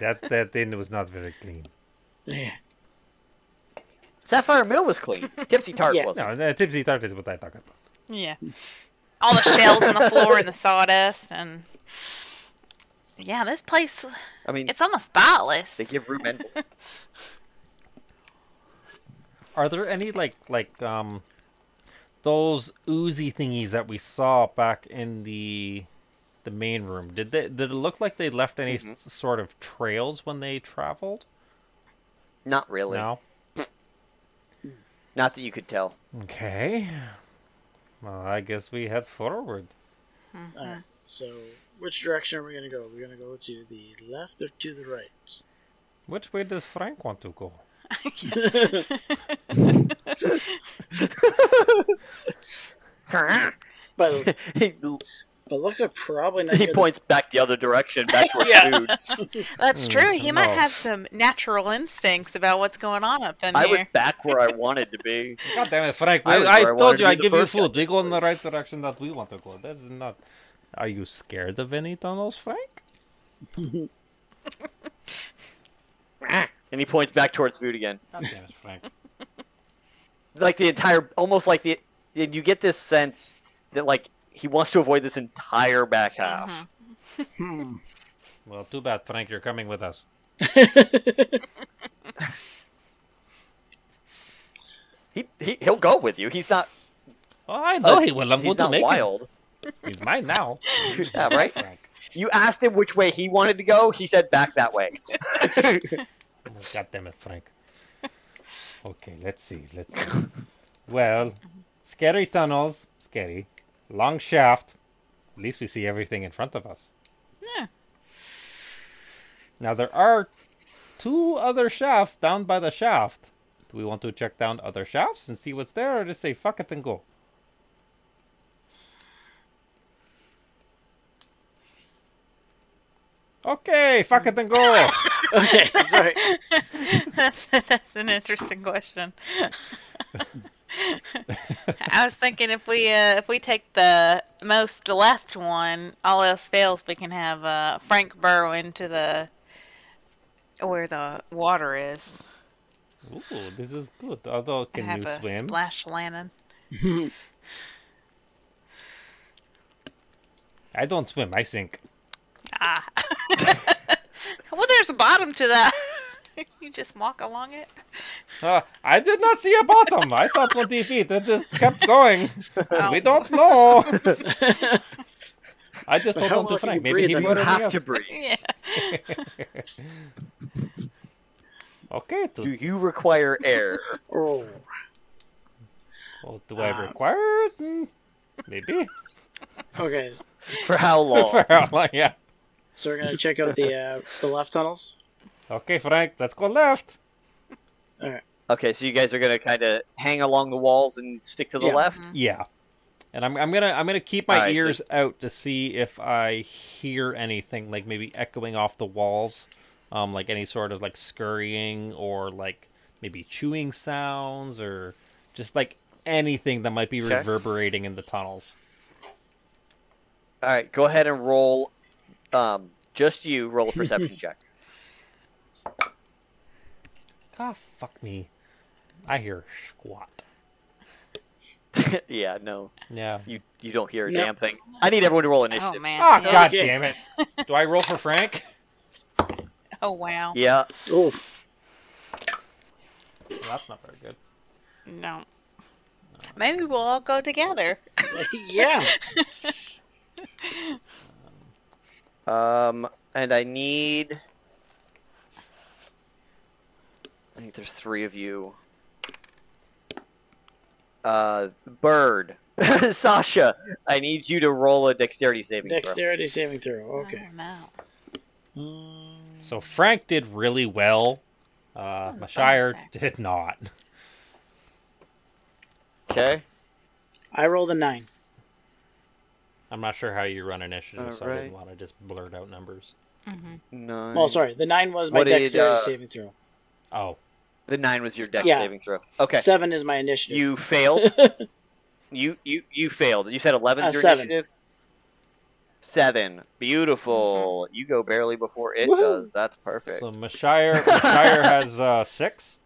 Speaker 3: That that thing was not very clean.
Speaker 4: Yeah.
Speaker 1: Sapphire Mill was
Speaker 4: [LAUGHS]
Speaker 1: clean. Tipsy Tart
Speaker 4: Yeah.
Speaker 1: wasn't.
Speaker 3: the tipsy tart is what I talk about.
Speaker 2: Yeah. All the shells on the floor and the sawdust and yeah, this place
Speaker 1: I mean,
Speaker 2: it's almost spotless.
Speaker 1: they give room
Speaker 4: [LAUGHS]
Speaker 1: and
Speaker 3: Are there any like like um those oozy thingies that we saw back in the the main room? Did they did it look like they left any s- sort of trails when they traveled?
Speaker 1: not really.
Speaker 3: No.
Speaker 1: Not that you could
Speaker 4: [LAUGHS]
Speaker 1: tell. [LAUGHS]
Speaker 3: Okay. Well, I guess we head forward.
Speaker 2: Mm-hmm.
Speaker 4: All right. So, which direction are we going to go? We're going to go to the left or to the right? [LAUGHS]
Speaker 3: Which way does Frank want to go?
Speaker 4: But
Speaker 1: he
Speaker 4: but looks are probably
Speaker 1: [LAUGHS]
Speaker 4: not.
Speaker 1: he
Speaker 4: near the-
Speaker 1: points back the other direction, back towards
Speaker 4: Yeah.
Speaker 1: food.
Speaker 4: [LAUGHS]
Speaker 2: That's true. He might
Speaker 3: no.
Speaker 2: have some natural instincts about what's going on up in
Speaker 1: I was
Speaker 2: there.
Speaker 1: back where I wanted to be.
Speaker 3: God damn it, Frank!
Speaker 1: I
Speaker 3: I,
Speaker 1: was
Speaker 3: I,
Speaker 1: where I wanted
Speaker 3: told
Speaker 1: to
Speaker 3: you
Speaker 1: be
Speaker 3: I
Speaker 1: the
Speaker 3: give you
Speaker 1: first
Speaker 3: food. We go in the right direction that we want to go. That's not. Are you scared of any tunnels, Frank?
Speaker 1: [LAUGHS] And he points back towards food again.
Speaker 3: God damn it, Frank!
Speaker 1: Like the entire, almost like the, you get this sense that like he wants to avoid this entire back
Speaker 2: Mm-hmm.
Speaker 1: half.
Speaker 4: Hmm.
Speaker 3: Well, too bad, Frank. You're coming with us.
Speaker 1: He, he he'll go with you. He's not.
Speaker 3: Oh, I know
Speaker 1: uh,
Speaker 3: he will. I'm
Speaker 1: he's
Speaker 3: going to
Speaker 1: not
Speaker 3: make
Speaker 1: wild.
Speaker 3: [LAUGHS] him. He's mine now.
Speaker 1: Yeah, right.
Speaker 3: Frank.
Speaker 1: You asked him which way he wanted to go. He said back that way.
Speaker 3: Oh, God damn it, Frank. Okay, let's see. Let's see. Well, scary tunnels. Scary. Long shaft. At least we see everything in front of us.
Speaker 2: Yeah.
Speaker 3: Now, there are two other shafts down by the shaft. Do we want to check down other shafts and see what's there, or just say fuck it and go? Okay, fuck it and go.
Speaker 4: [LAUGHS] Okay, sorry.
Speaker 2: that's, that's an interesting question. [LAUGHS] I was thinking if we uh, if we take the most left one, all else fails, we can have uh, Frank Berwin to the where the water is.
Speaker 3: Ooh, this is good. Although,
Speaker 2: and
Speaker 3: can you
Speaker 2: have a
Speaker 3: swim?
Speaker 2: splash Lannon.
Speaker 3: I don't swim. I sink.
Speaker 2: Ah. well, there's a bottom to that. [LAUGHS] you just walk along it.
Speaker 3: Uh, I did not see a bottom. I saw 20 feet. It just kept going.
Speaker 2: Oh.
Speaker 3: We don't know. I just told
Speaker 4: Well, how
Speaker 3: him to
Speaker 4: well can
Speaker 3: Frank.
Speaker 4: you
Speaker 3: Maybe
Speaker 4: breathe
Speaker 3: he
Speaker 4: then?
Speaker 1: You
Speaker 3: would
Speaker 1: have to breathe.
Speaker 2: Yeah.
Speaker 3: [LAUGHS] Okay,
Speaker 1: Do
Speaker 3: do,
Speaker 1: you require air?
Speaker 4: Oh,
Speaker 3: oh, do I
Speaker 4: Uh,
Speaker 3: require it? Hmm, Maybe.
Speaker 4: okay.
Speaker 1: For how
Speaker 3: [LAUGHS]
Speaker 1: long?
Speaker 3: For how long? Yeah.
Speaker 4: So we're gonna check out
Speaker 1: [LAUGHS]
Speaker 4: the uh, the left tunnels.
Speaker 3: Okay, Frank, let's go left.
Speaker 1: Okay, so you guys are gonna kind of hang along the walls and stick to the
Speaker 4: Yeah.
Speaker 1: left.
Speaker 3: Yeah. And I'm, I'm gonna I'm gonna keep my
Speaker 1: Alright, so-
Speaker 3: ears out to see if I hear anything like maybe echoing off the walls, um, like any sort of like scurrying or like maybe chewing sounds or just like anything that might be
Speaker 1: Okay.
Speaker 3: reverberating in the tunnels.
Speaker 1: All right, go ahead and roll. Um, just you roll a
Speaker 3: [LAUGHS]
Speaker 1: perception check. [LAUGHS]
Speaker 3: Ah, fuck me. I hear squat.
Speaker 1: yeah, no,
Speaker 3: Yeah.
Speaker 1: you you don't hear a
Speaker 4: Nope.
Speaker 1: damn thing. I need everyone to roll initiative.
Speaker 2: Oh man.
Speaker 3: Ah,
Speaker 2: Yeah.
Speaker 3: god
Speaker 4: Okay.
Speaker 3: damn it. Do I roll for Frank?
Speaker 2: Oh wow.
Speaker 1: Yeah,
Speaker 4: Oh,
Speaker 3: Well, that's not very good.
Speaker 2: No. Maybe we'll all go together.
Speaker 4: [LAUGHS] yeah.
Speaker 1: Um, and I need. I think there's three of you. Uh, Bird, [LAUGHS] Sasha, I need you to roll a dexterity saving throw.
Speaker 4: Dexterity saving throw.
Speaker 2: I
Speaker 4: Okay.
Speaker 2: don't know.
Speaker 4: Um,
Speaker 3: So Frank did really well. Uh, Mashire
Speaker 2: fact.
Speaker 3: did not.
Speaker 1: Okay.
Speaker 4: I rolled a nine.
Speaker 3: I'm not sure how you run initiative, so I
Speaker 1: Alright.
Speaker 3: didn't want to just blurt out numbers. Mm-hmm.
Speaker 1: Nine.
Speaker 4: Well, Oh, sorry, the nine was my
Speaker 1: What did,
Speaker 4: dexterity
Speaker 1: uh,
Speaker 4: saving throw.
Speaker 3: Oh,
Speaker 1: The nine was your dex
Speaker 4: Yeah.
Speaker 1: saving throw. Okay.
Speaker 4: Seven is my initiative.
Speaker 1: You failed.
Speaker 4: [LAUGHS]
Speaker 1: you you you failed. You said eleven's
Speaker 4: Uh,
Speaker 1: your
Speaker 4: seven.
Speaker 1: initiative. Seven. Beautiful. You go barely before it
Speaker 4: Woohoo.
Speaker 1: does. That's perfect.
Speaker 3: so Mashire, Mashire has uh, six.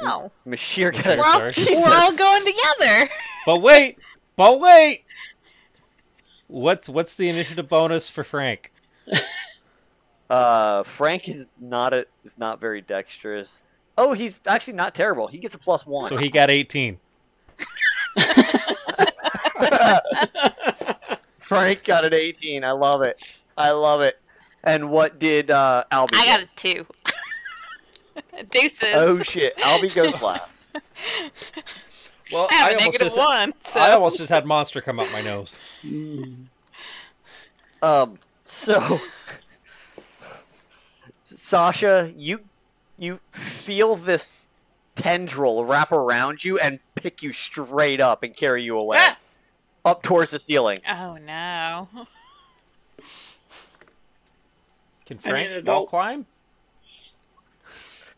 Speaker 2: Oh.
Speaker 1: Mashir got
Speaker 3: Sorry,
Speaker 2: We're all,
Speaker 3: sorry.
Speaker 2: we're all
Speaker 1: Jesus.
Speaker 2: going together.
Speaker 3: But wait, but wait. What's what's the initiative bonus for Frank?
Speaker 1: Uh, Frank is not a, is not very dexterous. Oh, he's actually not terrible. He gets a plus one. [LAUGHS]
Speaker 3: So he got 18.
Speaker 1: [LAUGHS] Frank got an eighteen. I love it. I love it. And what did uh, Albie?
Speaker 2: I
Speaker 1: get?
Speaker 2: got a two. [LAUGHS] Deuces.
Speaker 1: Oh shit! Albie goes last.
Speaker 3: Well,
Speaker 2: I have a negative
Speaker 3: just,
Speaker 2: one. So.
Speaker 3: I almost just had monster come up my nose.
Speaker 4: Mm.
Speaker 1: Um. So, Sasha, you you feel this tendril wrap around you and pick you straight up and carry you away
Speaker 2: Ah!
Speaker 1: up towards the ceiling.
Speaker 2: Oh [LAUGHS] no.
Speaker 3: Can
Speaker 4: I mean,
Speaker 3: Frank
Speaker 4: adult-
Speaker 3: wall climb?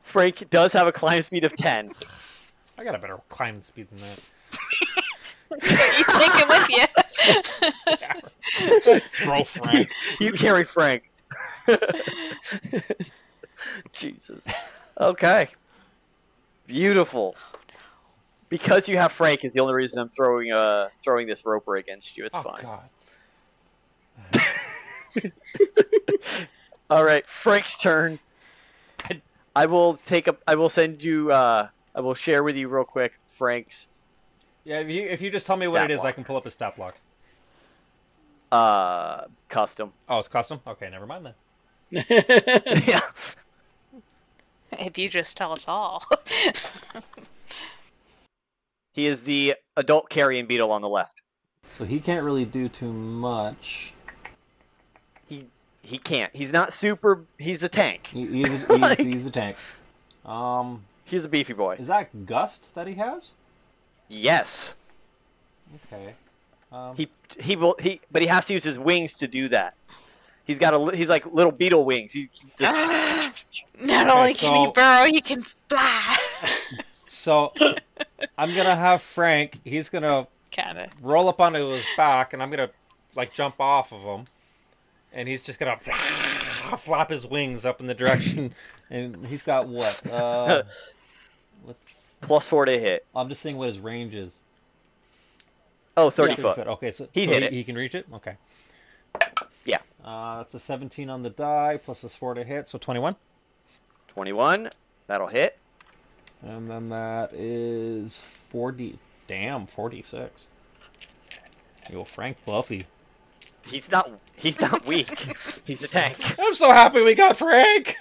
Speaker 1: Frank does have a climb speed of ten.
Speaker 3: I got a better climb speed than that.
Speaker 2: you take it with you.
Speaker 3: Throw Frank.
Speaker 1: you carry Frank. Jesus. Okay. Beautiful. Because you have Frank is the only reason I'm throwing uh throwing this roper against you. It's
Speaker 3: oh
Speaker 1: fine.
Speaker 3: god.
Speaker 1: All right, Frank's turn. I will take a. I will send you. Uh, I will share with you real quick, Frank's.
Speaker 3: Yeah, if you if you just tell me what
Speaker 1: Stat
Speaker 3: it is, I
Speaker 1: block.
Speaker 3: can pull up a stat block.
Speaker 1: Uh, custom.
Speaker 3: Oh, it's custom. Okay, never mind then.
Speaker 4: Ah! [LAUGHS] Uh-huh,
Speaker 1: yeah.
Speaker 2: [LAUGHS] If you just tell us all. [LAUGHS]
Speaker 1: He is the adult carrying beetle on the left.
Speaker 3: So he can't really do too much.
Speaker 1: He he can't. He's not super. He's a tank.
Speaker 3: He, he's, a,
Speaker 1: Like-
Speaker 3: he's, he's a tank. Um,
Speaker 1: He's a beefy boy.
Speaker 3: Is that gust that he has?
Speaker 1: Yes.
Speaker 3: Okay. Um,
Speaker 1: He he will he, but he has to use his wings to do that. He's got a li- he's like little beetle wings. He's just
Speaker 2: Not
Speaker 3: Okay,
Speaker 2: only can he
Speaker 3: so-
Speaker 2: burrow, he can [LAUGHS] fly.
Speaker 3: so I'm gonna have Frank. He's gonna
Speaker 2: kind of.
Speaker 3: roll up onto his back, and I'm gonna like jump off of him, and he's just gonna [LAUGHS] flap his wings up in the direction, and he's got what? Uh, let's.
Speaker 1: plus four to hit.
Speaker 3: I'm just seeing what his range is.
Speaker 1: Oh, 30
Speaker 3: Yeah,
Speaker 1: foot.
Speaker 3: Okay, so so
Speaker 1: He
Speaker 3: he,
Speaker 1: hit it.
Speaker 3: he can reach it. Okay.
Speaker 1: Yeah.
Speaker 3: Uh, that's a 17 on the die plus his four to hit, so 21.
Speaker 1: 21. That'll hit.
Speaker 3: And then that is 40. Damn, 46. Yo, Frank Buffy.
Speaker 1: He's not he's not weak. he's a tank.
Speaker 3: I'm so happy we got
Speaker 2: [LAUGHS]
Speaker 3: Frank!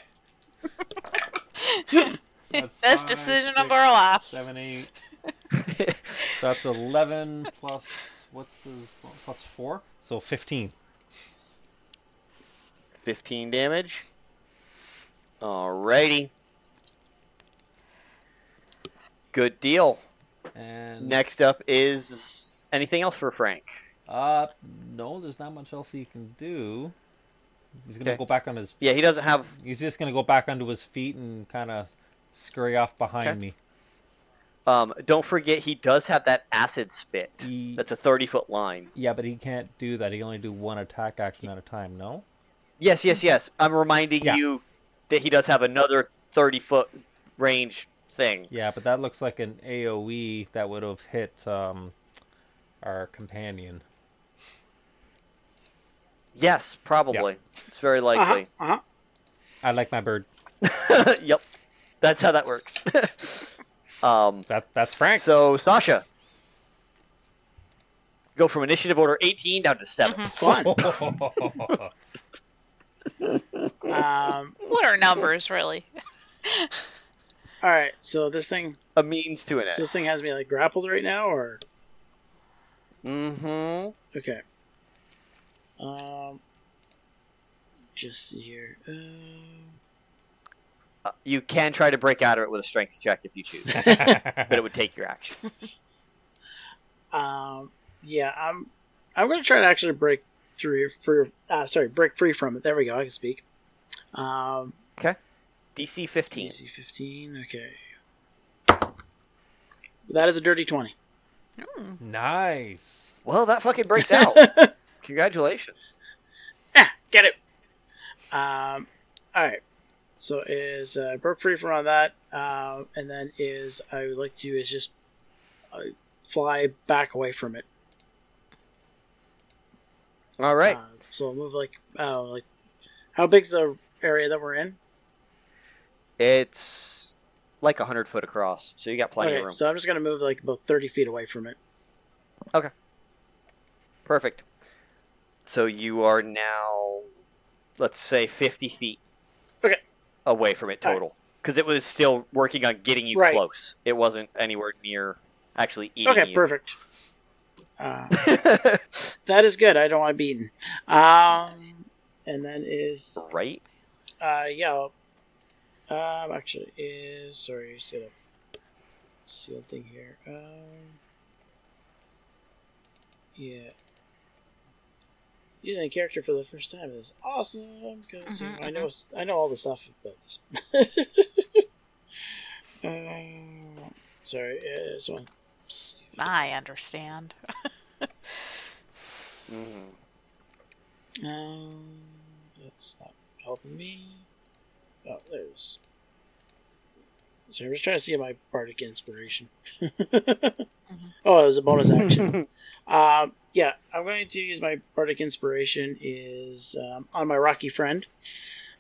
Speaker 3: That's
Speaker 2: Best
Speaker 3: five,
Speaker 2: decision
Speaker 3: six,
Speaker 2: of our life.
Speaker 3: seven, eight. That's 11 plus, what's his, plus 4? So 15.
Speaker 1: [LAUGHS] 15 damage. Alrighty. Good deal.
Speaker 3: And
Speaker 1: Next up is anything else for Frank?
Speaker 3: Uh, no, there's not much else he can do. He's gonna
Speaker 1: Okay.
Speaker 3: go back on his.
Speaker 1: Yeah, he doesn't have
Speaker 3: He's just gonna go back onto his feet and kind of scurry off behind
Speaker 1: Okay.
Speaker 3: me.
Speaker 1: Um, don't forget, he does have that acid spit.
Speaker 3: He-
Speaker 1: That's a thirty-foot line.
Speaker 3: yeah, but he can't do that. He can only do one attack action at a time. No.
Speaker 1: Yes, yes, yes. I'm reminding
Speaker 3: Yeah.
Speaker 1: you that he does have another thirty-foot range thing.
Speaker 3: Yeah, but that looks like an AOE that would have hit um, our companion.
Speaker 1: Yes, probably. It's very likely.
Speaker 4: Uh-huh.
Speaker 3: I like my bird.
Speaker 1: [LAUGHS] yep, that's how that works. [LAUGHS] um,
Speaker 3: That
Speaker 1: [LAUGHS]
Speaker 3: that's Frank. [LAUGHS]
Speaker 1: So Sasha, go from initiative order eighteen down to 7 [LAUGHS]
Speaker 4: Fun. um,
Speaker 2: What are numbers, really?
Speaker 4: all right. So this thing,
Speaker 1: A means to an
Speaker 4: so
Speaker 1: end.
Speaker 4: this thing has me like grappled right now, or
Speaker 1: Mm-hmm.
Speaker 4: okay. Um, just see here. Um
Speaker 1: Uh, you can try to break out of it with a strength check if you
Speaker 4: [LAUGHS]
Speaker 1: choose, but it would take your action.
Speaker 4: um, yeah, I'm. I'm gonna try to actually break through for. Uh, sorry, break free from it. There we go. I can speak. Um,
Speaker 1: DC fifteen.
Speaker 4: DC 15, okay. That is a dirty 20.
Speaker 3: nice.
Speaker 1: Well, that fucking breaks
Speaker 4: [LAUGHS]
Speaker 1: out. Congratulations.
Speaker 4: Ah, get it! Um, alright. So is uh, broke free from all that, um, and then is I would like to is just uh, fly back away from it.
Speaker 1: All right.
Speaker 4: Uh, so I'll move like oh like how big's the area that we're in?
Speaker 1: It's like a hundred foot across, so you got plenty of
Speaker 4: Okay,
Speaker 1: room.
Speaker 4: so I'm just gonna move like about thirty feet away from it.
Speaker 1: Perfect. So you are now, let's say, fifty feet.
Speaker 4: Okay.
Speaker 1: Away from it
Speaker 4: All right.
Speaker 1: total, because it was still working on getting you
Speaker 4: Right.
Speaker 1: close. It wasn't anywhere near actually eating
Speaker 4: Okay,
Speaker 1: you.
Speaker 4: perfect. Uh,
Speaker 1: perfect.
Speaker 4: that is good. I don't want to be eaten. Um, and then is
Speaker 1: [LAUGHS] right.
Speaker 4: Uh, yeah. I'll- Um, actually, is sorry, just gonna see one thing here. Um, yeah. Using a character for the first time is awesome because
Speaker 2: Mhm,
Speaker 4: I know s- I know all the stuff about this. [LAUGHS] um, sorry, uh, so I'll see.
Speaker 2: I understand.
Speaker 1: hmm
Speaker 4: Um, that's not helping me. Oh, there's. So I'm just trying to see my bardic inspiration. Oh, it was a bonus action. um, yeah, I'm going to use my bardic inspiration is um, on my rocky friend,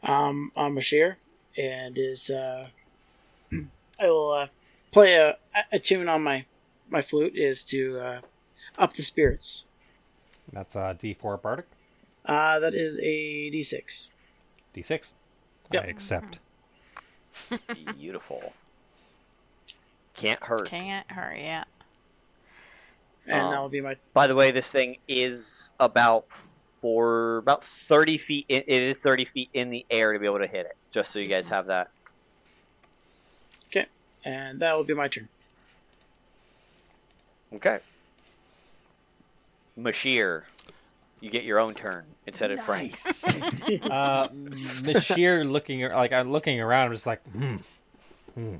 Speaker 4: um, on Mashir, and is uh, [CLEARS THROAT] I will uh, play a, a tune on my my flute is to uh, up the spirits.
Speaker 3: That's uh, D4 Bardic.
Speaker 4: Uh, that is a d6.
Speaker 3: D6.
Speaker 4: Yep.
Speaker 3: I accept.
Speaker 1: Beautiful. Can't hurt.
Speaker 2: Can't hurry yet.
Speaker 4: and
Speaker 1: Um,
Speaker 4: that will be my
Speaker 1: By the way, this thing is about for about thirty feet. In, it is thirty feet in the air to be able to hit it. Just so you guys have that.
Speaker 4: and that will be my turn.
Speaker 1: Okay. Mashir, you get your own turn instead of Frank.
Speaker 3: uh, Mashir looking ar- like I'm looking around, just like hmm, hmm.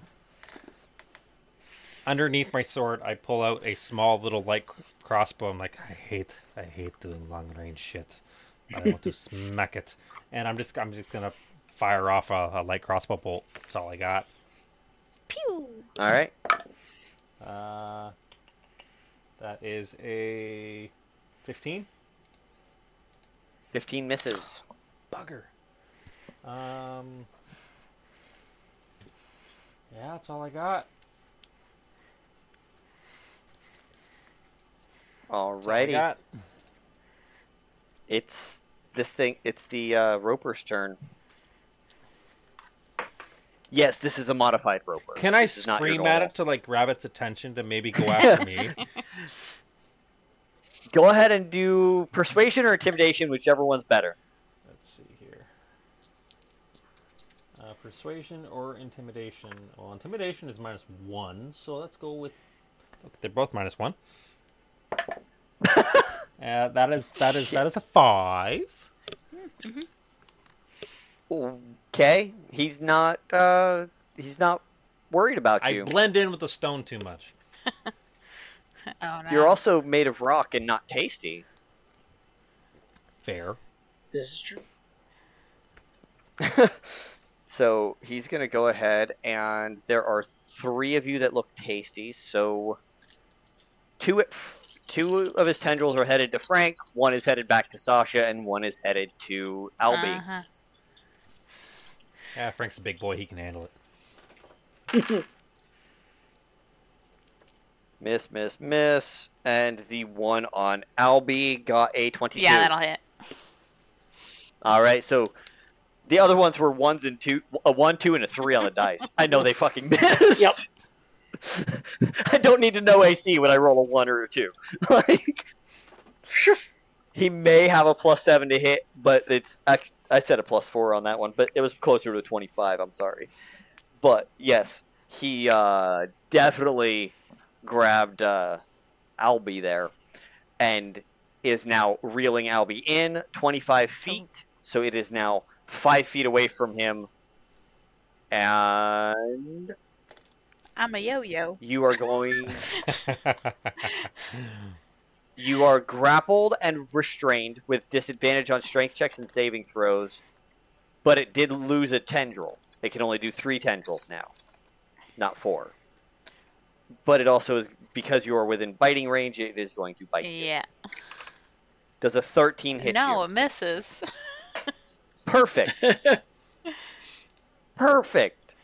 Speaker 3: Underneath my sword, I pull out a small little light c- crossbow. I'm like, I hate, I hate doing long range shit. I want to smack it, and I'm just, I'm just gonna fire off a, a light crossbow bolt. That's all I got.
Speaker 2: Pew!
Speaker 1: [LAUGHS] All right.
Speaker 3: Uh, that is a fifteen.
Speaker 1: 15 misses.
Speaker 3: bugger. Um, yeah, that's all I got. That's all I
Speaker 1: Alrighty.
Speaker 3: got.
Speaker 1: It's this thing. It's the uh, Roper's turn. Yes, this is a modified Roper.
Speaker 3: Can I
Speaker 1: This is not your
Speaker 3: scream at
Speaker 1: normal.
Speaker 3: it to like grab its attention to maybe
Speaker 1: [LAUGHS]
Speaker 3: go after me?
Speaker 1: Go ahead and do persuasion or intimidation, whichever one's better.
Speaker 3: Let's see here. Uh, persuasion or intimidation? Well, intimidation is minus one, so let's go with. Okay, they're both
Speaker 1: [LAUGHS]
Speaker 3: minus one. uh, that is that is that is a five.
Speaker 1: Okay, he's not. Uh, he's not worried about
Speaker 3: I
Speaker 1: you.
Speaker 3: blend in with the stone too much.
Speaker 2: Oh no!
Speaker 1: You're also made of rock and not tasty.
Speaker 3: Fair.
Speaker 4: This is true.
Speaker 1: [LAUGHS] So he's gonna go ahead, and there are three of you that look tasty. So two two of his tendrils are headed to Frank, one is headed back to Sasha, and one is headed to Albie.
Speaker 2: Uh-huh.
Speaker 3: Yeah, Frank's a big boy. He can handle it.
Speaker 1: Miss, miss, miss, and the one on Albie got a twenty-two.
Speaker 2: Yeah, that'll hit.
Speaker 1: All right, so the other ones were ones and two, a one, two, and a three on the dice. I know they fucking missed.
Speaker 4: Yep.
Speaker 1: [LAUGHS] I don't need to know AC when I roll a one or a two. [LAUGHS] like, he may have a plus seven to hit, but it's I, I said a plus four on that one, but it was closer to twenty-five. I'm sorry, but yes, he uh, definitely grabbed uh, Albie there, and is now reeling Albie in 25
Speaker 2: Oh.
Speaker 1: feet, so it is now five feet away from him. And
Speaker 2: I'm a yo-yo.
Speaker 1: you are
Speaker 2: [LAUGHS]
Speaker 1: going.
Speaker 3: [LAUGHS]
Speaker 1: you are grappled and restrained with disadvantage on strength checks and saving throws, but it did lose a tendril. It can only do three tendrils now, not four. But it also is because you are within biting range. It is going to bite you.
Speaker 2: Yeah.
Speaker 1: Does a 13 hit you?
Speaker 2: no, it misses.
Speaker 1: Perfect. Perfect.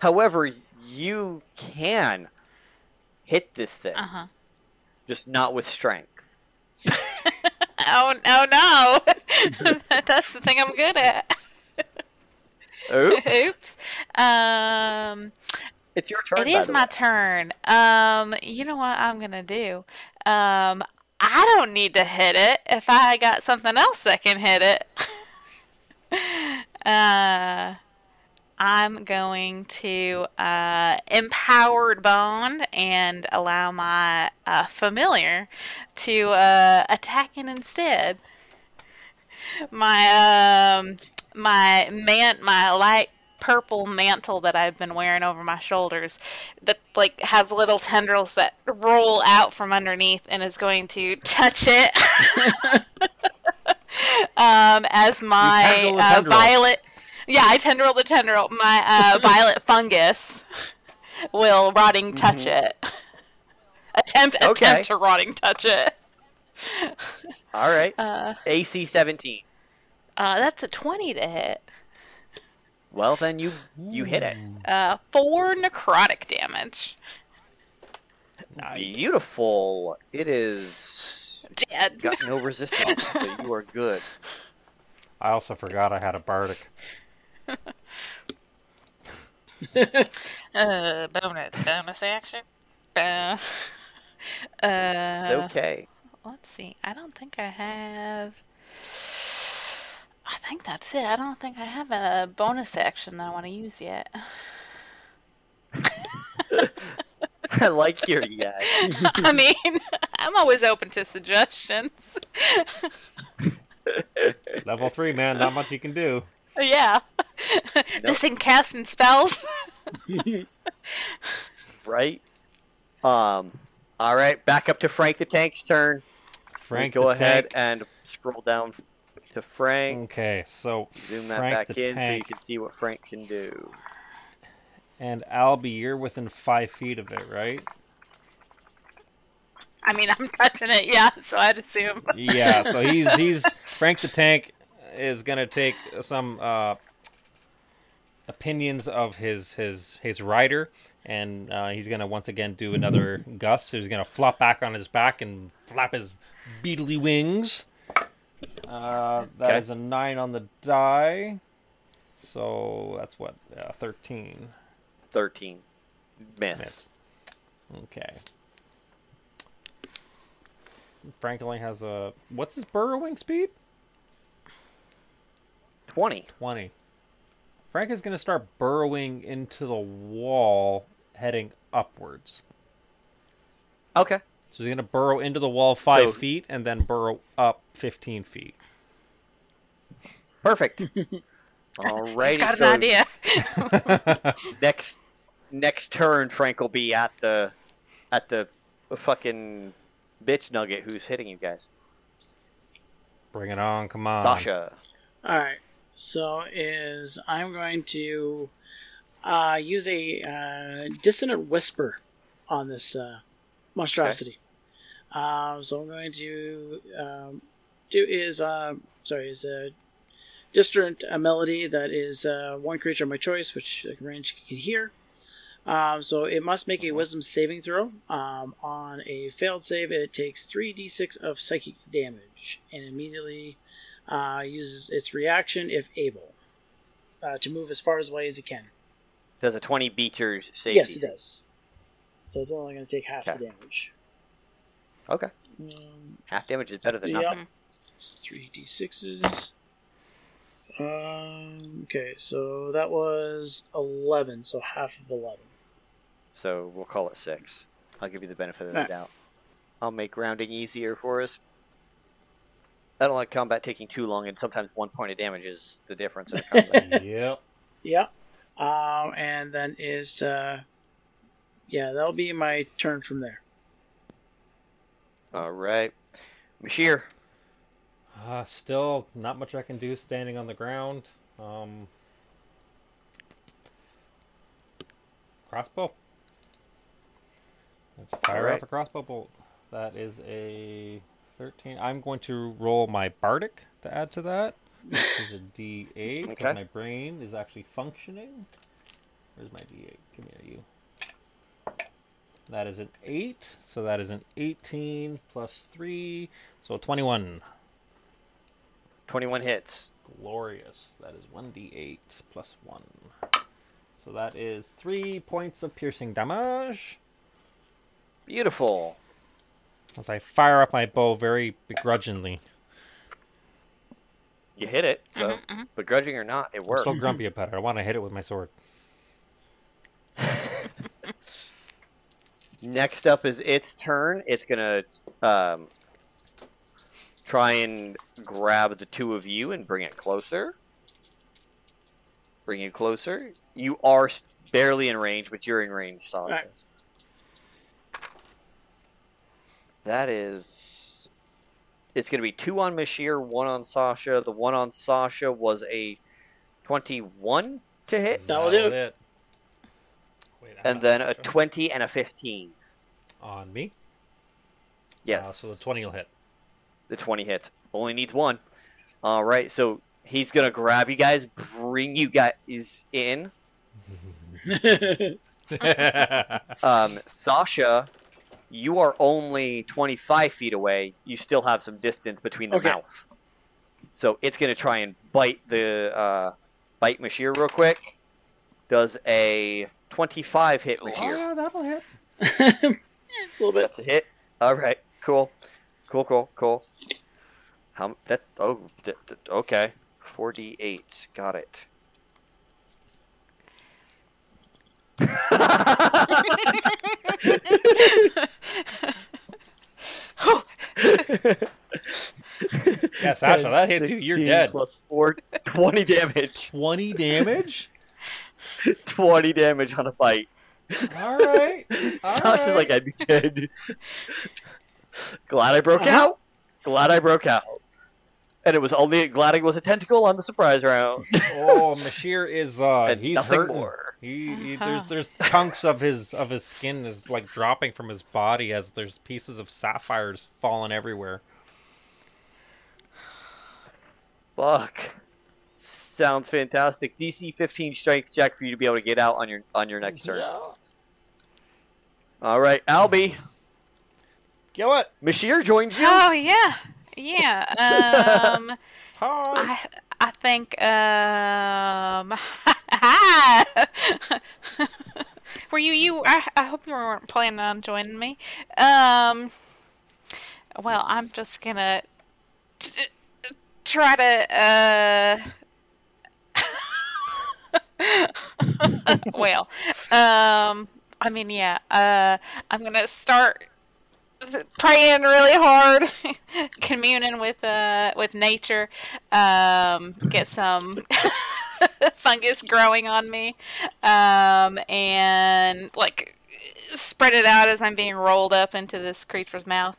Speaker 1: However, you can hit this thing,
Speaker 2: Uh huh.
Speaker 1: just not with strength.
Speaker 2: [LAUGHS] Oh, oh
Speaker 3: [LAUGHS]
Speaker 2: no! [LAUGHS] That's the thing I'm good at.
Speaker 1: Oops.
Speaker 2: [LAUGHS] Oops. Um,
Speaker 1: it's your turn.
Speaker 2: it
Speaker 1: by
Speaker 2: is
Speaker 1: the
Speaker 2: my
Speaker 1: way.
Speaker 2: turn. Um, you know what I'm gonna do? Um, I don't need to hit it if I got something else that can hit it. [LAUGHS] uh, I'm going to uh, empowered bond and allow my uh, familiar to uh, attack it instead. My um, my man, my light purple mantle that I've been wearing over my shoulders, that like has little tendrils that roll out from underneath, and is going to touch it. [LAUGHS] um, as my
Speaker 3: tendril the
Speaker 2: uh,
Speaker 3: tendril.
Speaker 2: violet, yeah, I tendril the tendril. My
Speaker 3: [LAUGHS]
Speaker 2: uh, violet fungus will rotting touch
Speaker 3: Mm-hmm.
Speaker 2: it. [LAUGHS] Attempt
Speaker 1: Okay.
Speaker 2: attempt to rotting touch it.
Speaker 1: All right.
Speaker 2: Uh,
Speaker 1: AC 17.
Speaker 2: uh, that's a twenty to hit.
Speaker 1: Well, then you you hit it.
Speaker 2: Uh, four necrotic damage.
Speaker 3: Nice.
Speaker 1: Beautiful. It is
Speaker 2: Dead.
Speaker 1: got no resistance, so you are good.
Speaker 3: I also forgot I had a bardic.
Speaker 2: Uh, bonus bonus action. Uh, [LAUGHS]
Speaker 1: It's
Speaker 2: [LAUGHS] uh,
Speaker 1: okay. [LAUGHS]
Speaker 2: let's see. I don't think I have. I think that's it. I don't think I have a bonus action that I want to use yet.
Speaker 1: I like hearing that.
Speaker 2: [LAUGHS]
Speaker 1: [LAUGHS]
Speaker 2: I mean, [LAUGHS] I'm always open to suggestions. [LAUGHS]
Speaker 3: Level three, man. Not much you can do.
Speaker 2: yeah. [LAUGHS]
Speaker 1: Nope.
Speaker 2: This thing casting spells. [LAUGHS]
Speaker 1: right? Um, all right, back up to Frank the Tank's turn. We
Speaker 3: Frank,
Speaker 1: go
Speaker 3: the
Speaker 1: ahead
Speaker 3: Tank.
Speaker 1: and scroll down to Frank.
Speaker 3: Okay, so
Speaker 1: Zoom that
Speaker 3: Frank
Speaker 1: back
Speaker 3: the
Speaker 1: in so you
Speaker 3: Tank
Speaker 1: can see what Frank can do.
Speaker 3: and Albie, you're within five feet of it, right?
Speaker 2: I mean, I'm touching it, yeah, so I'd assume.
Speaker 3: yeah so he's
Speaker 1: [LAUGHS]
Speaker 3: he's frank the tank is gonna take some uh opinions of his his his rider and uh, he's gonna once again
Speaker 1: [LAUGHS]
Speaker 3: do another gust so he's gonna flop back on his back and flap his beetly wings uh that is
Speaker 1: Okay.
Speaker 3: a nine on the die so that's what uh, 13
Speaker 1: Thirteen, miss.
Speaker 3: Miss. Okay. Frank only has a what's his burrowing speed?
Speaker 1: Twenty.
Speaker 3: Twenty. Frank is gonna start burrowing into the wall, heading upwards.
Speaker 1: Okay.
Speaker 3: So he's gonna burrow into the wall five
Speaker 1: So-
Speaker 3: feet and then burrow up fifteen feet.
Speaker 1: [LAUGHS]
Speaker 2: [LAUGHS]
Speaker 1: Perfect. All
Speaker 2: He's
Speaker 1: right.
Speaker 2: got an
Speaker 1: so
Speaker 2: idea.
Speaker 1: Next, next turn, Frank will be at the, at the, fucking bitch nugget who's hitting you guys.
Speaker 3: Bring it on, come on.
Speaker 1: Sasha.
Speaker 4: All right. So is I'm going to uh, use a uh, dissonant whisper on this uh, monstrosity. Um, so I'm going to um, do is uh, sorry is a distant a melody that is uh, one creature of my choice, which the range can hear. Um, so it must make a Wisdom saving throw. Um, on a failed save, it takes three d6 of psychic damage and immediately uh, uses its reaction, if able, uh, to move as far as away as it can.
Speaker 1: Does a twenty beat your safety?
Speaker 4: yes, it does. So it's only going to take half the
Speaker 1: Okay.
Speaker 4: damage.
Speaker 1: Okay.
Speaker 4: Um,
Speaker 1: Half damage is better than
Speaker 4: yep.
Speaker 1: nothing.
Speaker 4: Three d6s. Um, okay, so that was 11, so half of 11.
Speaker 1: So we'll call it six. I'll give you the benefit of the
Speaker 4: Alright.
Speaker 1: doubt. I'll make rounding easier for us. I don't like combat taking too long, and sometimes one point of damage is the difference in a
Speaker 3: [LAUGHS]
Speaker 1: combat.
Speaker 3: Yep.
Speaker 4: Yep. Um, and then is, uh, yeah, that'll be my turn from there. [LAUGHS]
Speaker 1: All right, Mashir.
Speaker 3: Uh, still not much I can do standing on the ground. Um, crossbow. Let's fire
Speaker 1: Alright.
Speaker 3: off a crossbow bolt. That is a 13. I'm going to roll my bardic to add to that. This
Speaker 1: [LAUGHS]
Speaker 3: is a d8 because
Speaker 1: Okay.
Speaker 3: my brain is actually functioning. Where's my d8? Come here, you. That is an 8. So that is an 18 plus 3. So 21.
Speaker 1: Twenty-one hits.
Speaker 3: Glorious. That is 1d8 plus 1. So that is 3 points of piercing damage.
Speaker 1: Beautiful.
Speaker 3: As I fire up my bow very begrudgingly.
Speaker 1: You hit it. So,
Speaker 2: Mhm, mhm.
Speaker 1: begrudging or not, it
Speaker 3: I'm
Speaker 1: worked.
Speaker 3: still grumpy about it. I want to hit it with my sword.
Speaker 1: Next up is its turn. It's gonna um, try and grab the two of you and bring it closer. Bring you closer. You are s- barely in range, but you're in range, Sasha.
Speaker 4: Alright.
Speaker 1: That is. It's gonna be two on Mashir, one on Sasha. The one on Sasha was a twenty-one to hit,
Speaker 4: That'll do.
Speaker 3: it. Wait, I'm
Speaker 1: and
Speaker 3: not
Speaker 1: then a
Speaker 3: sure.
Speaker 1: twenty and a fifteen.
Speaker 3: on me.
Speaker 1: Yes.
Speaker 3: Uh, so the 20 will [LAUGHS] hit.
Speaker 1: The 20 hits. Only needs one. All right, so he's going to grab you guys, bring you guys in. Um, Sasha, you are only 25 feet away. You still have some distance between the
Speaker 4: Okay.
Speaker 1: mouth. So it's going to try and bite the uh, bite Mashir real quick. Does a 25 hit Mashir?
Speaker 3: yeah, Oh, that'll hit.
Speaker 4: A little bit.
Speaker 1: That's a hit. All right. Cool. Cool. Cool. Cool. How m- that? Oh, th- th- okay. Four D eight. Got it. [LAUGHS]
Speaker 2: [LAUGHS]
Speaker 6: Yeah, Sasha, that hits you. You're
Speaker 1: 16
Speaker 6: dead.
Speaker 1: Plus four, 20 damage. [LAUGHS]
Speaker 7: 20 damage?
Speaker 1: 20 damage on a bite.
Speaker 3: [LAUGHS]
Speaker 1: [LAUGHS]
Speaker 3: All right. All
Speaker 1: Sasha's
Speaker 3: right.
Speaker 1: like, I'd be dead. Glad I broke out. Glad I broke out. And it was only glad it was a tentacle on the surprise round.
Speaker 3: oh, Mashir is uh,
Speaker 1: And
Speaker 3: he's
Speaker 1: nothing
Speaker 3: hurting.
Speaker 1: more.
Speaker 3: He, he-
Speaker 2: Uh-huh.
Speaker 3: there's there's chunks of his of his skin is like dropping from his body as there's pieces of sapphires falling everywhere.
Speaker 1: Fuck. Sounds fantastic. DC 15 strength check for you to be able to get out on your on your next turn. All right, Albie,
Speaker 3: Kill it!
Speaker 1: Mashir [LAUGHS] joins you.
Speaker 2: Oh yeah, yeah. Um,
Speaker 3: Hi.
Speaker 2: I I think um. hi. um, [LAUGHS] were you you? I, I hope you weren't planning on joining me. Um. Well, I'm just gonna t- t- try to. Uh... [LAUGHS] well, um. I mean, yeah. Uh, I'm gonna start praying really hard, [LAUGHS] communing with uh with nature, um, get some [LAUGHS] fungus growing on me, um, and like spread it out as I'm being rolled up into this creature's mouth,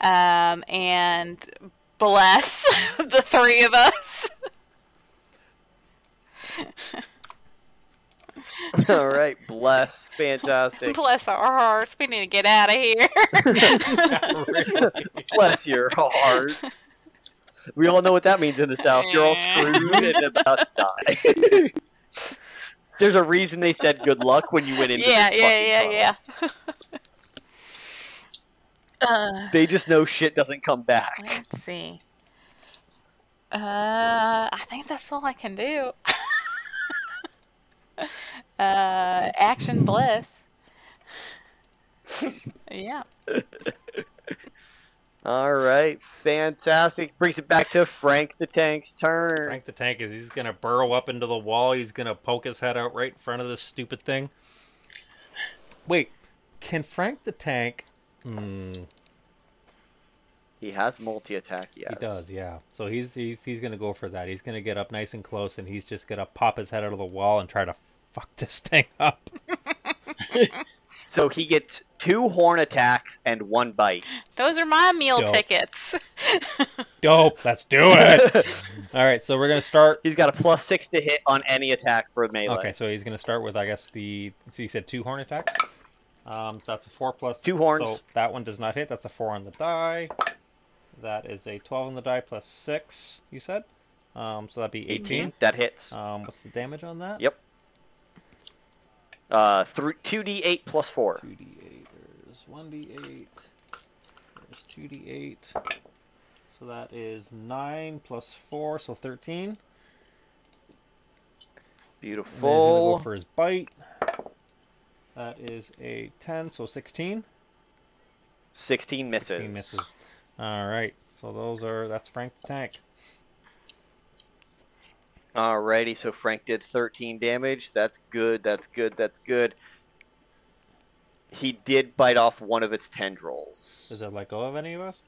Speaker 2: um, and bless [LAUGHS] the three of us.
Speaker 1: All right, bless, fantastic.
Speaker 2: [LAUGHS] Bless our hearts. We need to get out of here.
Speaker 3: [LAUGHS]
Speaker 1: Bless
Speaker 2: [LAUGHS]
Speaker 1: your heart. We all know what that means in the South. You're all screwed and about to die. [LAUGHS] There's a reason they said good luck when you went into
Speaker 2: yeah,
Speaker 1: this fucking
Speaker 2: yeah, yeah,
Speaker 1: tunnel.
Speaker 2: yeah. [LAUGHS] uh.
Speaker 1: They just know shit doesn't come back.
Speaker 2: Let's see. Uh, I think that's all I can do. [LAUGHS] uh, action bliss. yeah.
Speaker 1: All right, fantastic. Brings it back to Frank the Tank's turn.
Speaker 3: Frank the Tank is he's gonna burrow up into the wall. He's gonna poke his head out right in front of this stupid thing. Wait, can Frank the Tank? Hmm,
Speaker 1: He has multi attack. Yes,
Speaker 3: He does, yeah. So he's he's he's gonna go for that. He's gonna get up nice and close, and he's just gonna pop his head out of the wall and try to fuck this [LAUGHS] thing up.
Speaker 1: So he gets two horn attacks and one bite.
Speaker 2: Those are my meal
Speaker 3: Dope.
Speaker 2: tickets.
Speaker 3: Dope. Let's do it.
Speaker 1: [LAUGHS]
Speaker 3: All right, so we're gonna start.
Speaker 1: He's got a plus six to hit on any attack for melee.
Speaker 3: Okay, so he's gonna start with I guess the. So you said two horn attacks. Um, that's a four plus
Speaker 1: Two horns.
Speaker 3: So that one does not hit. That's a four on the die. That is a twelve on the die plus six. You said. Um, so that'd be eighteen.
Speaker 1: That hits.
Speaker 3: Um, what's the damage on that?
Speaker 1: Mm-hmm. Yep. Uh, three, 2d8 plus 4.
Speaker 3: 2d8. There's 1d8. There's 2d8. So that is 9 plus 4, so 13. And then he's going to
Speaker 1: Beautiful.
Speaker 3: go for his bite. That is a 10, so 16.
Speaker 1: 16 misses.
Speaker 3: 16 misses. All right. So those are that's Frank the Tank.
Speaker 1: Alrighty, so Frank did 13 damage. That's good, that's good, that's good. He did bite off one of its tendrils.
Speaker 3: Does it let go of any of us?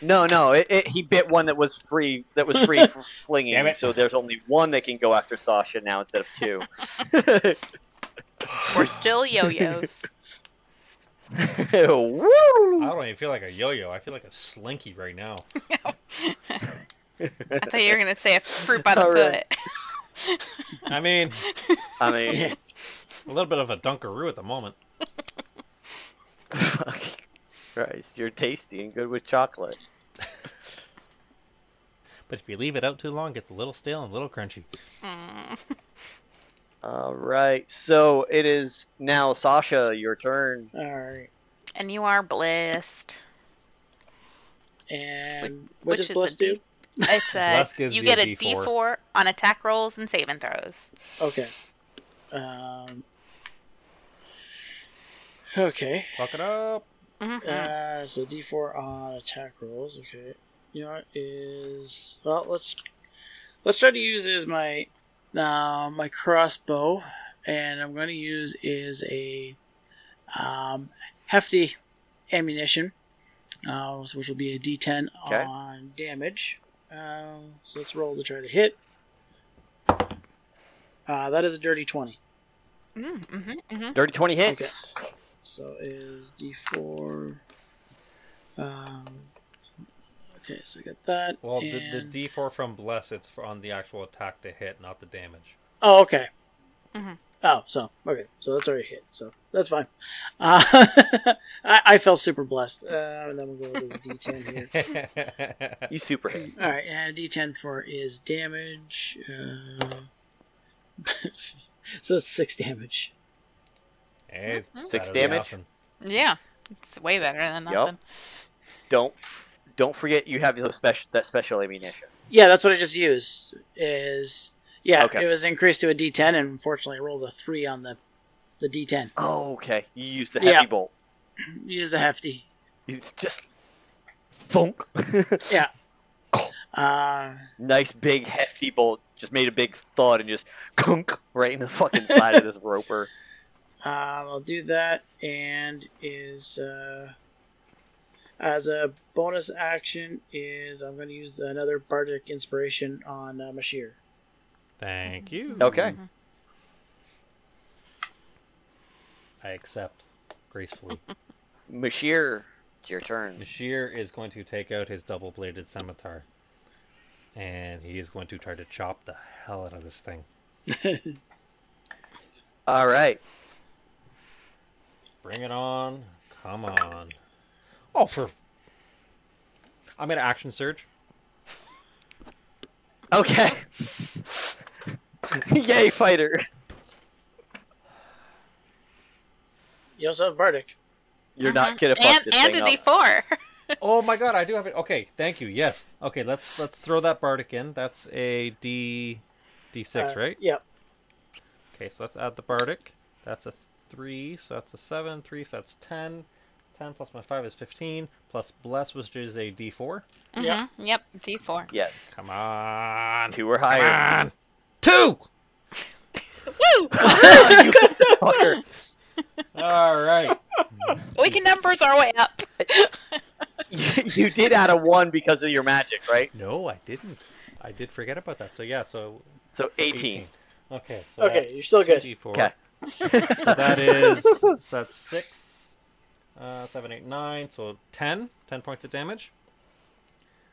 Speaker 1: No, no, it, it, he bit one that was free that was
Speaker 3: [LAUGHS]
Speaker 1: free for flinging.
Speaker 3: Damn it.
Speaker 1: So there's only one that can go after Sasha now instead of
Speaker 3: [LAUGHS]
Speaker 1: two. [LAUGHS]
Speaker 2: We're still yo-yos.
Speaker 1: Woo!
Speaker 3: I [LAUGHS] don't even feel like a yo-yo. I feel like a slinky right now.
Speaker 2: I thought you were gonna say a fruit by the
Speaker 1: All
Speaker 2: foot.
Speaker 1: right.
Speaker 3: I mean,
Speaker 1: I mean,
Speaker 3: a little bit of a dunkaroo at the moment.
Speaker 1: fucking [LAUGHS] Christ, you're tasty and good with chocolate.
Speaker 3: But if you leave it out too long, it gets a little stale and a little crunchy.
Speaker 2: Mm.
Speaker 1: All right, so it is now Sasha, your turn.
Speaker 4: All right.
Speaker 2: And you are blessed.
Speaker 4: And
Speaker 2: Which
Speaker 4: what does
Speaker 2: is
Speaker 4: Bliss
Speaker 2: a D-
Speaker 4: do?
Speaker 2: It's a you,
Speaker 3: Bless gives you a
Speaker 2: get a
Speaker 3: D4.
Speaker 2: D4 on attack rolls and saving throws.
Speaker 4: Okay. Um. Okay.
Speaker 3: Fuck it up.
Speaker 2: Mhm.
Speaker 4: Uh, so D4 on attack rolls. Okay. You know what is well. Let's let's try to use is my uh, my crossbow, and I'm going to use is a um, hefty ammunition. uh, so which will be a D10
Speaker 1: Okay.
Speaker 4: on damage. Um, so let's roll to try to hit. Uh, that is a dirty 20.
Speaker 2: Mm, mm-hmm, mm-hmm.
Speaker 1: Dirty 20 hits.
Speaker 4: So is D4. Um, okay, so I got that.
Speaker 3: Well, the,
Speaker 4: and-
Speaker 3: the D4 from Bless, it's for- on the actual attack to hit, not the damage. [LAUGHS]
Speaker 4: Oh, okay.
Speaker 2: Mhm.
Speaker 4: Oh, so okay, so that's already hit. So that's fine. Uh, [LAUGHS] I, I felt super blessed. Uh, and then we'll go with this D10 here.
Speaker 3: [LAUGHS]
Speaker 1: You super hit.
Speaker 4: All right, and D10 for is damage. Uh, [LAUGHS] so it's six damage.
Speaker 3: Hey, it's
Speaker 1: Six
Speaker 3: better than
Speaker 1: damage.
Speaker 3: nothing.
Speaker 2: Mm-hmm. Yeah, it's way better than
Speaker 1: Yup.
Speaker 2: nothing.
Speaker 1: Don't f- don't forget you have those special that special ammunition.
Speaker 4: Yeah, that's what I just used. Is yeah,
Speaker 1: Okay.
Speaker 4: it was increased to a D10, and unfortunately, I rolled a three on the the D10.
Speaker 1: Oh, okay. You use the heavy
Speaker 4: Yeah.
Speaker 1: bolt.
Speaker 4: Use the hefty.
Speaker 1: It's just thunk. [LAUGHS]
Speaker 4: Yeah. Uh,
Speaker 1: nice big hefty bolt. Just made a big thud and just kunk right in the fucking side of this roper.
Speaker 4: Um, I'll do that, and is uh, as a bonus action is I'm going to use another bardic inspiration on uh, Mashir.
Speaker 3: Thank you.
Speaker 1: Okay.
Speaker 3: Mm-hmm. I accept gracefully.
Speaker 1: Mashir, it's your turn.
Speaker 3: Mashir is going to take out his double bladed scimitar. And he is going to try to chop the hell out of this thing.
Speaker 1: All right.
Speaker 3: Bring it on. Come on. Oh, for. I'm going to action surge.
Speaker 1: Okay. [LAUGHS] Yay, fighter.
Speaker 4: You also have bardic.
Speaker 1: You're not gonna fuck
Speaker 2: Uh-huh. and
Speaker 1: this
Speaker 2: and
Speaker 1: thing
Speaker 2: a
Speaker 1: up.
Speaker 2: D four. [LAUGHS]
Speaker 3: Oh my god, I do have it. Okay, thank you. Yes. Okay, let's let's throw that bardic in. That's a D D6,
Speaker 4: Uh,
Speaker 3: right?
Speaker 4: Yep.
Speaker 3: Okay, so let's add the bardic. That's a three, so that's a seven. Three, so that's ten. Ten plus my five is fifteen. Plus bless, which is a D4.
Speaker 4: Yeah.
Speaker 2: Mhm, Yep, D four.
Speaker 1: Yes.
Speaker 3: Come on,
Speaker 1: Two or
Speaker 3: come
Speaker 1: higher.
Speaker 3: on, two.
Speaker 2: Woo!
Speaker 3: Ah.
Speaker 1: [LAUGHS] You fucker. [LAUGHS]
Speaker 3: All right.
Speaker 2: we can numbers our way up.
Speaker 1: You, you did add a one because of your magic, right?
Speaker 3: [LAUGHS] No, I didn't. I did forget about that. So yeah, so
Speaker 1: So 18.
Speaker 3: Okay. So
Speaker 4: Okay,
Speaker 3: that's
Speaker 4: you're still
Speaker 3: two
Speaker 4: good.
Speaker 3: D4.
Speaker 1: Okay.
Speaker 3: so that
Speaker 4: [LAUGHS]
Speaker 3: is so that's six, uh, seven, eight, nine. So ten. Ten points of damage.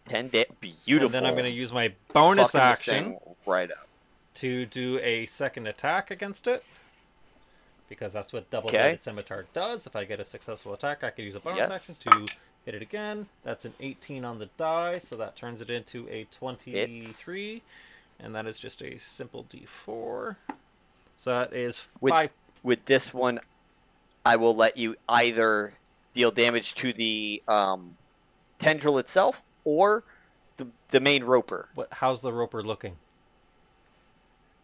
Speaker 1: 10 da- Beautiful.
Speaker 3: And then I'm going to use my bonus
Speaker 1: Fucking this
Speaker 3: action.
Speaker 1: thing Right up.
Speaker 3: to do a second attack against it because that's what double
Speaker 1: Okay.
Speaker 3: bladed scimitar does. If I get a successful attack, I could use a bonus
Speaker 1: Yes.
Speaker 3: action to hit it again. That's an 18 on the die, so that turns it into a 23, and that is just a simple d4. So that is
Speaker 1: With-
Speaker 3: five.
Speaker 1: With this one, I will let you either deal damage to the um, tendril itself or the, the main roper.
Speaker 3: What, how's the roper looking?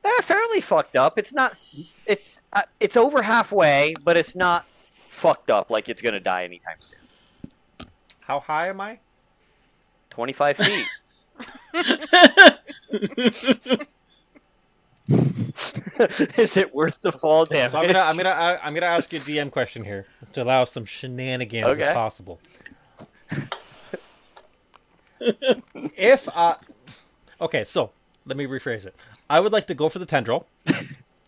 Speaker 1: Eh, fairly fucked up. It's not. s- It, uh, it's over halfway, but it's not fucked up like it's going to die anytime soon.
Speaker 3: How high am I?
Speaker 1: 25 feet. Is it worth the fall damage?
Speaker 3: So I'm
Speaker 1: [LAUGHS]
Speaker 3: gonna, I'm gonna, I- I'm gonna ask you a DM question here to allow some shenanigans
Speaker 1: Okay.
Speaker 3: if possible. if I, okay, so let me rephrase it. I would like to go for the tendril.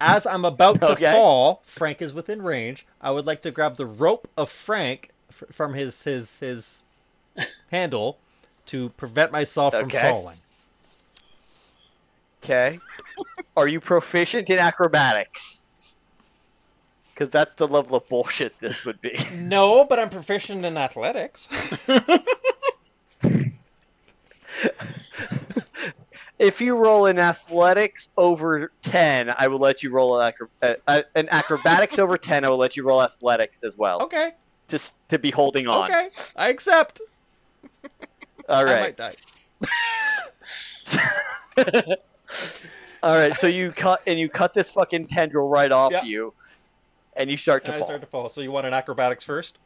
Speaker 3: As I'm about to
Speaker 1: Okay.
Speaker 3: fall, Frank is within range. I would like to grab the rope of Frank f- from his his his handle to prevent myself from
Speaker 1: Okay.
Speaker 3: falling.
Speaker 1: Okay. Are you proficient in acrobatics? Because that's the level of bullshit this would be.
Speaker 3: No, but I'm proficient in athletics. [LAUGHS]
Speaker 1: If you roll in athletics over 10, I will let you roll an, acro- uh, uh, an acrobatics over 10. I will let you roll athletics as well.
Speaker 3: okay,
Speaker 1: To, s- to be holding on.
Speaker 3: Oh. okay, I accept.
Speaker 1: All
Speaker 3: I
Speaker 1: right.
Speaker 3: might die.
Speaker 1: [LAUGHS] All right, so you cut and you cut this fucking tendril right off
Speaker 3: Yeah.
Speaker 1: you, and you start to
Speaker 3: I
Speaker 1: fall.
Speaker 3: start to fall. So you want an acrobatics first?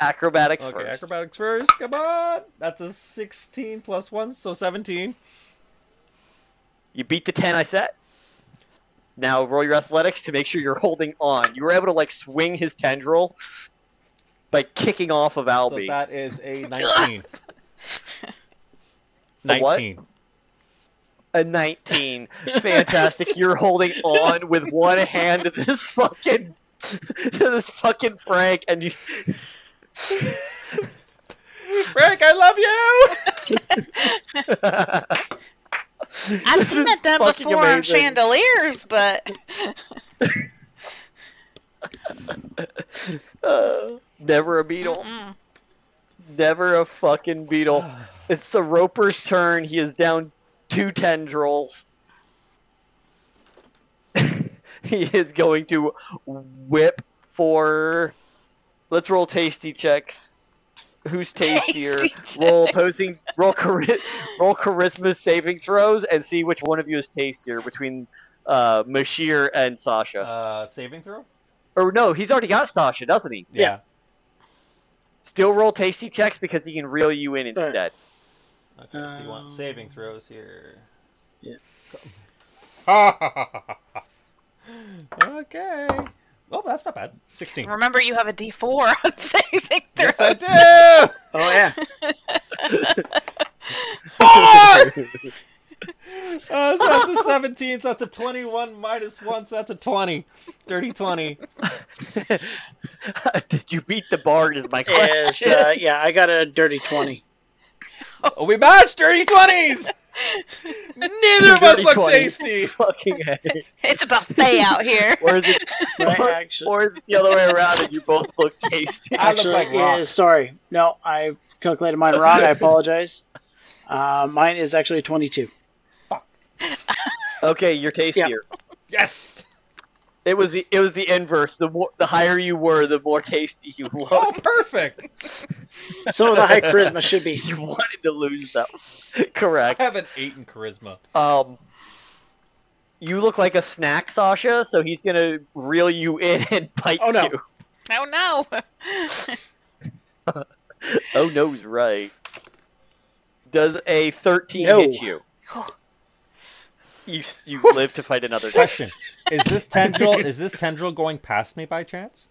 Speaker 1: Acrobatics
Speaker 3: Okay,
Speaker 1: first.
Speaker 3: acrobatics first. Come on. That's a 16 plus 1, so 17.
Speaker 1: you beat the ten I set. Now roll your athletics to make sure you're holding on. You were able to like swing his tendril by kicking off of
Speaker 3: So
Speaker 1: Albie.
Speaker 3: that is a
Speaker 1: [LAUGHS]
Speaker 3: 19.
Speaker 1: A what?
Speaker 3: 19.
Speaker 1: a 19. Fantastic. You're holding on with one hand to this fucking to this fucking Frank and you [LAUGHS]
Speaker 3: Frank, I love you!
Speaker 2: [LAUGHS] I've seen that done
Speaker 1: fucking
Speaker 2: before on
Speaker 1: amazing.
Speaker 2: chandeliers,
Speaker 1: [LAUGHS]
Speaker 2: but
Speaker 1: uh, never a beetle.
Speaker 2: Mm-mm.
Speaker 1: Never a fucking beetle. It's the roper's turn. He is down two tendrils. [LAUGHS] he is going to whip for. Let's roll tasty checks. Who's tastier?
Speaker 2: Tasty
Speaker 1: roll opposing, roll, chari- roll charisma saving throws, and see which one of you is tastier between uh, Mashir and Sasha.
Speaker 3: Uh, saving throw?
Speaker 1: or no, he's already got Sasha, doesn't he?
Speaker 4: Yeah.
Speaker 1: Still roll tasty checks because he can reel you in instead.
Speaker 3: Yeah. Okay, so you want
Speaker 4: Um,
Speaker 3: saving throws here.
Speaker 4: yeah.
Speaker 3: [LAUGHS] okay. Well, that's not bad. 16.
Speaker 2: remember you have a D4 [LAUGHS] on saving throw.
Speaker 3: Yes, I do!
Speaker 4: Oh yeah.
Speaker 3: Four! [LAUGHS] Uh, so that's a 17, so that's a 21 minus 1, so that's a 20. Dirty [LAUGHS] 20.
Speaker 1: [LAUGHS] Did you beat the bard? Is my question. [LAUGHS]
Speaker 4: Is, uh, yeah, I got a dirty twenty.
Speaker 3: Oh, we matched dirty 20s! Neither of us
Speaker 1: Dirty
Speaker 3: look
Speaker 1: 20s.
Speaker 3: tasty!
Speaker 1: Fucking A.
Speaker 2: It's a buffet out here.
Speaker 1: [LAUGHS] Or is it,
Speaker 4: Right,
Speaker 1: or,
Speaker 4: actually,
Speaker 1: or is it the other way around and you both look tasty? [LAUGHS]
Speaker 3: I look
Speaker 4: actually
Speaker 3: like rock.
Speaker 4: is sorry. No, I calculated mine wrong. I apologize. Uh, mine is actually twenty-two.
Speaker 1: Okay, you're tastier.
Speaker 3: Yes!
Speaker 1: It was the it was the inverse. The more the higher you were, the more tasty you looked.
Speaker 3: Oh, perfect!
Speaker 4: So the high charisma should
Speaker 1: [LAUGHS]
Speaker 4: be.
Speaker 1: you wanted to lose that. [LAUGHS] Correct.
Speaker 3: I have an 8 in charisma.
Speaker 1: Um, you look like a snack, Sasha. So he's gonna reel you in and bite
Speaker 4: Oh, no.
Speaker 1: you.
Speaker 2: Oh no.
Speaker 1: Oh no, he's right. Does a thirteen
Speaker 4: No.
Speaker 1: hit you? You s-
Speaker 3: [LAUGHS]
Speaker 1: you live to fight another day.
Speaker 3: Question: Is this tendril is this tendril going past me by chance?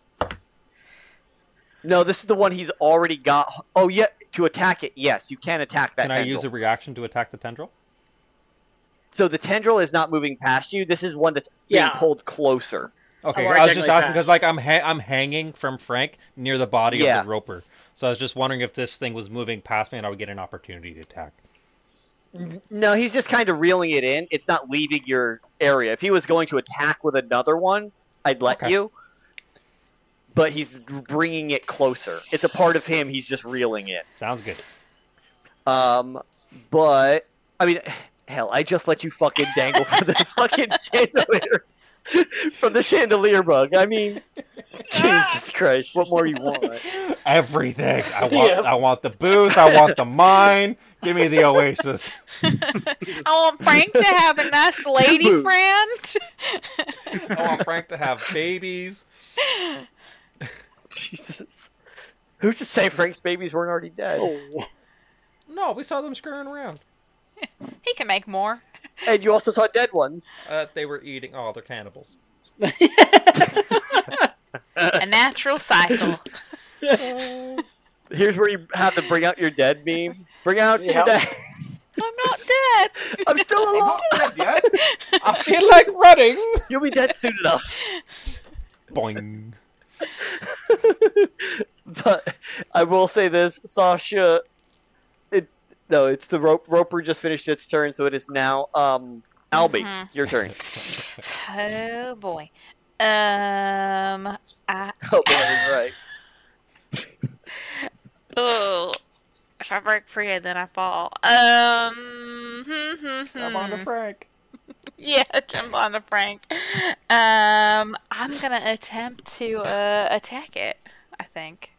Speaker 1: No, this is the one he's already got. Oh yeah, to attack it. Yes, you can attack that.
Speaker 3: Can I
Speaker 1: tendril.
Speaker 3: use a reaction to attack the tendril?
Speaker 1: So the tendril is not moving past you. This is one that's
Speaker 4: Yeah.
Speaker 1: being pulled closer.
Speaker 3: Okay,
Speaker 4: Or
Speaker 3: I was just
Speaker 4: technically
Speaker 3: asking because
Speaker 4: pass.
Speaker 3: like I'm ha- I'm hanging from Frank near the body
Speaker 1: Yeah.
Speaker 3: of the roper, so I was just wondering if this thing was moving past me and I would get an opportunity to attack.
Speaker 1: N- No, he's just kind of reeling it in. It's not leaving your area. If he was going to attack with another one, I'd let
Speaker 3: Okay.
Speaker 1: you. But he's bringing it closer. It's a part of him. He's just reeling it.
Speaker 3: Sounds [LAUGHS] good.
Speaker 1: Um, but I mean, hell, I just let you fucking dangle from the fucking chandelier, from the chandelier bug. I mean, Jesus Christ, what more you want?
Speaker 3: [LAUGHS] Everything I want,
Speaker 4: Yep.
Speaker 3: I want the booth, I want the mine. Give me the oasis.
Speaker 2: I want Frank to have a
Speaker 1: [LAUGHS]
Speaker 2: nice lady
Speaker 1: Boo.
Speaker 2: friend.
Speaker 3: [LAUGHS] I want Frank to have babies.
Speaker 1: Jesus, who's to say Frank's babies weren't already dead?
Speaker 4: Oh.
Speaker 3: No, we saw them scurrying around.
Speaker 2: He can make more.
Speaker 1: And you also saw dead ones.
Speaker 3: Uh, they were eating. Oh, they're cannibals.
Speaker 2: A
Speaker 1: [LAUGHS]
Speaker 2: natural cycle.
Speaker 1: Here's where you have to bring out your dead meme. Bring out
Speaker 4: Yeah.
Speaker 1: your dead. [LAUGHS]
Speaker 2: I'm not dead.
Speaker 1: I'm still alive.
Speaker 3: I feel like running.
Speaker 1: You'll be dead soon enough.
Speaker 3: Boing.
Speaker 1: But I will say this, Sasha. It no, it's the rope. Roper just finished its turn, so it is now um Albie,
Speaker 2: Mhm.
Speaker 1: your turn. [LAUGHS]
Speaker 2: Oh boy. Um. I,
Speaker 1: Oh boy, he's right.
Speaker 2: oh. If I break Priya, then I fall. Um. hmm, hmm,
Speaker 3: I'm on to
Speaker 2: hmm.
Speaker 3: Frank.
Speaker 2: [LAUGHS] Yeah, jump on the Frank. Um, I'm gonna attempt to uh, attack it. I think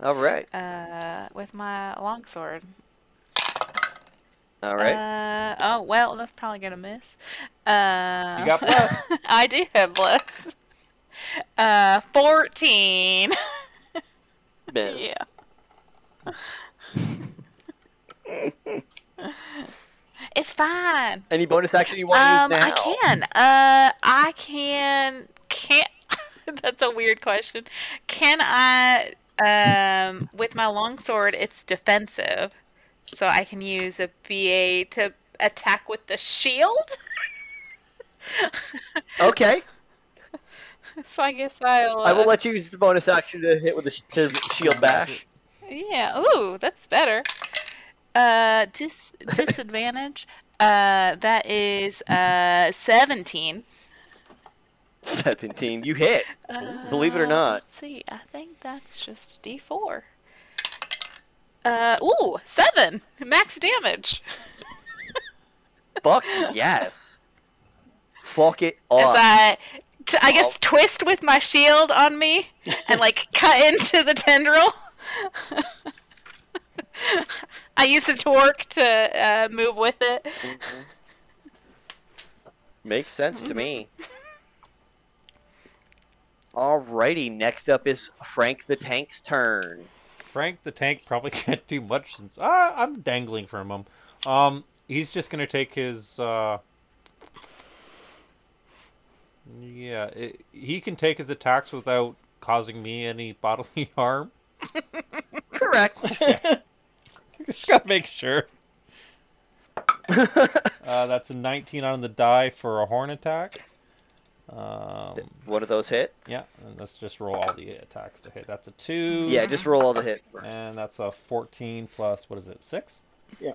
Speaker 1: All right,
Speaker 2: uh, with my longsword.
Speaker 1: all right.
Speaker 2: Uh, oh well, that's probably gonna miss. Uh,
Speaker 3: You got blessed.
Speaker 2: [LAUGHS] I do have bless. Uh, fourteen. [LAUGHS]
Speaker 1: Miss.
Speaker 2: Yeah. it's fine.
Speaker 1: Any bonus action you want
Speaker 2: Um,
Speaker 1: to use now?
Speaker 2: I can. Uh, [LAUGHS] I can. Can't. That's a weird question. Can I Um, with my longsword, it's defensive, so I can use a BA to attack with the shield. [LAUGHS]
Speaker 1: Okay,
Speaker 2: so I guess I'll.
Speaker 1: I will
Speaker 2: uh,
Speaker 1: let you use the bonus action to hit with the sh- to shield bash.
Speaker 2: Yeah. Ooh, that's better. Uh, dis- disadvantage. Uh, that is uh seventeen.
Speaker 1: [LAUGHS] Seventeen, you [LAUGHS] hit. Believe it or
Speaker 2: Uh,
Speaker 1: not.
Speaker 2: Let's see. I think that's just D four. Uh, ooh, seven max damage.
Speaker 1: Fuck yes. Fuck it
Speaker 2: As
Speaker 1: off.
Speaker 2: I, t- I
Speaker 1: Wow.
Speaker 2: guess, twist with my shield on me
Speaker 1: [LAUGHS]
Speaker 2: and like cut into the tendril. [LAUGHS] I use a torque to uh, move with it.
Speaker 1: Mm-hmm. Makes sense to me. [LAUGHS] Alrighty, next up is Frank the Tank's turn.
Speaker 3: Frank the tank probably [LAUGHS] can't do much since ah, I'm dangling from him. Um, he's just gonna take his. Uh, yeah, it, he can take his attacks without causing me any [LAUGHS] bodily harm.
Speaker 1: Correct.
Speaker 3: just gotta make sure. Uh, that's a 19 on the die for a horn attack. Um,
Speaker 1: [LAUGHS] One of those hits.
Speaker 3: yeah, and let's just roll all the attacks to hit. That's a two.
Speaker 1: Yeah, just roll all the hits first.
Speaker 3: And that's a 14 plus, what is it, six?
Speaker 4: Yeah.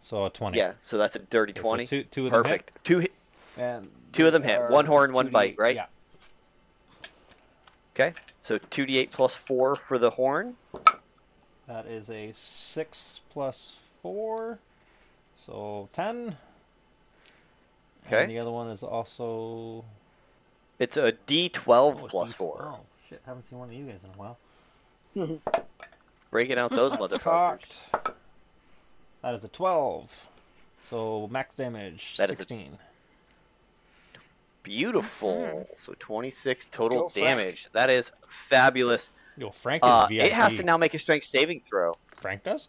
Speaker 3: So a 20.
Speaker 1: Yeah, so that's a dirty
Speaker 3: So
Speaker 1: twenty.
Speaker 3: two, two of them hit.
Speaker 1: Perfect. Two hit.
Speaker 3: And
Speaker 1: Two of them hit.
Speaker 3: are
Speaker 1: One horn, one
Speaker 3: 2d8
Speaker 1: bite, right?
Speaker 3: Yeah.
Speaker 1: Okay, so two d eight plus four for the horn.
Speaker 3: That is a 6 plus 4. So 10.
Speaker 1: Okay.
Speaker 3: And the other one is also.
Speaker 1: It's a d twelve
Speaker 3: oh, a
Speaker 1: plus
Speaker 3: D12.
Speaker 1: four.
Speaker 3: Oh, shit. Haven't seen one of you guys in a while.
Speaker 1: Breaking out
Speaker 3: [LAUGHS]
Speaker 1: those motherfuckers.
Speaker 3: Cocked. That is a 12. So max damage,
Speaker 1: That is a-
Speaker 3: 16.
Speaker 1: Beautiful. So twenty six total
Speaker 4: Go, Frank.
Speaker 1: damage. That is fabulous.
Speaker 3: Yo, Frank is
Speaker 1: Uh,
Speaker 3: VIP.
Speaker 1: it has to now make a strength saving throw.
Speaker 3: Frank does?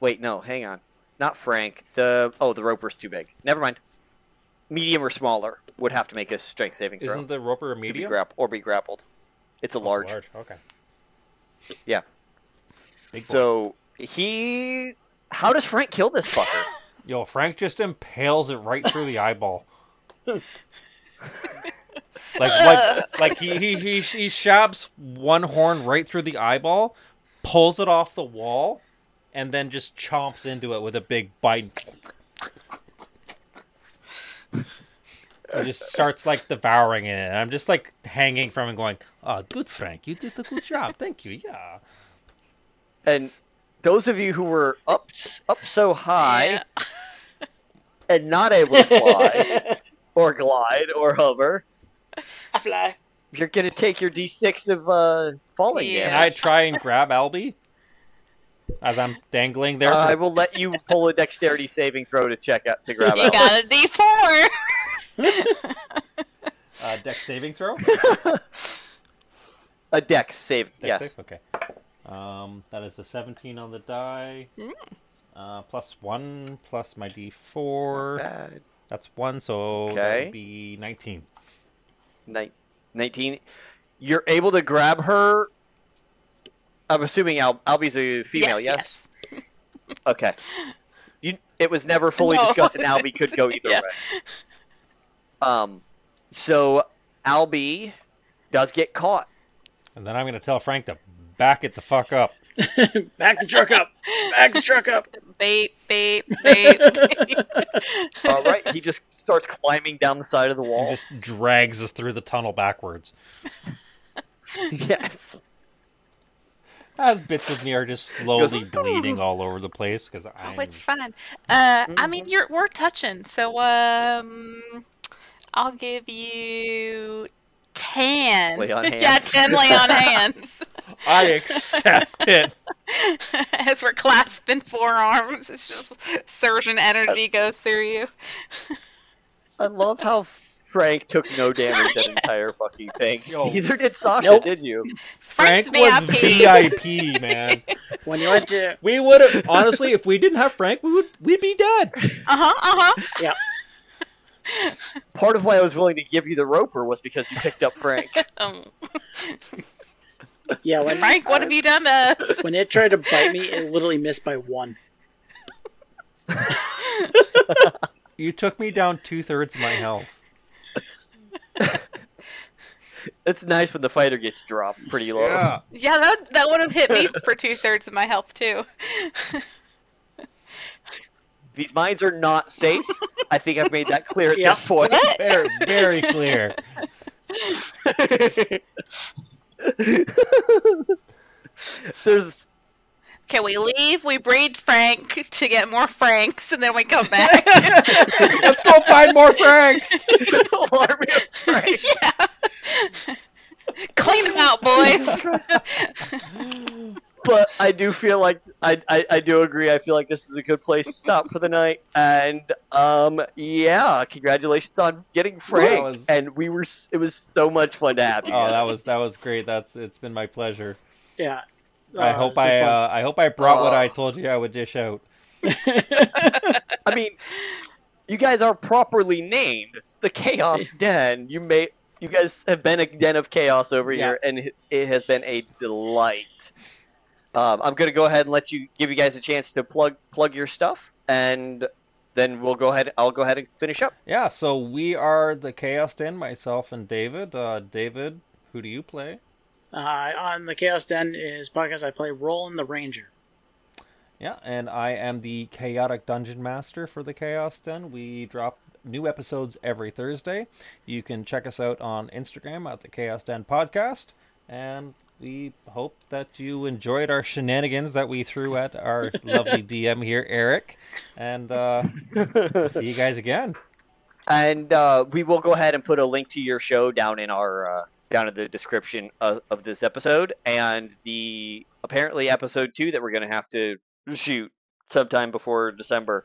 Speaker 1: Wait, no, hang on. Not Frank. The oh, the roper's too big. Never mind. Medium or smaller would have to make a strength saving throw
Speaker 3: Isn't the roper a
Speaker 1: to be
Speaker 3: medium?
Speaker 1: grap- or be grappled. It's a
Speaker 3: Oh, it's
Speaker 1: large.
Speaker 3: large. Okay.
Speaker 1: Yeah.
Speaker 3: Big boy.
Speaker 1: So he, how does Frank kill this
Speaker 3: [LAUGHS]
Speaker 1: fucker?
Speaker 3: Yo, Frank just impales it right through the eyeball. like, like, like he, he, he, he shabs one horn right through the eyeball, pulls it off the wall, and then just chomps into it with a big bite. He just starts like devouring it, and I'm just like hanging from him, going, "Oh, good, Frank, you did a good job. Thank you. Yeah,
Speaker 1: and those of you who were up up so high
Speaker 2: Yeah.
Speaker 1: and not able to
Speaker 3: [LAUGHS]
Speaker 1: fly or glide or hover,
Speaker 4: I fly.
Speaker 1: you're gonna take your d6 of uh, falling
Speaker 2: Yeah.
Speaker 3: Can
Speaker 1: damage.
Speaker 3: I try and grab Albie as I'm dangling there?
Speaker 1: Uh,
Speaker 3: for
Speaker 1: I will let you pull a dexterity saving throw to check out to grab
Speaker 2: You
Speaker 1: out.
Speaker 2: got a D four.
Speaker 3: Uh, deck
Speaker 1: [LAUGHS]
Speaker 3: saving throw?
Speaker 1: a dex save. yes.
Speaker 3: Dex save? Okay. Um, that is a 17 on the die.
Speaker 2: Hmm.
Speaker 3: Uh, plus 1 plus my d4.
Speaker 1: Bad.
Speaker 3: That's 1, so that
Speaker 1: Okay.
Speaker 3: would be 19.
Speaker 1: Nine- 19. You're able to grab her. I'm assuming Al- Albie's a female, yes? Okay. You, it was never fully
Speaker 2: No, it
Speaker 1: discussed, and
Speaker 2: wasn't.
Speaker 1: Albie could
Speaker 2: [LAUGHS]
Speaker 1: go either
Speaker 2: Yeah.
Speaker 1: way. Um, so Albie does get caught.
Speaker 3: And then I'm going to tell Frank to back it the fuck up.
Speaker 4: [LAUGHS] Back the truck up. Back the truck up.
Speaker 2: Beep beep beep.
Speaker 1: All right, he just starts climbing down the side of
Speaker 3: [LAUGHS]
Speaker 1: the
Speaker 3: And
Speaker 1: wall.
Speaker 3: just drags us through the tunnel backwards.
Speaker 1: [LAUGHS] Yes.
Speaker 3: As bits of me are just slowly bleeding all over the place because
Speaker 2: oh,
Speaker 3: I'm.
Speaker 2: it's fine. Uh, I mean,
Speaker 1: Mm-hmm.
Speaker 2: you're we're touching, so um, I'll give you ten.
Speaker 1: Lay on
Speaker 2: [LAUGHS] yeah,
Speaker 1: hands.
Speaker 2: ten
Speaker 1: [LAUGHS]
Speaker 2: lay on hands
Speaker 3: [LAUGHS]
Speaker 2: [LAUGHS]
Speaker 3: I accept it.
Speaker 2: as we're clasping forearms. It's just surgeon
Speaker 1: Uh,
Speaker 2: energy goes through you.
Speaker 1: I love how Frank took no damage that entire fucking thing.
Speaker 3: Yo.
Speaker 1: Neither did Sasha,
Speaker 4: Nope.
Speaker 1: did you?
Speaker 2: [LAUGHS] Frank's
Speaker 3: Frank was
Speaker 2: VIP.
Speaker 3: VIP, man.
Speaker 4: When you went to
Speaker 3: We would have honestly, if we didn't have Frank, we would we'd be dead.
Speaker 2: Uh huh. Uh huh.
Speaker 1: Part of why I was willing to give you the roper was because you picked up Frank.
Speaker 2: Um,
Speaker 4: Yeah, when
Speaker 2: Frank, what have you done to us? [LAUGHS]
Speaker 4: when it tried to bite me, it literally missed by one.
Speaker 3: You took me down two thirds of my health.
Speaker 1: It's nice when the fighter gets dropped pretty low.
Speaker 5: Yeah.
Speaker 2: Yeah, that that would have hit
Speaker 1: [LAUGHS]
Speaker 2: me for two thirds of my health too.
Speaker 1: These mines are not safe. I think I've made that clear at
Speaker 4: Yep.
Speaker 1: this point.
Speaker 3: Very, very clear.
Speaker 1: [LAUGHS] There's [LAUGHS]
Speaker 2: Can we leave? We breed Frank to get more Franks, and then we come
Speaker 1: [LAUGHS]
Speaker 2: back.
Speaker 5: Let's go find more Franks.
Speaker 1: an army of Franks.
Speaker 2: yeah. Clean them out, boys.
Speaker 1: but I do feel like I, I I do agree. I feel like this is a good place to stop for the night. And um, yeah, congratulations on getting Frank.
Speaker 3: was-
Speaker 1: And we were s- it was so much fun to have you.
Speaker 3: Oh, that was that was great. That's it's been my pleasure.
Speaker 4: Yeah.
Speaker 3: I
Speaker 5: Ah,
Speaker 4: Uh, it's
Speaker 3: hope
Speaker 4: been
Speaker 3: I
Speaker 4: fun.
Speaker 3: uh, I hope I brought what
Speaker 1: Oh.
Speaker 3: I told you I would dish out.
Speaker 1: I mean, you guys are properly named the
Speaker 3: [LAUGHS]
Speaker 1: Chaos Den. You may you guys have been a den of chaos over
Speaker 5: Yeah.
Speaker 1: here, and it- it has been a delight. Um, I'm gonna go ahead and let you give you guys a chance to plug plug your stuff, and then we'll go ahead. I'll go ahead and finish up.
Speaker 3: Yeah, so we are the Chaos Den, myself and David. Uh, David, who do you play?
Speaker 4: Uh, on the Chaos Den is podcast. I play Roland the Ranger.
Speaker 3: Yeah, and I am the Chaotic Dungeon Master for the Chaos Den. We drop new episodes every Thursday. You can check us out on Instagram at the Chaos Den Podcast. And we hope that you enjoyed our shenanigans that we threw at our lovely DM here, Eric. And uh, see you guys again.
Speaker 1: and uh, we will go ahead and put a link to your show down in our uh, down in the description of, of this episode and the apparently episode two that we're going to have to shoot sometime before december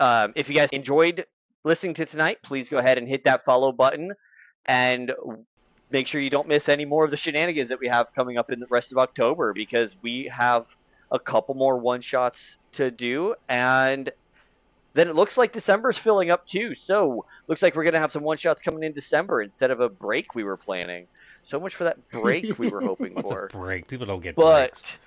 Speaker 1: um, if you guys enjoyed listening to tonight please go ahead and hit that follow button and make sure you don't miss any more of the shenanigans that we have coming up in the rest of october because we have a couple more one shots to do and then it looks like December's filling up too. So looks like we're gonna have some one shots coming in December instead of a break we were planning. So much for that break we were hoping
Speaker 3: [LAUGHS] What's
Speaker 1: for
Speaker 3: a break? People don't get breaks.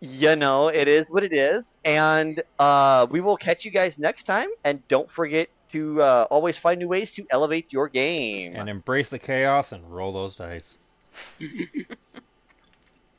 Speaker 1: but you know it is what it is and uh, we will catch you guys next time and don't forget to uh, always find new ways to elevate your game
Speaker 3: And embrace the chaos and roll those dice.